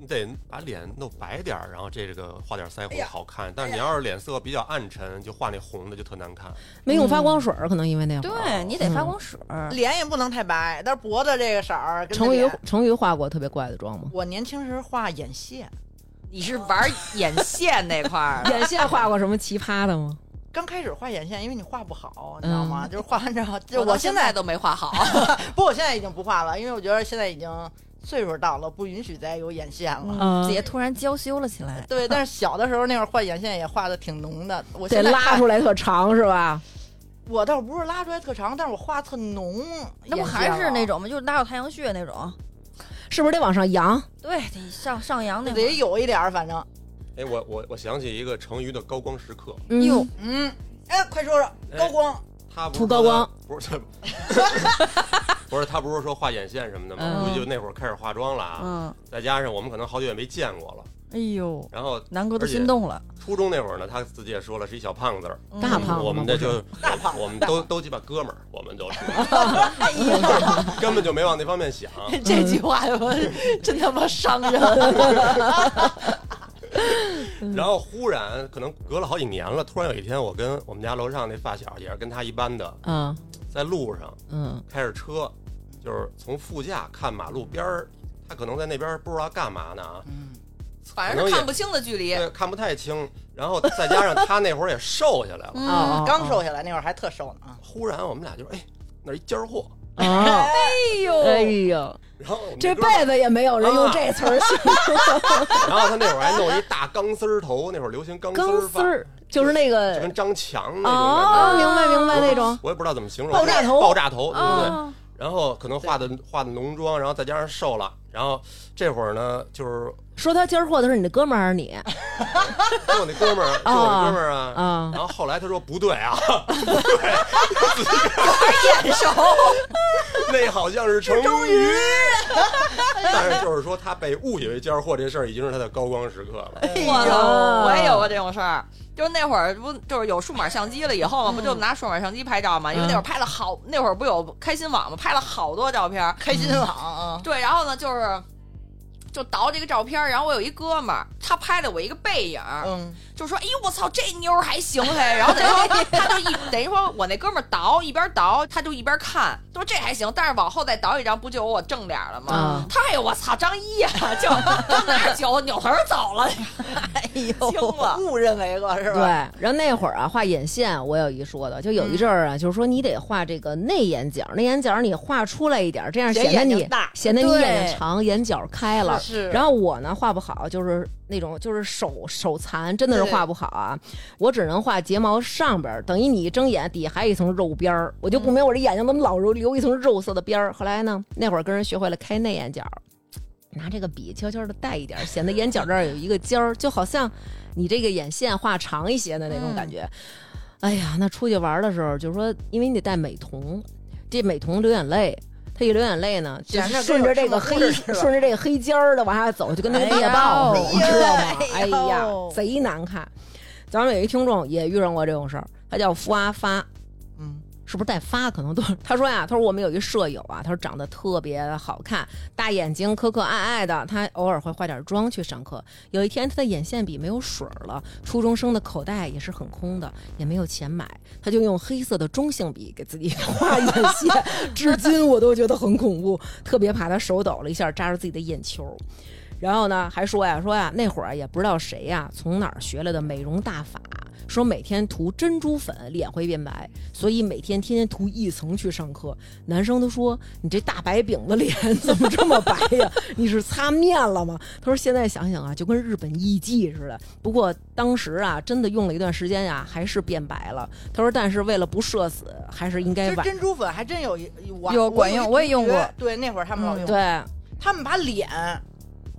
你得把脸弄白点儿，然后这个画点腮红好看。但是你要是脸色比较暗沉，就画那红的就特难看。
没用发光水儿，可能因为那会儿。
对你得发光水儿，
脸也不能太白，但是脖子这个色儿跟着
成
脸。？
瑜，成瑜化过特别怪的妆 吗
我年轻时候画眼线，
你是玩眼线那 块儿的，
眼线画过什么奇葩的吗？
刚开始画眼线，因为你画不好，你知道吗？就是画完之后， 就
我到
嗯现
现
在
都没画 好。
不，我现在已经不画了，因为我觉得现在已经岁数到了，不允许再有眼线了。
嗯
姐突然娇羞了起来。
对，但是小的时候那会儿画眼线也画的挺浓的，我
得
现在
拉
看
出来特长是吧？
我倒不是拉出来特长，但是我画特浓，
那不
眼
还
线
是
了
那种吗？就是拉有太阳穴那种。
是不是得往上扬？
对，得上上扬那会儿
得有一点儿，反正
哎，我我我想起一个成瑜的高光时刻，
嗯
哟，
嗯，哎，快说说
哎
高光，
他不
涂
是
高
说
光
他，不是， 不是他不是说画眼线什么的吗？
嗯
估计就那会儿开始化妆了啊。
嗯，
再加上我们可能好久也没见过了，
哎呦，
然后
南哥都
而且
心动了，嗯
初中那会儿呢，他自己也说了是一小胖子儿，
大胖子
我们这就
大胖子
我们都都鸡巴哥们儿，我们都是
哎
根本就没往那方面想。
嗯
这句话我真他妈伤人。
嗯
然后忽然可能隔了好几年了，突然有一天，我跟我们家楼上那发小也是跟他一班的，
嗯
在路上
嗯
开着车，就是从副驾看马路边儿，他可能在那边儿不知道干嘛呢啊，
反
可
正
能
是
也
看不清的距离。
对，看不太清。然后再加上他那会儿也瘦下来了，
嗯
哦
嗯
哦，
刚瘦下来那会儿还特瘦呢啊，
忽然我们俩就哎，那儿一尖儿货，
哦，
哎呦
哎呦，
然后我们
这
哥们儿
辈子也没有人用这词儿形容
然后他那会儿还弄一大钢丝儿头，那会儿流行钢丝
钢
儿
丝
发，
儿，就是那
就
个
跟张强那种感觉。
哦，明白明白那种，
我也不知道怎么形容，
爆炸头
爆炸头，对不对？
哦
然后可能化的化的浓妆，然后再加上瘦了，然后这会儿呢，就是
说他今儿货的是你的哥们儿还是你
跟我那哥们 儿，跟我那哥们儿啊，
啊
然？后后来他说不对啊，
哎
眼熟，
那好像是成语， 但是就是说他被误以为尖儿货这事儿已经是他的高光时刻了。
哎
哎
我操！我也有过这种事儿，就是那会儿不就是有数码相机了以
嗯
后嘛，不就拿数码相机拍照嘛？因为那会儿拍了好，那会儿不有开心网嘛，拍了好多照片儿。
开心网啊，
对，然后呢就是就倒这个照片儿，然后我有一哥们儿，他拍了我一个背影儿，
嗯，
就说：“哎呦，我操，这妞儿 还行嘿。”然后然后他就一等于说，我那哥们儿倒一边倒，他就一边看，他说这还行，但是往后再倒一张，不就有我正脸了吗
啊？
他说哎呦，我操，张一呀，就 就拿着酒扭头走了，
哎
嗯
惊
呦，
了。
误认为过是
对
吧？，
然后那会儿啊，画眼线我有一说的，就有一阵儿啊，就是说你得画这个内眼角，内眼角你画出来一点儿，这样
显
显得
眼睛
你
大
显得你
对
眼睛长，眼角开了。
是
然后我呢画不好，就是那种就是手手残，真的是
对
画不好啊。我只能画睫毛上边儿，等于你一睁眼底下还有一层肉边儿，我就不明白我这眼睛怎么老留留一层肉色的边
嗯
儿。后来呢，那会儿跟人学会了开内眼角，拿这个笔悄悄的带一点儿，显得眼角这儿有一个尖儿，就好像你这个眼线画长一些的那种
嗯
感觉。哎呀，那出去玩的时候，就是说，因为你得带美瞳，这美瞳流眼泪。他一流眼泪呢，就
显
是
得
顺
跟
着
有
这个
什么
黑
故事，似的
顺着这个黑尖儿的往下走，就跟那个猎豹似的，你知道吗？哎
哎呦
呀，贼难看。咱们有一听众也遇上过这种事儿，他叫福阿发，
嗯，
是不是带发？可能都是。 他说呀，他说我们有一舍友啊，他说长得特别好看，大眼睛，可可爱爱的。他偶尔会化点妆去上课。有一天，他的眼线笔没有水儿了，初中生的口袋也是很空的，也没有钱买，他就用黑色的中性笔给自己画眼线。 至今我都觉得很恐怖，特别怕他手抖了一下扎着自己的眼球。然后呢，还说呀说呀，那会儿也不知道谁呀从哪儿学来的美容大法，说每天涂珍珠粉脸会变白，所以每天天天涂一层去上课。男生都说你这大白饼子脸怎么这么白呀？ 你是擦面了吗？他说现在想想啊，就跟日本艺妓似的。不过当时啊，真的用了一段时间呀、还是变白了。他说，但是为了不社死，还是应
其
该
实
晚。
珍珠粉还真有一我
有管用我也用过，
对，那会儿他们老用，
嗯对，
他们把脸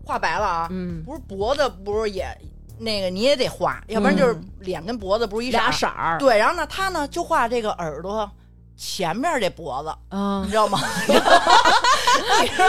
画白了啊，
嗯，
不是脖子不是也那个你也得画，要不然就是脸跟脖子不是一色
俩
儿。
色儿，
对，然后呢，他呢就画这个耳朵前面这脖子，
啊
你，知道吗？ 你知道，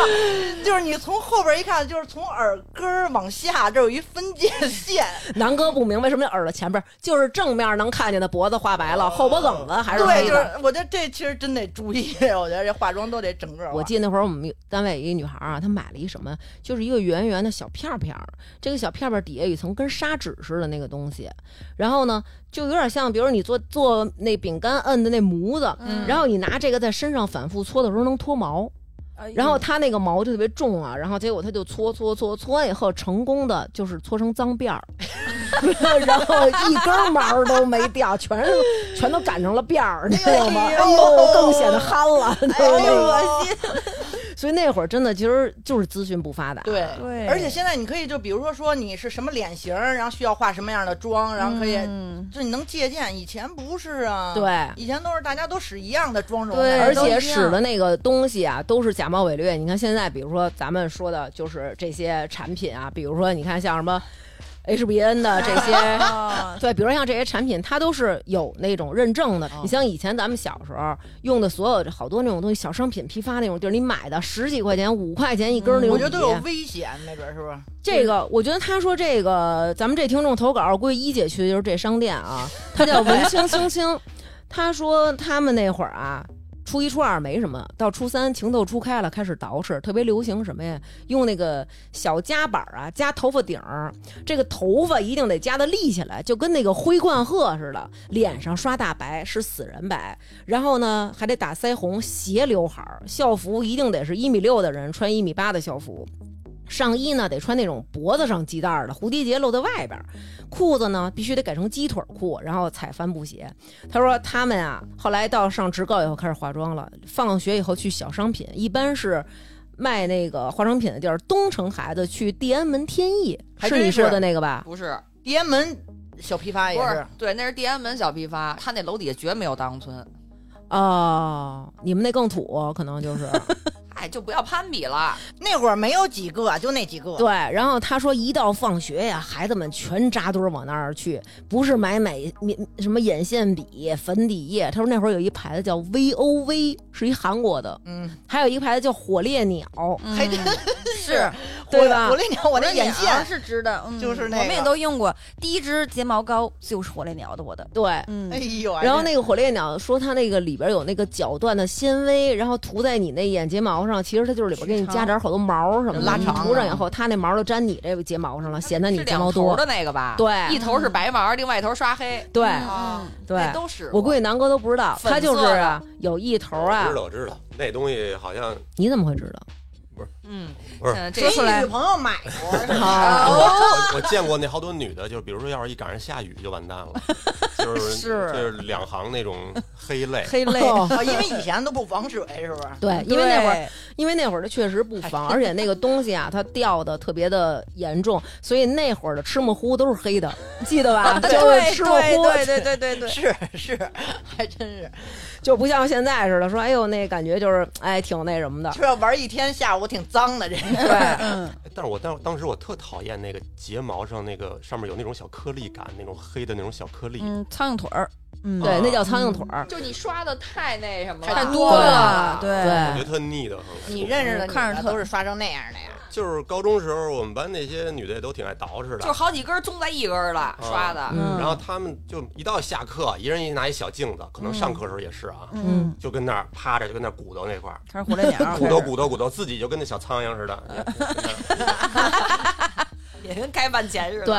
就是你从后边一看，就是从耳根儿往下，这有一分界线，
南哥不明白什么叫耳朵前边儿，就是正面能看见的脖子画白了，后脖梗子 还是
哦对，
黑
就
的。
是我觉得这其实真得注意，我觉得这化妆都得整个儿化。
我记得那会儿我们单位有一女孩儿啊，她买了一什么，就是一个圆圆的小片儿片儿，这个小片儿片儿底下有一层跟砂纸似的那个东西，然后呢，就有点像，比如你做做那饼干摁的那模子，
嗯
嗯
然后你拿这个在身上反复搓的时候能脱毛，
哎
然后她那个毛就特别重啊，然后结果她就搓搓搓搓完以后，成功的就是搓成脏辫儿， 然后一根毛儿都没掉，全是全都擀成了辫儿，你知道吗？哎呦，更显得憨了，你知道吗
哎呦，恶心。
所以那会儿真的其实就是资讯不发达，
对，
对
而且现在你可以就比如说说你是什么脸型儿，然后需要化什么样的妆，然后可以、
嗯
就你能借鉴。以前不是啊，
对，。
以前都是大家都使一样的妆容，
对
而
而且
都一
且
样
使的那个东西啊，都是假冒伪劣。你看现在，比如说咱们说的就是这些产品啊，比如说你看像什么， HBN 的这些。
啊，
对，比如像这些产品，它都是有那种认证
哦
的。你像以前咱们小时候用的所有的好多那种东西，小商品批发那种地儿，你买的十几块钱、五块钱一根儿那种、
嗯我觉得都有危险，那边是不是？
这个，我觉得他说这个，咱们这听众投稿，估计一姐去的就是这商店啊，他叫文青青青， 他说他们那会儿啊。初一、初二没什么，到初三情窦初开了，开始捯饬，特别流行什么呀？用那个小夹板儿啊，夹头发顶儿，这个头发一定得夹的立起来，就跟那个灰冠鹤似的，脸上刷大白是死人白，然后呢还得打腮红，斜刘海儿，校服一定得是一米六的人穿一米八的校服，上衣呢得穿那种脖子上系带儿的蝴蝶结露在外边儿，裤子呢必须得改成鸡腿儿裤，然后踩帆布鞋。他说他们啊，后来到上职高以后开始化妆了，放学以后去小商品，一般是。卖那个化妆品的地儿，东城孩子去地安门天意，
还
你
真
说
是
的那个吧？
不是，
地安门小批发也
哎
不
是
是，，对，那是地安门小批发，他那楼底下绝没有大杨村。
哦，你们那更土，可能就是。
哎，就不要攀比了，
那会儿没有几个，就那几个。
对，然后他说一到放学呀，孩子们全扎堆儿往那儿去，不是买美美什么眼线笔、粉底液。他说那会儿有一牌子叫 VOV，是一韩国的，
嗯，
还有一个牌子叫火烈鸟，
还真
嗯是，
对吧
我跟你讲，我
我
那眼线
是直的，嗯
就是那个
我们也都用过。第一支睫毛膏就是火烈鸟的，我的，
对。
嗯
哎，呦，
然后
还真
那个火烈鸟说它那个里边有那个绞断的纤维，然后涂在你那眼睫毛上，其实它就是里边给你加点好多毛什么的，
拉
你
长
涂上
了
以后，它那毛就粘你这个睫毛上了，显得你
是
睫
两
毛
头
多。
的那个吧？
对
一头是白毛，另外一头刷黑。
对
啊，
对，
那都是
我估计南哥都不知道，
粉
他就是
色
啊
的
有一头
我
啊
知，道我知道，那东西好像
你怎么会知道？
嗯，
不是
嗯这
说出来
给女朋友买过，是吧
哦
啊，
我我见过那好多女的，就比如说要是一赶上下雨就完蛋 了，就是
是
就是两行那种黑泪。
黑 泪，
哦
啊因为以前都不防水，是不是？
对，因为那会儿，
儿
因为那会儿它确实不防，而且那个东西啊，它掉的特别的严重，所以那会儿的吃木糊都是黑的，记得吧？就
对
是吃木
嗯啊对对
糊，
对对对对，
是是，还真是，
就不像现在似的，说哎呦那感觉就是哎挺那什么的
就，要玩一天下午，挺脏的这。
对，
嗯，
但是我当当时我特讨厌那个睫毛上那个上面有那种小颗粒感，那种黑的那种小颗粒。
嗯，苍蝇腿儿，嗯，
对，那叫苍蝇腿儿。
就你刷的太那什么了，啊
太
多了，
对，
我觉
对
得，特腻的很。
你认识的女
看着
的
特
都是刷成那样的呀？
就是高中时候我们班那些女的也都挺爱捯饬
就是
的，
好几根儿中在一根儿了，刷
嗯
的。
嗯然后她们就一到下课，一人一拿一小镜子，可能上课时候也是啊，
嗯，
就跟那儿趴着，就跟那儿鼓捣那块儿，
开始嗯火烈 鸟，
鼓捣鼓捣鼓捣，自己就跟那小苍蝇似的。
也跟开饭前似的。
对，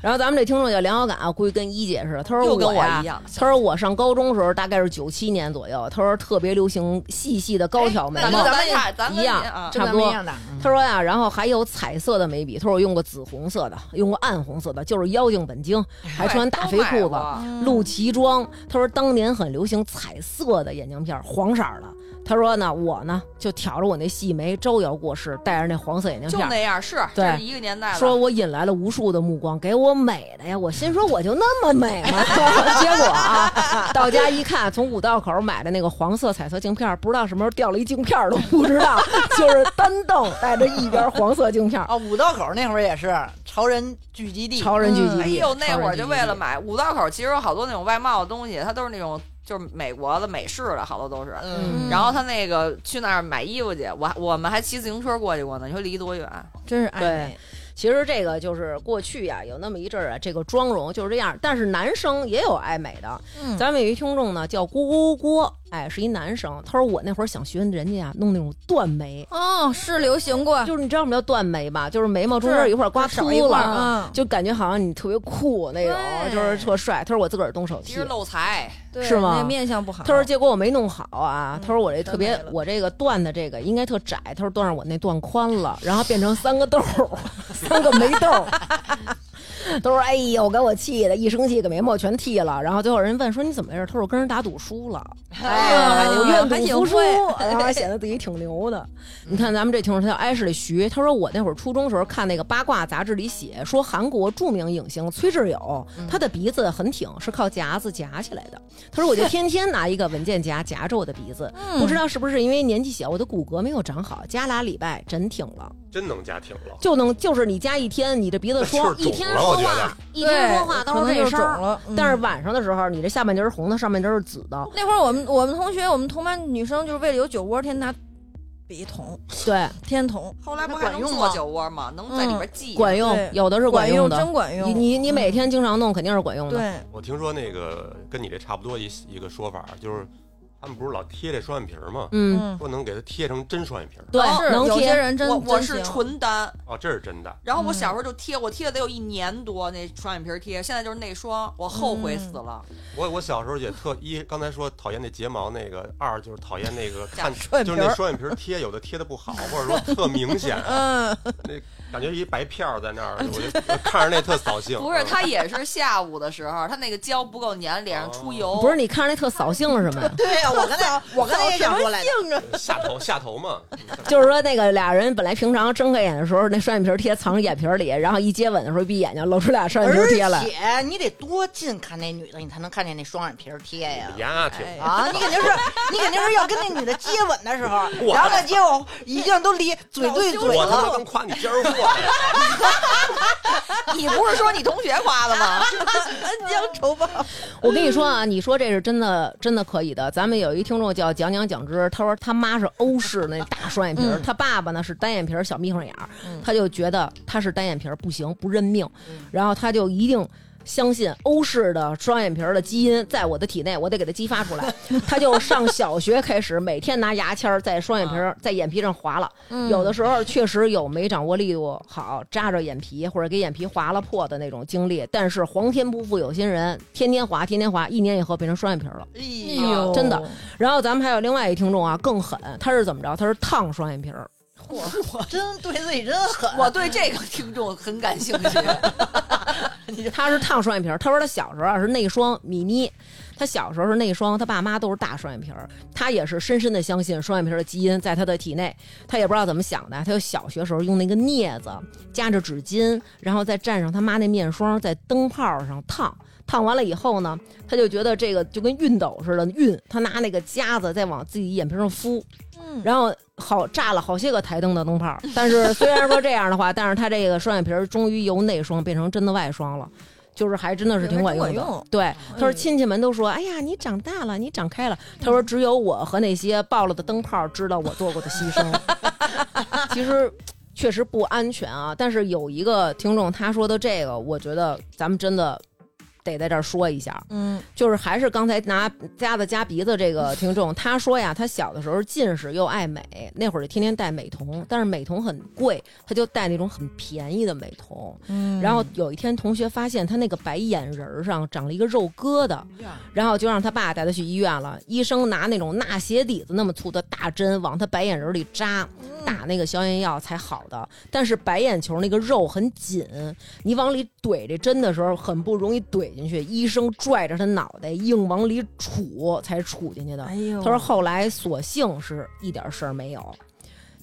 然后咱们这听众叫梁小感啊，估计跟一姐似的，他说
又跟
我呀
我一样
他说我上高中时候大概是九七年左右，他说特别流行细细的高挑眉
那
毛
跟，哎咱们差，咱
一
跟
样
您啊，
差不多
一。样的。嗯
他说呀，然后还有彩色的眉笔，他说我用过紫红色的，用过暗红色的，就是妖精本精，还穿大肥裤
对哎都
子
买，了
嗯
露脐装。他说当年很流行彩色的眼镜片，黄色儿的。他说呢，我呢就挑着我那细眉招摇过市，戴着那黄色眼镜
就
片儿。
那样是，
对
这是一个年代了。
说我引来了无数的目光，给我美的呀！我心说我就那么美吗？ 结果啊，到家一看，从五道口买的那个黄色彩色镜片儿，不知道什么时候掉了一镜片儿都不知道，就是单瞪带着一边黄色镜片儿。
哦
啊，五道口那会儿也是潮人聚集地，
潮人聚集地。
哎呦，那会儿就为了
买，
买五道口，其实有好多那种外贸的东西，它都是那种就是美国的美式的，好多都是。
嗯，
然后他那个去那儿买衣服去，我我们还骑自行车过去过呢。你说离多远？
哦
真是爱
对
美，
其实这个就是过去呀、有那么一阵儿啊，这个妆容就是这样。但是男生也有爱美的，
嗯
咱们有一听众呢叫郭郭郭，哎，是一男生。他说我那会儿想学人家啊，弄那种断眉，
哦，是流行过，
就是你知道什么叫断眉吧？就是眉毛中间
是
一块儿刮
少
秃
一块儿
了。啊
嗯，
就感觉好像你特别酷那种，
对
就是特帅。他说我自个儿动手剃
其实，漏财，
对
是吗
那面相不好，
他说结果我没弄好啊。
嗯
他说我这特别
全没，了
我这个断的这个应该特窄。他说断上我那断宽 了，然后变成三个豆儿，三个眉豆儿。 他说：“哎呦，给我气的，一生气给眉毛全剃了。然后最后人问说你怎么回事？他说我跟人打赌输了，哎呀，我
还
愿
挺
赌服输，
会
然后还显得自己挺牛的。你看咱们这听众，他叫艾什里徐，他说我那会儿初中时候看那个八卦杂志里写说，韩国著名影星崔智友，他的鼻子很挺，是靠夹子夹起来的。他说我就天天拿一个文件夹夹着我的鼻子，
嗯
不知道是不是因为年纪小，我的骨骼没有长好，夹俩礼拜真挺了，
真能家挺了。
就能就是你夹一天，你这鼻子
就是
说
肿
一天
了我觉
话
得，
一天说话
对
都
可能
这
就是
声
肿
儿。
了，
但是
嗯
晚上的时候，你这下半截是红的，上半截是紫的，
那会儿我们我们同学，我们同班女生就是为了有酒窝，天天拿笔筒，
对，
天筒
后来不还
管
能
用
做
吗
酒窝吗？能在里边
嗯
系
管用
对，
有的是
管
用的。
真管
你
用。
你你
嗯
每天经嗯常弄，肯定是管用的。
对
我听说那个跟你这差不多一一个说法，就是他们不是老贴这双眼皮儿吗？
嗯，
嗯，
说能给它贴成真双眼皮儿
对，
是
嗯能
有些
贴。
人真
我我
真
是
行
纯单，
哦，这是真的。
然后我
嗯
小时候就贴，我贴了得有一年多那双眼皮儿贴，现在就是内双，我后悔
嗯
死了。
我我小时候也特一，刚才说讨厌那睫毛那个，二就是讨厌那个看，
双眼
就是
皮
那
儿
双眼皮儿贴有的贴的不好，或者说特明显，
嗯，
感觉一白片儿在那儿，我就我看着那特扫兴。
不是，
嗯
他也是下午的时候，他那个胶不够粘，脸上出油。
不是，你看着那特扫兴是什么呀？
对啊呀，我刚才我刚才也想说来着，
下头下头嘛，
就是说那个俩人本来平常睁开眼的时候，那双眼皮儿贴藏眼皮儿里，然后一接吻的时候闭眼睛露出俩双眼皮儿
而
贴来。
且你得多近看那女的，你才能看见那双眼皮儿贴呀。
牙挺
啊，你肯定是，你肯定是要跟那女的接吻的时候，
我
然后再接吻，已经都离嘴对嘴
我他妈
了。
刚夸你尖儿货呢，
你不是说你同学夸的 吗？
恩将仇报，
我跟你说啊，你说这是真的，真的可以的。咱们有一听众叫蒋蒋蒋之，他说他妈是欧式那大双眼皮儿，他爸爸呢是单眼皮儿小眯缝眼儿，他就觉得他是单眼皮儿不行，不认命，然后他就一定。相信欧式的双眼皮儿的基因在我的体内，我得给它激发出来。他就上小学开始，每天拿牙签儿在双眼皮儿在眼皮上划拉，
嗯
有的时候确实有没掌握力度好扎着眼皮或者给眼皮划了破的那种经历，但是皇天不负有心人，天天划，天天划，一年以后变成双眼皮了。
哎
哎呦
真的。然后咱们还有另外一听众啊，更狠，他是怎么着？他是烫双眼皮儿，
真对自己真狠。
我对这个听众很感兴 趣。
他是烫双眼皮儿。他说他小时候啊是内双米妮，他小时候是内双，他爸妈都是大双眼皮儿。他也是深深的相信双眼皮儿的基因在他的体内，他也不知道怎么想的，他就小学时候用那个镊子夹着纸巾，然后再蘸上他妈那面霜，在灯泡上烫。烫完了以后呢，他就觉得这个就跟熨斗似的熨，他拿那个夹子再往自己眼皮上敷，
嗯
然后好炸了好些个台灯的灯泡儿。 但是虽然说这样的话，但是他这个双眼皮儿终于由内双变成真的外双了。就是还真的是挺管用
哎真
的，
管用嗯
对。他说亲戚们都说：“哎呀，你长大了，你长开了。”他说：“只有我和那些爆了的灯泡儿知道我做过的牺牲。” 其实确实不安全啊。但是有一个听众他说的这个，我觉得咱们真的得在这儿说一下，啊
嗯，
就是还是刚才拿夹子夹鼻子这个听众，他说呀，他小的时候近视又爱美，那会儿就天天戴美瞳，但是美瞳很贵，他就戴那种很便宜的美瞳。
嗯
然后有一天，同学发现他那个白眼仁儿上长了一个肉疙瘩，然后就让他爸带他去医院了。医生拿那种纳鞋底子那么粗的大针往他白眼仁儿里扎，打那个消炎药才好的。但是白眼球那个肉很紧，你往里怼这针的时候很不容易怼进去，医生拽着他脑袋硬往里杵才杵进去的。
哎呦，
他说后来索性是一点事儿没有。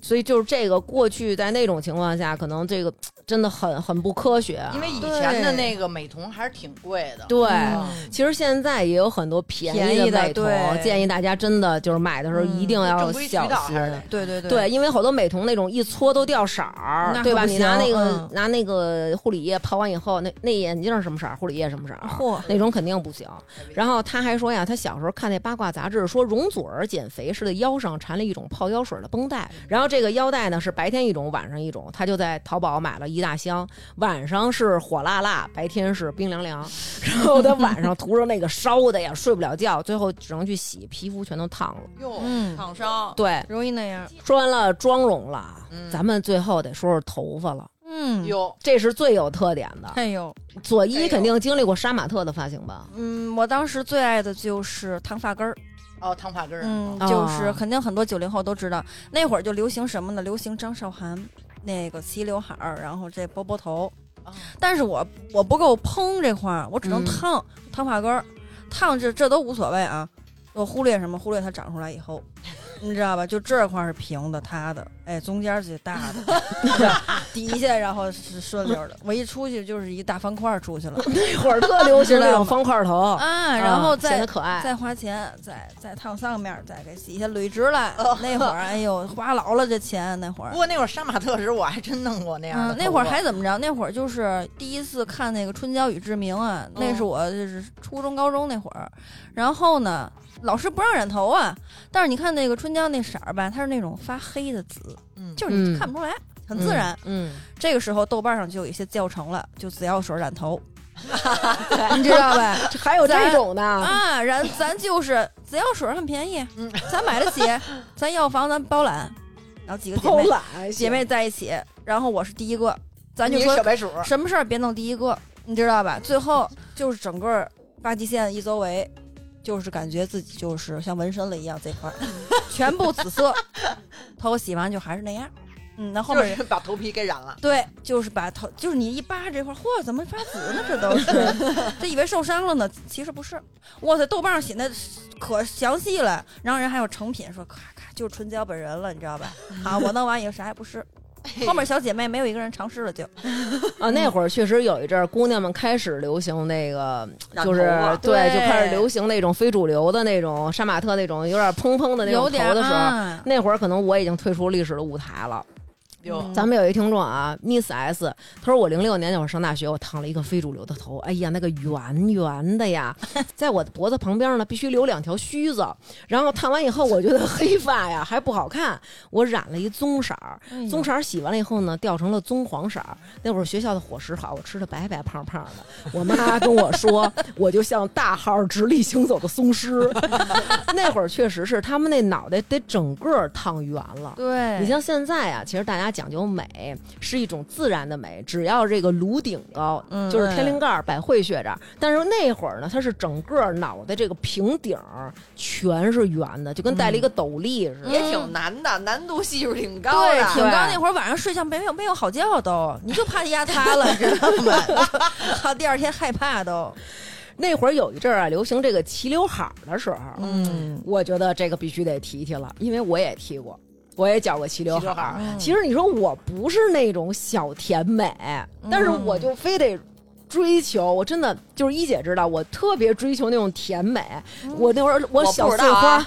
所以就是这个，过去在那种情况下，可能这个真的很很不科学啊。
因为以前的那个美瞳还是挺贵的，
对，
嗯
其实现在也有很多便
便
宜
宜的
美瞳，
对
建议大家真的就是买的时候
嗯
一定要
正规渠
小
道
心
还。是得
对对对
对，，因为好多美瞳那种一搓都掉色儿
那，
对吧？
可不
你拿那
行
个
嗯
拿那个护理液泡完以后，那那眼镜什么色儿，护理液什么色儿，
嚯
那种肯定不行。然后他还说呀，他小时候看那八卦杂志，说容祖儿减肥时的腰上缠了一种泡腰水的绷带，然后这个腰带呢是白天一种，晚上一种，他就在淘宝买了一大箱，晚上是火辣辣，白天是冰凉凉， 然后他晚上涂上那个烧的呀，睡不了觉，最后只能去洗，皮肤全都烫了。
哟
嗯
烫伤，
对，
容易那样，
说完了妆容了，啊
嗯
咱们最后得说说头发了，
嗯，
有
这是最有特点的。
哎呦，
佐伊肯定经历过杀马特的发型吧？
嗯，我当时最爱的就是烫发根儿，
哦，烫发根儿，
嗯，
哦
就是肯定很多九零后都知道，那会儿就流行什么呢？流行张韶涵那个齐刘海儿，然后这波波头
哦。
但是我我不够蓬这块儿，我只能
嗯
烫、烫发根儿，烫这这都无所谓啊。我忽略什么？忽略它长出来以后，你知道吧？就这块儿是平的、塌的，哎，中间儿是大的， 底下然后是顺溜儿的。我一出去就是一大方块儿出去了
那会儿特流行 嗯那种方块头，
啊，然后
显
再
得可
哎
爱。嗯
再花钱，再再烫上面儿，再给洗下捋直了。
哦
那会儿，哎呦，花劳了这钱。那会儿
不，过那会儿杀马特时，我还真弄过哎那样的
嗯，
头发。
那会儿还怎么着？那会儿就是第一次看那个《春娇与志明》啊，那
哦
是我就是初中、高中那会儿。然后呢，老师不让染头啊，但是你看那个春娇那色儿吧，它是那种发黑的紫，
嗯，
就是你
嗯
看不出来，很自然。
嗯，
这个时候豆瓣上就有一些教程了，就只要说 染头， 你知道吧？
嗯，还有这种的，
啊，然咱 就是紫药水很便宜，
嗯
咱 买得起，咱药房咱包揽，然后几个姐
偷
妹
懒
姐妹在一起，然后我是第一个，咱就
你
说
小白鼠，
什么事儿别弄第一个，你知道吧？最后就是整个发际线一周围，就是感觉自己就是像纹身了一样，这 块儿全部紫色，头洗完就还是那样，嗯，那后
就
面人
是把头皮给染了。
对，就是把头，就是你一扒这块儿，嚯，怎么发紫呢？这都是，这以为受伤了呢，其实不是。哇塞，豆瓣上写的可详细了，然后人还有成品说，咔咔，就是春娇本人了，你知道吧？啊，我弄完以后啥也不是，后面小姐妹没有一个人尝试了就，
啊，那会儿确实有一阵儿，姑娘们开始流行那个，
染
就是
头啊发
对，
对
就开始流行那种非主流的那种杀马特那种有点蓬蓬的那种头
点儿
的时候，
啊
那会儿可能我已经退出历史的舞台了。
哟，
嗯
咱们有一听众啊，Miss S，她说我零六年那会儿上大学，我烫了一个非主流的头，哎呀，那个圆圆的呀，在我的脖子旁边呢必须留两条须子，然后烫完以后，我觉得黑发呀还不好看，我染了一棕色儿，
哎
棕色儿洗完了以后呢，掉成了棕黄色儿。那会儿学校的伙食好，我吃的白白胖胖的，我妈跟我说，我就像大号直立行走的松狮。 那会儿确实是他们那脑袋得整个儿烫圆了。
对，
你像现在啊，其实大家讲究美是一种自然的美，只要这个颅顶高，
嗯
就是天灵盖儿、百会穴这儿。但是那会儿呢，它是整个脑袋这个平顶儿全是圆的，就跟
嗯
戴了一个斗笠似的。
也挺难的，难度系数挺高
对，
的。
挺高。那会儿晚上睡觉没有没有好觉都，你就怕压塌了，知道吗？ 好，第二天害怕都。
那会儿有一阵儿啊，流行这个齐刘海儿的时候，
嗯，
我觉得这个必须得提提了，因为我也剃过，我也剪过齐刘
齐
海
刘海
儿
儿。
嗯
其实你说我不是那种小甜美，但是我就非得追求，我真的就是一姐知道，我特别追求那种甜美。我那会儿我
我
小
不知
碎
道
花，
啊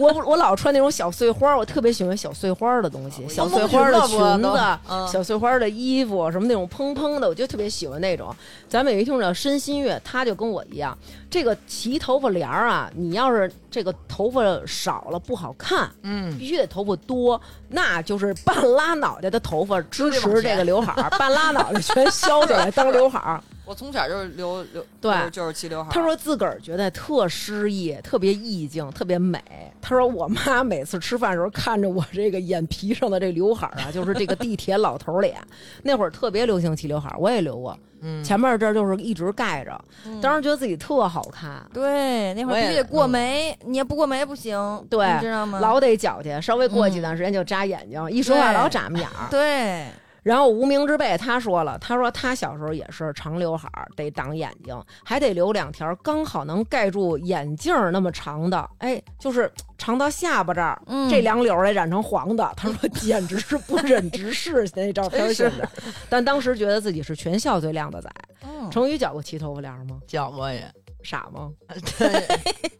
我我老穿那种小碎花，我特别喜欢小碎花的东西，小碎花的
啊
裙
梦
子
中了，不嗯
小碎花的衣服，什么那种蓬蓬的，我就特别喜欢那种。咱们有一听众申新月，他就跟我一样，这个齐头发帘儿啊，你要是这个头发少了不好看，
嗯，
必须得头发多，那就是半拉脑袋的头发支持这个刘海儿，半拉脑袋全削下来当刘海儿。
我从小就是留留，
对
就是就是齐刘海。
他说自个儿觉得特诗意，特别意境，特别美。他说我妈每次吃饭的时候看着我这个眼皮上的这刘海儿啊，就是这个地铁老头儿脸。那会儿特别流行齐刘海儿，我也留过，
嗯
前面这儿就是一直盖着，
嗯
当时觉得自己特好看。
对，那会
我
儿
也嗯
必须得过眉，你也不过眉不行，
对
你知道吗？
老得矫情，稍微过几段时间就扎眼睛，一说话
嗯对
老眨眼儿。
对，
然后无名之辈他说了，他说他小时候也是长刘海儿，得挡眼睛，还得留两条刚好能盖住眼镜儿那么长的，哎，就是嘖长到下巴这儿，
嗯
这两绺儿得染成黄的。他说简直是不忍直视那照片儿现 在，但当时觉得自己是全校最靓的仔。
嗯，
成宇剪过齐头发帘儿吗？
叫我也，
傻吗？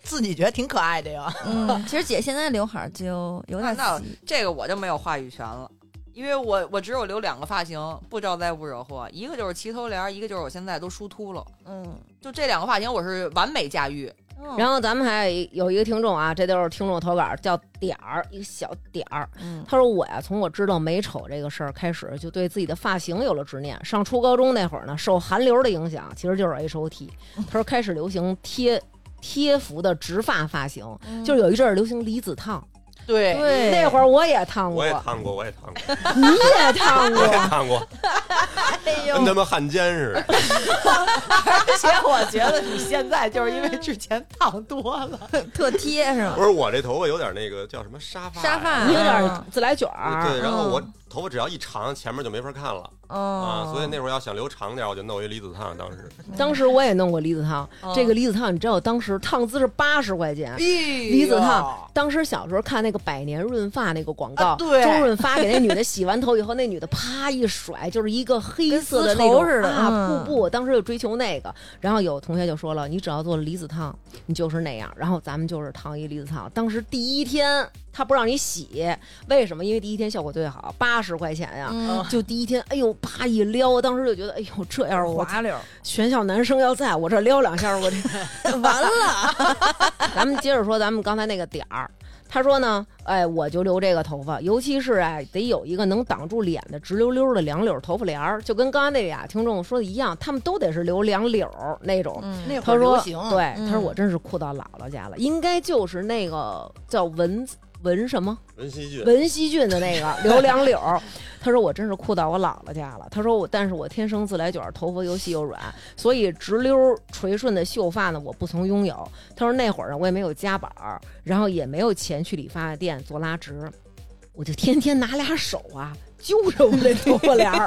自己觉得挺可爱的呀。
嗯，其实姐现在刘海儿就有点
那
细
这个我就没有话语权了，因为我我只有留两个发型，不招灾不惹祸，一个就是齐头帘儿，一个就是我现在都梳秃了。
嗯，哦
就这两个发型，我是完美驾驭。
然后咱们还有一有一个听众啊，这都是听众投稿，叫点儿，一个小点儿。
嗯
他说我呀，从我知道美丑这个事儿开始，就对自己的发型有了执念。上初高中那会儿呢，受韩流的影响，其实就是 H O T。他说开始流行贴贴服的直发发型，就是有一阵儿流行离子烫，
对
对，
那会儿我也烫过
我也，烫过，我也烫过，
你也烫
我也
过。
烫过，
哎
跟他
呦，
妈汉奸似的。
而且我觉得你现在就是因为之前烫多了，
特贴是吗
不？是我这头发有点那个叫什么沙发呀
沙发
你有点自来卷儿，
对，然后我头发只要一长，前面就没法看了
哦
啊。
嗯，
所以那会儿要想留长点儿，我就弄一离子烫。当时
当时我也弄过离子烫，
嗯哦
这个离子烫你知道，当时烫资是八十块钱。离子烫，当时小时候看那个百年润发那个广告，
啊对
周润发给那女的洗完头以后，那女的啪一甩，就是一个黑色的
跟丝
那
绸
种
似的
啊
嗯
瀑布。我当时就追求那个，然后有同学就说了，你只要做了离子烫，你就是那样。然后咱们就是烫一离子烫。当时第一天他不让你洗，为什么？因为第一天效果最好，八十块钱呀、
嗯
就第一天，哎呦，啪一溜，当时就觉得，哎呦，这要是我
滑溜，
全校男生要在我这撩两下，我这 完了。咱们接着说，咱们刚才那个点儿。他说呢，哎，我就留这个头发，尤其是哎，得有一个能挡住脸的直溜溜的两绺头发帘儿，就跟刚才那俩听众说的一样，他们都得是留两绺儿那种。
嗯，
那会
他
儿
说
流：“行，
对，
嗯
他说我真是酷到姥姥家了，应该就是那个叫文文什么
文熙俊
文熙俊的那个刘良柳 儿，他说我真是酷到我姥姥家了。他说我，但是我天生自来卷儿，头发又细又软，所以直溜儿垂顺的秀发呢，我不曾拥有。他说那会儿呢，我也没有夹板儿，然后也没有钱去理发店做拉直，我就天天拿俩手啊。揪着我这头发帘儿，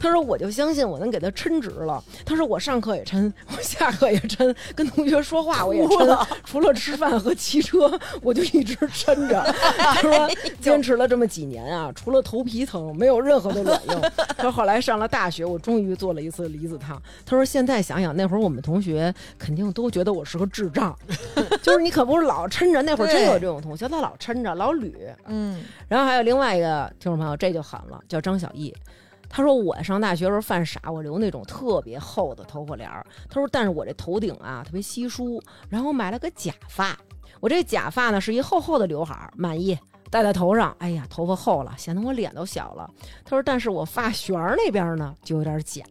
他说我就相信我能给它抻直了。他说我上课也抻，我下课也抻，跟同学说话我也抻，除了吃饭和骑车，我就一直抻着。他说坚持了这么几年啊，除了头皮疼，没有任何的卵用。他说后来上了大学，我终于做了一次离子烫。他说现在想想，那会儿我们同学肯定都觉得我是个智障， 就是你可不是老抻着，那会儿真有这种同学，他老抻着，老捋。
嗯，
然后还有另外一个听众朋友，这就狠了，叫张小艺。他说我上大学时候犯傻，我留那种特别厚的头发帘儿。他说，但是我这头顶啊特别稀疏，然后买了个假发。我这假发呢是一厚厚的刘海儿，满意戴在头上。哎呀，头发厚了，显得我脸都小了。他说，但是我发旋儿那边呢就有点假。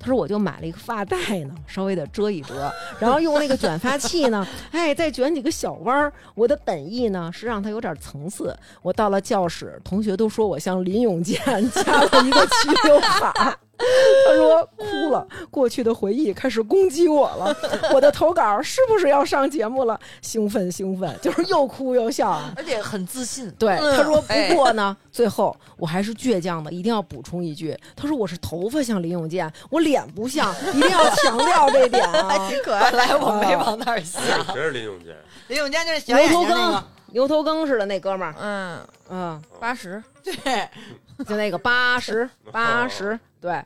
他说，我就买了一个发带呢，稍微的遮一遮，然后用那个卷发器呢，哎，再卷几个小弯儿。我的本意呢是让它有点层次，我到了教室，同学都说我像林永健加了一个齐刘海儿。他说哭了，过去的回忆开始攻击我了。我的投稿是不是要上节目了？兴奋兴奋，就是又哭又笑啊。
而且很自信，
对，
嗯
他说
哎
不过呢，最后我还是倔强的，一定要补充一句，他说我是头发像林永健，我脸不像，一定要强调这点 啊。
挺可爱。
本来我没往那儿想，
谁谁是林永健？
林永健就是小
牛
眼
头
睛那
梗
个，，
牛头梗似的那哥们儿，
嗯，
嗯。
八十，
对，
就那个八十八十，对。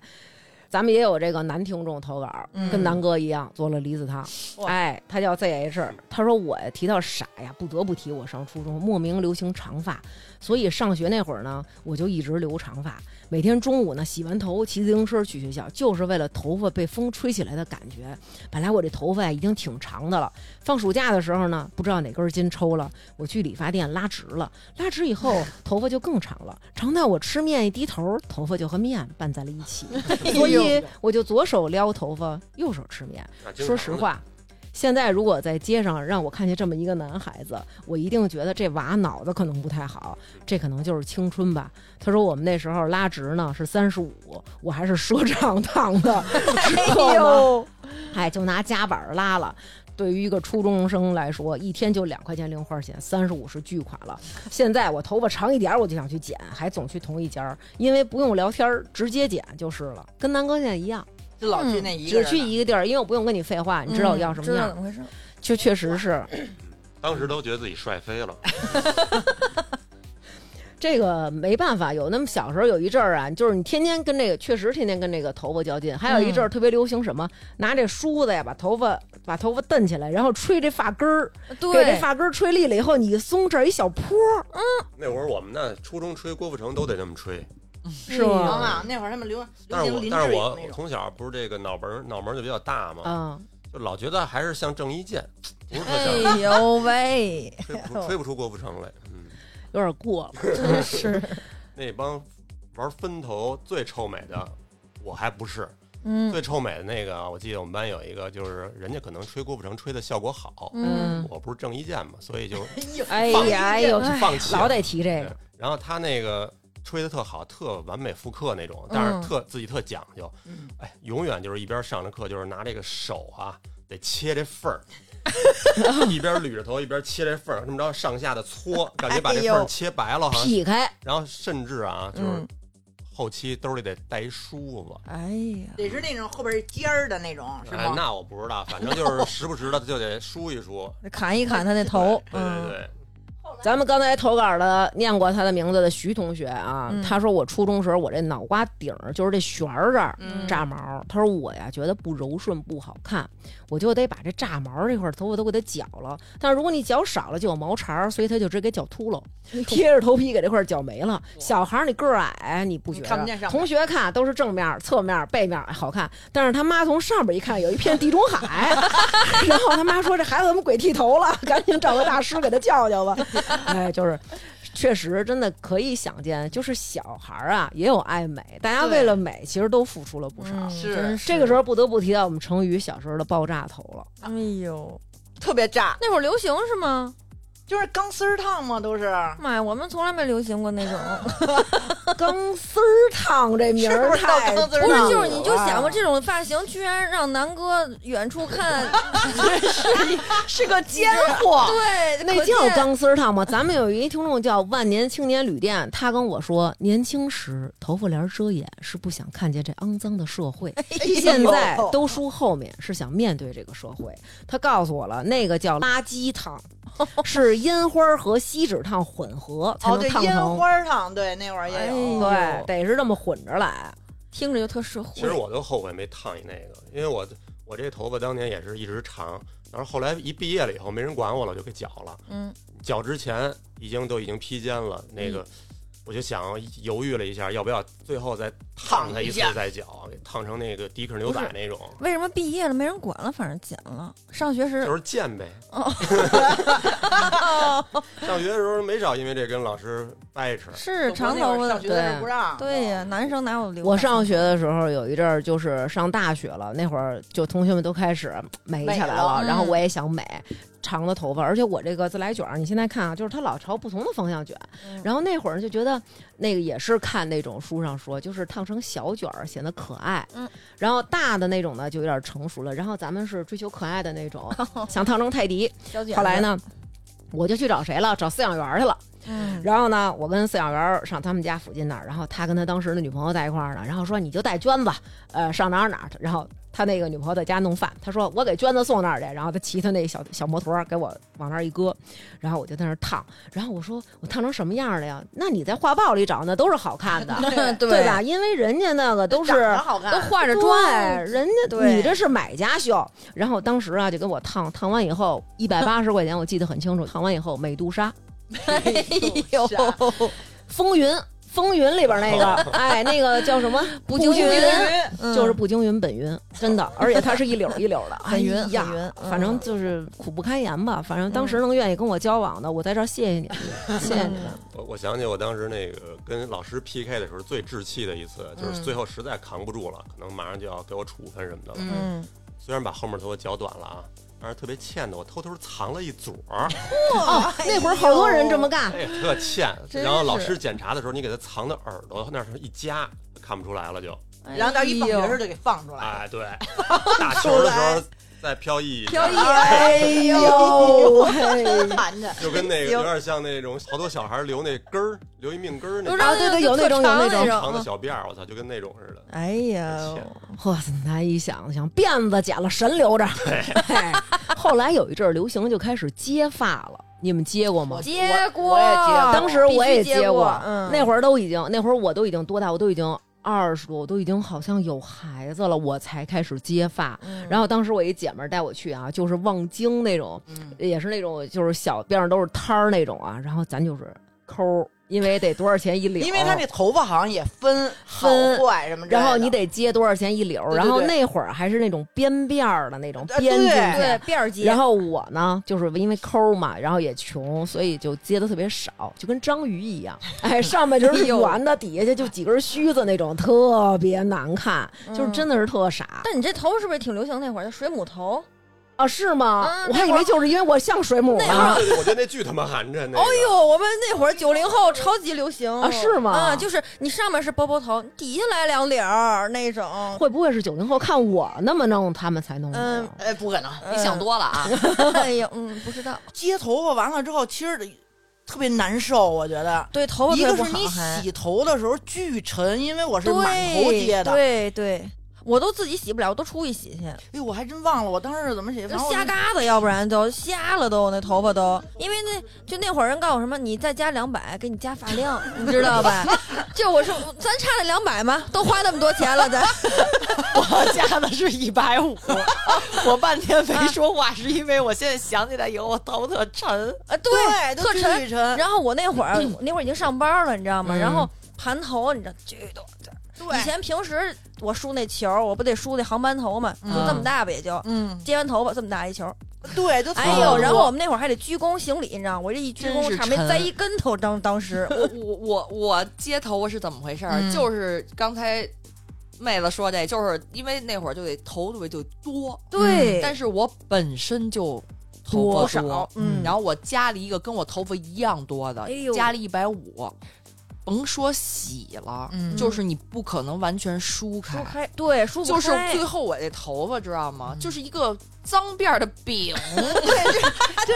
咱们也有这个男听众投稿，
嗯
跟南哥一样做了离子烫。哎，他叫 ZH，他说我提到傻呀，不得不提我上初中莫名流行长发，所以上学那会儿呢，我就一直留长发。每天中午呢，洗完头骑自行车去学校，就是为了头发被风吹起来的感觉。本来我这头发呀已经挺长的了，放暑假的时候呢，不知道哪根筋抽了，我去理发店拉直了。拉直以后，头发就更长了，长到我吃面一低头，头发就和面拌在了一起，所以我就左手撩头发，右手吃面。
啊
说实，话，现在如果在街上让我看见这么一个男孩子，我一定觉得这娃脑子可能不太好，这可能就是青春吧。他说我们那时候拉直呢是三十五，我还是赊 账烫的， 哎呦，哎，就拿夹板儿拉了。对于一个初中生来说，一天就两块钱零花钱，三十五是巨款了。现在我头发长一点儿，我就想去剪，还总去同一家儿，因为不用聊天儿，直接剪就是了，跟南哥现在一样。
就老
嗯
去那一个
只
人
去一个地儿，因为我不用跟你废话，嗯你知道我要什么
知道
样
怎
儿，
么回事？
确确实是
当时都觉得自己帅飞了。
这个没办法。有那么小时候有一阵儿啊，就是你天天跟这个，确实天天跟这个头发较劲。还有一阵儿特别流行什么，拿这梳子呀，把头发把头发蹬起来，然后吹这发根儿，给这
对，
发根儿吹立了以后，你一松这儿一小坡儿，
那会儿我们那初中吹郭富城都得这么吹，
是
你知道
吗？
吗？啊那会儿他们流流
但是
行
我
林
但
志
是
颖
我
那
我
种，
从小不是这个脑门儿脑门儿就比较大嘛，
嗯，
就老觉得还是像郑伊健，不是特
哎
像，
呦喂，
吹不出吹不出郭富城来。嗯，
有点过 了。
真是，
那帮玩分头最臭美的，我还不是。
嗯，
最臭美的那个，我记得我们班有一个，就是人家可能吹郭富城吹的效果好，
嗯，
我不是郑伊健嘛，所以就
哎呀，哎呦，
放弃了
老得提这
对
个。
然后他那个吹的特好，特完美复刻那种，但
嗯
是特、自己特讲究，哎，永远就是一边上着课，就是拿这个手啊，得切这 缝儿。一边捋着头，一边切这缝儿，这 么着上下的搓，感觉把这
哎
缝
呦
儿切白了哈。
劈开，
然后甚至啊，就是
嗯
后期兜里得带一梳子。
哎呀，
得是那种后边儿尖儿的那种，是
哎
吗，？
那我不知道，反正就是时不时的就得梳一梳。
得砍一砍他那头，
对对
嗯，
对，
咱们刚才投稿的念过他的名字的徐同学啊，
嗯
他说我初中时候我这脑瓜顶儿就是这旋儿这儿
嗯
炸毛儿，他说我呀觉得不柔顺不好看，我就得把这炸毛儿这块儿头发都给它绞了。但是如果你绞少了就有毛茬儿，所以他就直接给绞秃 噜，贴着头皮给这块儿绞没了。小孩儿你个儿矮，你不觉
你
得？
看不见上面
同学看都是正面、侧面、背面哎好看，但是他妈从上边一看有一片地中海， 然后他妈说这孩子怎么鬼剃头了， 赶紧找个大师给他叫叫 吧。哎，就是。确实，真的可以想见，就是小孩儿啊也有爱美，大家
对
为了美其实都付出了不
啊
少。
嗯
是
嗯这个时候不得不提到我们成语小时候的爆炸头了。
候，哎
嗯
呦，
特别炸，
那会儿流行是吗？
就是钢丝儿烫嘛，都是。
妈呀，我们从来没流行过那种，
钢丝儿烫这名儿
是不是叫
太
钢丝儿烫
不是，就是
烫
你
我
就想过
啊
这种发型，居然让南哥远处看，
啊
是个奸货。
哦
对，
那
可
叫
见
钢丝儿烫吗？咱们有一听众叫万年青年旅店，他跟我说，年轻时头发帘儿遮掩是不想看见这肮脏的社会，
哎
现在都梳后面是想面对这个社会。他告诉我了，那个叫垃圾 烫，是烟花儿和锡纸烫混合才
哦，
能
对，
烫
烟
成。
花儿烫，对，那会儿也有。
对，得是这么混着来。
听着就特社会。
其实我都后悔没烫一那个，因为我我这头发当年也是一直长，然后后来一毕业了以后没人管我了，我就给绞了。
嗯，
绞之前已经都已经披肩了，那个、我就想犹豫了一下，要不要最后再烫它一次
烫一下
再绞，给烫成那个迪克牛仔那种，
为什么毕业了没人管了，反正剪了？上学时
就是贱呗。上学的时候没少因为这跟老师 掰扯。
是
我
长
那会
头
儿上
发的，
学的时候不让。嗯
对呀，男生哪有留？
我上学的时候有一阵儿就是上大学了，那会儿就同学们都开始美起来
美了
了，
嗯
然后我也想美。长的头发，而且我这个自来卷儿，你现在看啊，就是它老朝不同的方向卷。
嗯
然后那会儿就觉得，那个也是看那种书上说，就是烫成小卷儿显得可爱，
嗯
然后大的那种呢就有点成熟了。然后咱们是追求可爱的那种，想烫成泰迪。
小姐，
后来？呢，我就去找谁了？找饲养员儿去了。
嗯，
然后呢，我跟饲养员儿上他们家附近那儿，然后他跟他当时的女朋友在一块儿呢，然后说你就带娟子，呃，上哪儿哪儿，然后他那个女朋友在家弄饭，他说我给娟子送那儿去，然后他骑他那小小摩托儿给我往那儿一搁，然后我就在那儿烫，然后我说我烫成什么样儿了呀？那你在画报里找那都是好看的，
对
对吧？？因为人家那个 都是
长得好
都
看，
化着妆，
对人家
对
你这是买家秀。然后当时啊，就给我烫，烫完以后一百八十块钱，我记得很清楚。烫完以后，美杜莎，
哎呦，
风云。风云里边 那个，哎，那个叫什么？步
惊
云，
嗯
就是步惊云本云，真 的，而且它是一绺一绺的，
很云
哎呀
很云嗯
反正就是苦不堪言吧。反正当时能愿意跟我交往的，我在这儿谢谢你
嗯
们，谢谢你 们。
我我想起我当时那个跟老师 PK 的时候最稚气的一次，就是
嗯
最后实在扛不住了，可能马上就要给我处分什么的了。
嗯，
嗯，
虽然把后面头发绞短了啊，但是特别欠的，我偷偷藏了一撮儿，
哦，
哎
那会儿好多人这么干，
哎，特 欠。
真是
然后老师检查的时候，你给他藏到耳朵那儿一夹，看不出来了就。
然后到一放
哎
学
呦
时候就给放出来。
哎，对， 打球的时候再飘逸一下，
飘逸，
哎呦，
嘿
盘着，
就跟那个有点像那种好多小孩留那根儿，留一命根儿那
都
种
让
啊对对
就
有那
特
种
长
有那种
长的
嗯
小辫儿，我操，就跟那种似的。
哎
特
呀，
欠
哇塞，难以想象，辫子剪了神留着。 嘿后来有一阵儿流行，就开始接发了。你们接过吗？
哦接过，
我也接过
当时我也
必须接
过，
嗯，
那会儿都已经，那会儿我都已经多大？我都已经二十多，我都已经好像有孩子了，我才开始接发。
嗯
然后当时我一姐们儿带我去啊，就是望京那种，
嗯
也是那种就是小边上都是摊儿那种啊。然后咱就是抠儿，因为得多少 钱一绺，
因为
哦
他那头发好像也分好
分
坏什么之类的，
然后你得接多少钱一绺儿，
对对
然后
对
那会儿还是那种编辫儿的那种
呃
编进去。
对
对辫儿接，
然后我呢，就是因为抠儿嘛，然后也穷，所以就接的特别少，就跟章鱼 一样，哎，上面就是
哎呦
圆的，底下就就几根须子那种，特别难看，就是
嗯
真的是特傻
但你这头发是不是也挺流行那会儿叫水母头？
啊，是吗
啊？
我还以为就是因为我像水母
啊
呢，
对对，我觉得那剧他妈寒碜，那
哎
个
呦，我们那会儿九零 后超级流行
啊是吗
啊，就是你上面是波波头，底下来两绺儿那种。
会不会是九零后看我那么弄，他们才弄的 呀？
哎，不可能
嗯
你想多了啊！
哎呀，嗯，不知道，
接头发完了之后，其实特别难受，我觉得。
对头发
一
特
个
别不
是
好
你
还
洗头的时候巨沉，因为我是
对
满头接的，哎
对对，我都自己洗不了，我都出去洗去，
呦，我还真忘了我当时是怎么洗，反
就
正我
瞎嘎子，要不然都瞎了都，那头发都，因为那就那会儿人告诉我什么，你再加两百给你加发量，你知道吧？就我说咱差那两百嘛，都花那么多钱了，咱
我加的是一百五，我半天没说话，是因为我现在想起来以后，我头特 沉。
啊
对，都
特
巨
沉。
沉，
然后我那会儿、我那会儿已经上班了，你知道吗？
嗯
然后盘头，你知道巨多。以
对，
前平时我梳那球儿，我不得梳那航班头嘛，就
嗯
这么大吧，也就
嗯，
接完头发这么大一球儿。
对，就
哎
特
呦，
别
然后
多
我们那会儿还得鞠躬行礼，你知道吗，我这一鞠
真
躬
是
差没
沉
栽一跟头，当当时
我我我我接头发是怎么回事儿？
嗯
就是刚才妹子说这，就是因为那会儿就得头发就多，
对，
但
是
是我本身就嗯头
多
发多
少，嗯
然后我加了一个跟我头发一样多的，
哎呦
加了一百五，甭说洗了，
嗯
就是你不可能完全梳开
梳。开对梳不
就是
开嗯
最，后我这头发知道吗？就是一个脏辫儿的饼，
真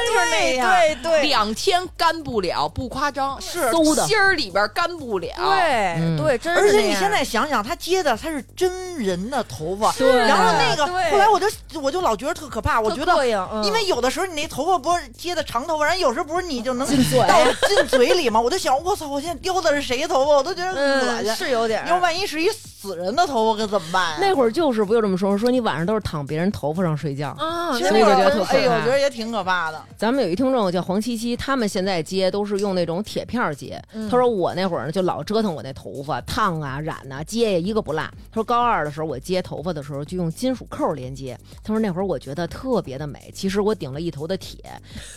是那样，
对对
两天干不了，不夸张，是
馊的
芯儿里边干不了。
对
嗯
对，真是
而且
那
你
样
现在想想，他接的他是真人的头发，
对
然后那个
啊对
后来我就我就老觉得特可怕，我
特
觉得
膈应嗯
因为有的时候你那头发不是接的长头发，然后有时候不是你就能
进嘴
到进嘴里嘛，我就想我操，我现在叼的是谁的头发，我都觉得恶
嗯
心。
是有点儿
你说万一是一死人的头发可怎么办呀？
那会儿就是不就这么说，说你晚上都是躺别人头发上睡觉。
啊，
其实
那
所以
会儿
就觉得特
哎呦，
可怕
我觉得也挺可怕的。
咱们有一听众叫黄七七，他们现在接都是用那种铁片儿接。
嗯
他说我那会儿呢就老折腾我那头发，烫啊、染啊、接呀，一个不落。他说高二的时候我接头发的时候就用金属扣连接。他说那会儿我觉得特别的美，其实我顶了一头的铁。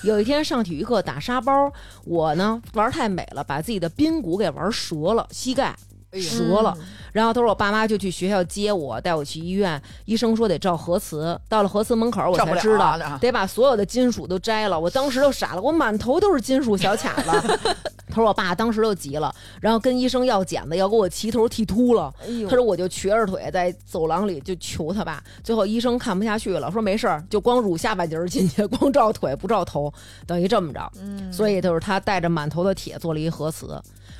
有一天上体育课打沙包，我呢玩太美了，把自己的髌骨给玩折了，膝盖。折了，然后他说我爸妈就去学校接我，带我去医院。医生说得照核磁，到了核磁门口我
照不
才
了
知道、
啊那
得把所有的金属都摘了。我当时就傻了，我满头都是金属小 卡子。他说我爸当时就急了，然后跟医生要剪子，要给我齐头剃秃了。
哎呦
他说我就瘸着腿在走廊里就求他爸，最后医生看不下去了，说没事儿，就光乳下半截儿进去，光照腿不照头，等于这么着。嗯，所以就是他带着满头的铁做了一核磁，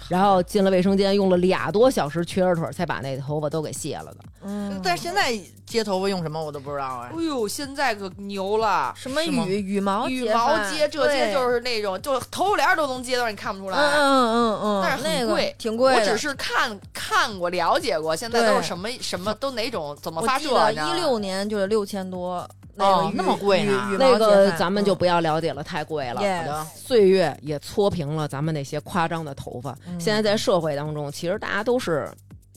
然后进了卫生间，用了俩多小时瘸着腿儿才把那头发都给卸了的。嗯
但是现在接头发用什么我都不知道哎
哎。呦，现在可牛了，
什么
是吗
羽羽毛
羽
结
毛
发
接这
对
些就是那种，就头帘都能接到，你看不出
嗯
来。
嗯嗯嗯，
但是很
那个
贵
挺贵
我
的。
只是看看过了解过，现在都
对
是什么什么都哪种怎么
我
发
记
射
得
你知道吗
一六年就是六千多，那
哦
个羽
那么贵呢
羽羽毛嗯
那个
结发
咱们就不要了解了，太贵了。
好
Yes
的，
岁月也搓平了咱们那些夸张的头发。
嗯
现在在社会当中，其实大家都是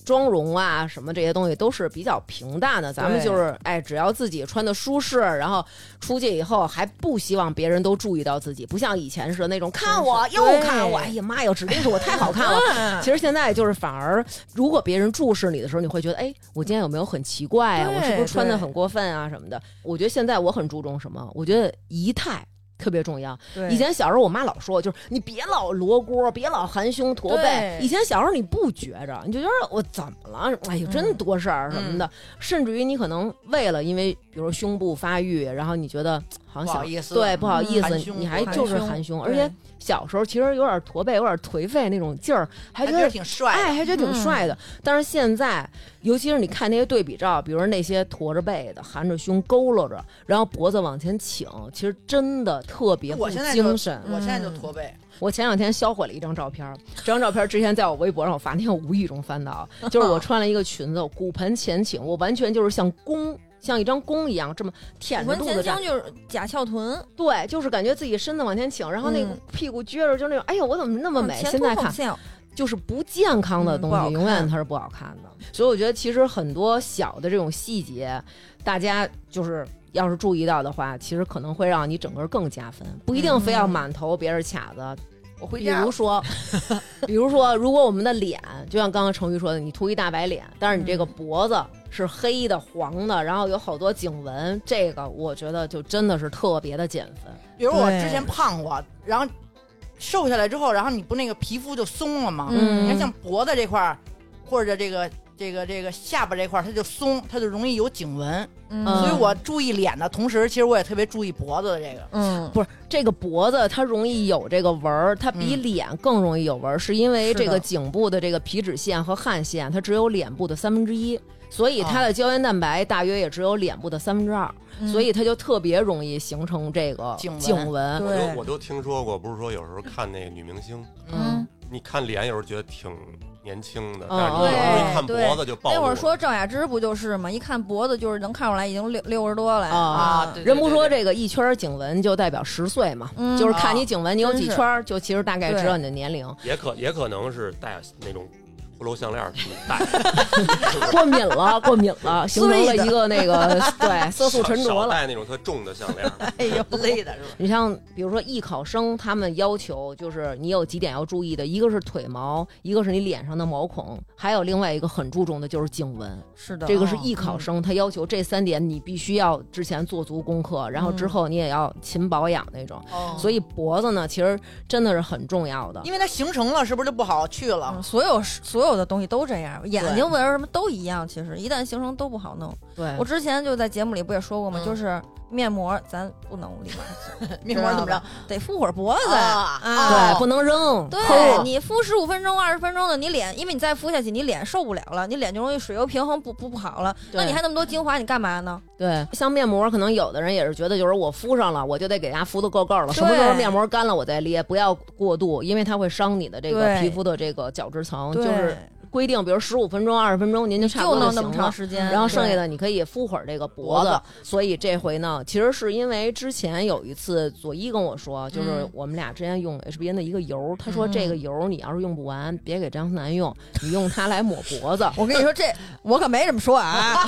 妆容啊什么这些东西都是比较平淡的。咱们就是哎，只要自己穿的舒适，然后出去以后还不希望别人都注意到自己，不像以前似的那种看我又看我，哎呀妈呀，指定是我太好看了。
嗯
其实现在就是反而，如果别人注视你的时候，你会觉得，哎，我今天有没有很奇怪啊？
对
我是不是穿的很过分啊什么的？我觉得现在我很注重什么？我觉得仪态特别重要。
对
以前小时候，我妈老说我，就是你别老罗锅，别老含胸驼背
对。
以前小时候你不觉着，你就觉得我怎么了？哎呦，
嗯
真多事儿什么的。甚至于你可能为了因为比如说胸部发育，然后你觉得好像
不
小
好意思啊
对不
嗯
好意思
含，胸
你还就是含胸，而且
对
小时候其实有点驼背，有点颓废那种劲儿，还
还
觉
觉
得
得挺帅的。
哎，还觉得挺
嗯
帅的。但是现在，尤其是你看那些对比照，比如那些驼着背的、含着胸、佝偻着，然后脖子往前倾，其实真的特别不
我现在就
精神。
我现在就驼背，
我前两天销毁了一张照片儿，这张照片儿之前在我微博上我发，那天我无意中 翻到，就是我穿了一个裙子，我骨盆前倾，我完全就是像弓，像一张弓一样这么
我
舔着
们
肚
前
子站
倾就是假翘臀，
对，就是感觉自己身子往前倾，然后那个
嗯
屁股撅着，就那种，哎呦，我怎么那么美？
前
现
凸
在
后
看
翘
就是不健康的
嗯
东
不好
西，
看
永远它是不好看的。所以我觉得，其实很多小的这种细节，大家就是要是注意到的话，其实可能会让你整个更加分，不一定
嗯
非要满头别人卡子。
我回
比
家
如
了
说，比如说，如果我们的脸，就像刚刚程昱说的，你涂一大白脸，但是你这
嗯
个脖子是黑的、黄的，然后有好多颈纹，这个我觉得就真的是特别的减分。
比如我
对
之前胖过，然后瘦下来之后，然后你不那个皮肤就松了吗？
嗯
你看像脖子这块儿，或者这个这个这个下巴这块儿它就松，它就容易有颈纹。
嗯
所以我注意脸的同时，其实我也特别注意脖子的这个。
嗯，
不是这个脖子，它容易有这个纹儿，它比
嗯
脸更容易有纹儿，是因为
是的
这个颈部的这个皮脂腺和汗腺，它只有脸部的三分之一，所以它的胶原蛋白大约也只有脸部的三分之二，
嗯
所以它就特别容易形成这个
颈纹
颈纹。
我
对
都我都听说过，不是说有时候看那个女明星，
嗯，
你看脸有时候觉得挺年轻的，
嗯
但是你有时候一看
对
脖子就暴露
那
了。
会儿说郑雅芝不就是嘛，一看脖子就是能看出来已经六六十多了呀
啊
啊，对
人不说
这
这个一圈儿颈纹就代表十岁嘛，
嗯
就是看你颈纹你有几
真是
圈儿，就其实大概知道你的年龄。
也可也可能是戴那种骷髅项链儿什么戴，
过敏了，过敏了，形成了一个那个对色素沉着
少
了。
戴那种特重的项链儿。
哎呦，
累的是吧？
你像比如说艺考生，他们要求就是你有几点要注意的，一个是腿毛，一个是你脸上的毛孔，还有另外一个很注重的就是颈纹。
是的，嗯哦
这个是艺考生，他要求这三点你必须要之前做足功课，然后之后你也要勤保养那种。
哦
所以脖子呢，其实真的是很重要的。
因为它形成了，是不是就不好去了
嗯？所有所有的东西都这样，眼睛纹儿什么都一样，其实一旦形成都不好弄。
对
我，之前就在节目里不也说过吗？
嗯
就是面膜咱不能立马敷，
面膜怎么
知道
着
吧？？ 得敷会儿脖子。
啊
啊
对，不能扔。
对你敷十五分钟、二十分钟的，你脸，因为你再敷下去，你脸受不了了，你脸就容易水油平衡不不不好了。
对
那你还那么多精华，你干嘛呢？
对，像面膜，可能有的人也是觉得，就是我敷上了，我就得给它敷的够够了。什么时候
对
面膜干了，我再捏，不要过度，因为它会伤你的这个
对
皮肤的这个角质层。就
对
是规定，比如十五分钟、二十分钟，您就差不
就
多
弄那
行
么长
了。
时间，
然后剩下
对
的你可以敷会儿这个脖子
脖，
所以这回呢，其实是因为之前有一次佐伊跟我说，就是
嗯
我们俩之前用 HBN 的一个油，他说
嗯
这个油你要是用不完，别给张思楠用，你用它来抹脖子。
我跟你说 这，我可没这么说 啊，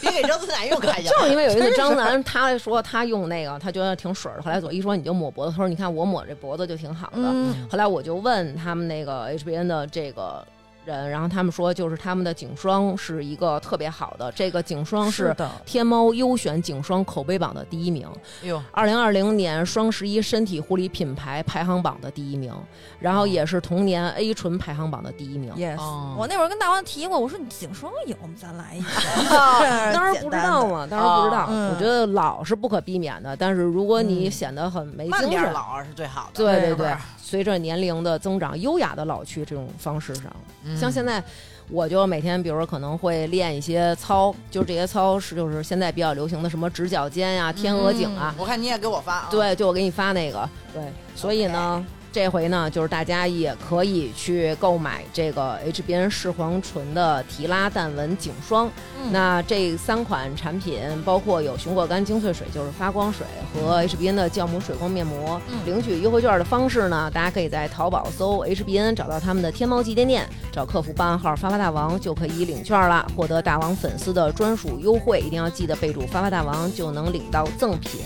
别给张思楠又看见
就
了。
是因为有一次张楠他说他用那个，他觉得挺水儿的。后来左一说你就抹脖子，他说你看我抹这脖子就挺好的。
嗯，
后来我就问他们那个 HBN 的这个人，然后他们说就是他们的颈霜是一个特别好的，这个颈霜是
的，
天猫优选颈霜口碑榜的第一名，
哎呦，
二零二零年双十一身体护理品牌排行榜的第一名，然后也是同年 A 醇排行榜的第一名。
yes。
哦
我那会儿跟大王提过，我说你颈霜有，我们咱来一 个。
当
哦当
时不知
啊
道，嘛，当时不知
啊
道。
嗯
我觉得老是不可避免的，但是如果你显得很没
嗯慢
精
点
神，
老是最好的。
对
是
对
不
对
是，
随着年龄的增长，优雅的老去这种方式上，
嗯
像现在。我就每天，比如说可能会练一些操，就是这些操是就是现在比较流行的什么直角肩呀、天鹅颈啊，
我看你也给我发啊。
对，就我给你发那个，对，所以呢，这回呢，就是大家也可以去购买这个 HBN 视黄醇的提拉淡纹颈霜。
嗯
那这三款产品包括有熊果苷精粹水，就是发光水和 HBN 的酵母水光面膜。
嗯
领取优惠券的方式呢，大家可以在淘宝搜 HBN，找到他们的天猫旗舰店，找客服报暗号“发发大王”就可以领券了，获得大王粉丝的专属优惠。一定要记得备注“发发大王”，就能领到赠品。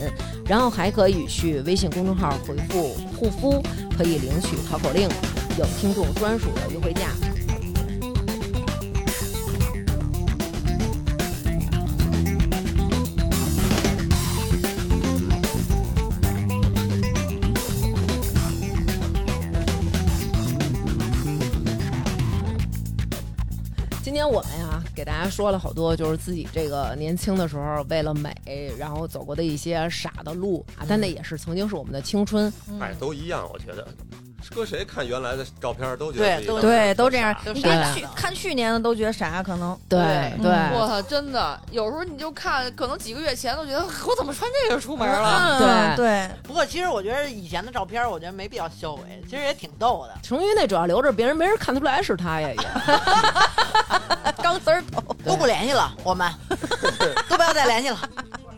然后还可以去微信公众号回复“护肤”，可以领取淘口令，有听众专属的优惠价。今天我们呀，给大家说了好多，就是自己这个年轻的时候为了美，然后走过的一些傻的路啊，但那也是曾经是我们的青春。
哎，都一样，我觉得，搁谁看原来的照片儿都觉
对
得自己
都
当时
对，
很
都这样
傻。
你
傻
别
的
去看去年的都觉得傻，可能
对
对
对
嗯
我操，真的，有时候你就看，可能几个月前都觉得 我怎么穿这个出门了。
嗯对，
不过其实我觉得以前的照片，我觉得没必要销毁，其实也挺逗的。
成昱那主要留着，别人没人看得出来是他呀，也
钢丝儿头，
都不联系了，我们 都不要再联系了。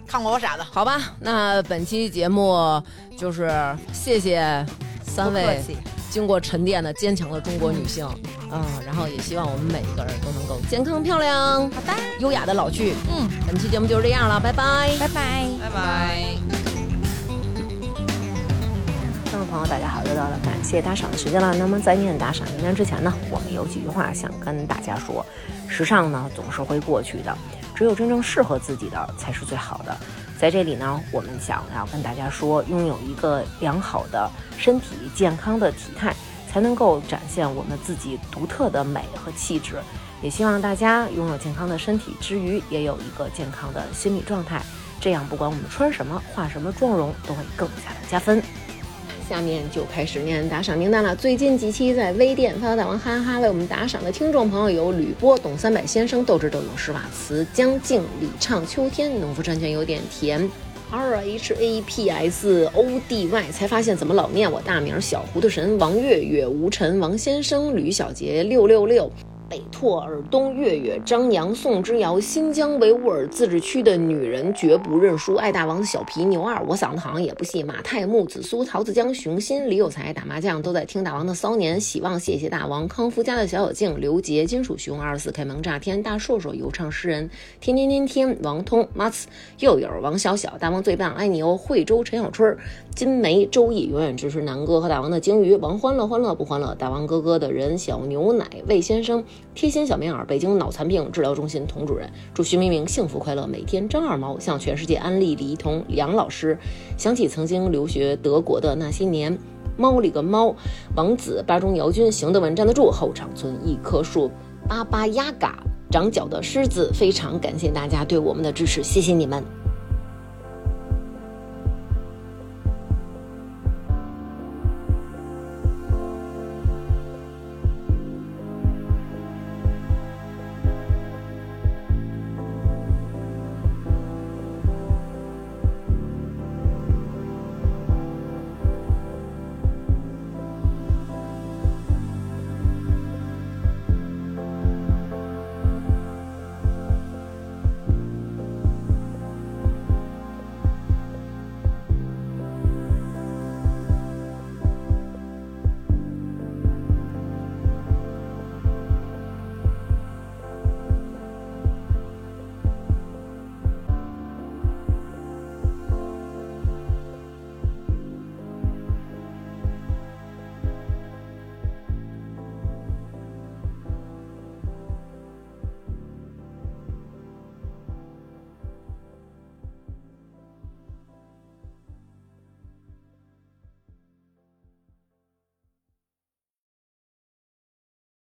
看过我傻的，
好吧。那本期节目就是谢谢三
不客
位
气
经过沉淀的坚强的中国女性，嗯，然后也希望我们每一个人都能够健康漂亮，好的，优雅的老去。
嗯，
本期节目就是这样了，拜拜。
拜拜。
拜拜。
观众朋友，大家好，又到了感谢打赏的时间了。那么在念打赏名单之前呢，我们有几句话想跟大家说：时尚呢总是会过去的，只有真正适合自己的才是最好的。在这里呢，我们想要跟大家说，拥有一个良好的身体健康的体态。
才能够展现我们自己独特的美和气质。也希望大家拥有健康的身体之余，也有一个健康的心理状态，这样不管我们穿什么、化什么妆容，都会更加的加分。下面就开始念打赏名单了。最近几期在微店发发大王哈哈为我们打赏的听众朋友有吕波、董三百先生、斗智斗勇、施瓦茨、江静、李畅、秋天、农夫山泉有点甜。R H A P S O D Y 才发现怎么老念我大名儿小糊涂神王月月吴晨王先生吕小杰六六六北拓尔东月月张扬宋之遥新疆维吾尔自治区的女人绝不认输爱大王的小皮牛二我嗓子好像也不细马太木子苏桃子江熊心李有才打麻将都在听大王的骚年喜望谢谢大王康夫家的小小静刘杰金属熊二十四开门炸天大硕硕游唱诗人天天天天王通 Mats 又有王小小大王最棒爱你哦惠州陈小春儿金梅周易永远支持南哥和大王的鲸鱼王欢乐欢乐不欢乐大王哥哥的人小牛奶魏先生贴心小棉袄北京脑残病治疗中心童主任祝徐明明幸福快乐每天张二毛向全世界安利李一桐杨老师想起曾经留学德国的那些年。猫里个猫，王子、巴中、姚军、行得稳、站得住，后场村一棵树，巴巴亚嘎，长脚的狮子，非常感谢大家对我们的支持，谢谢你们。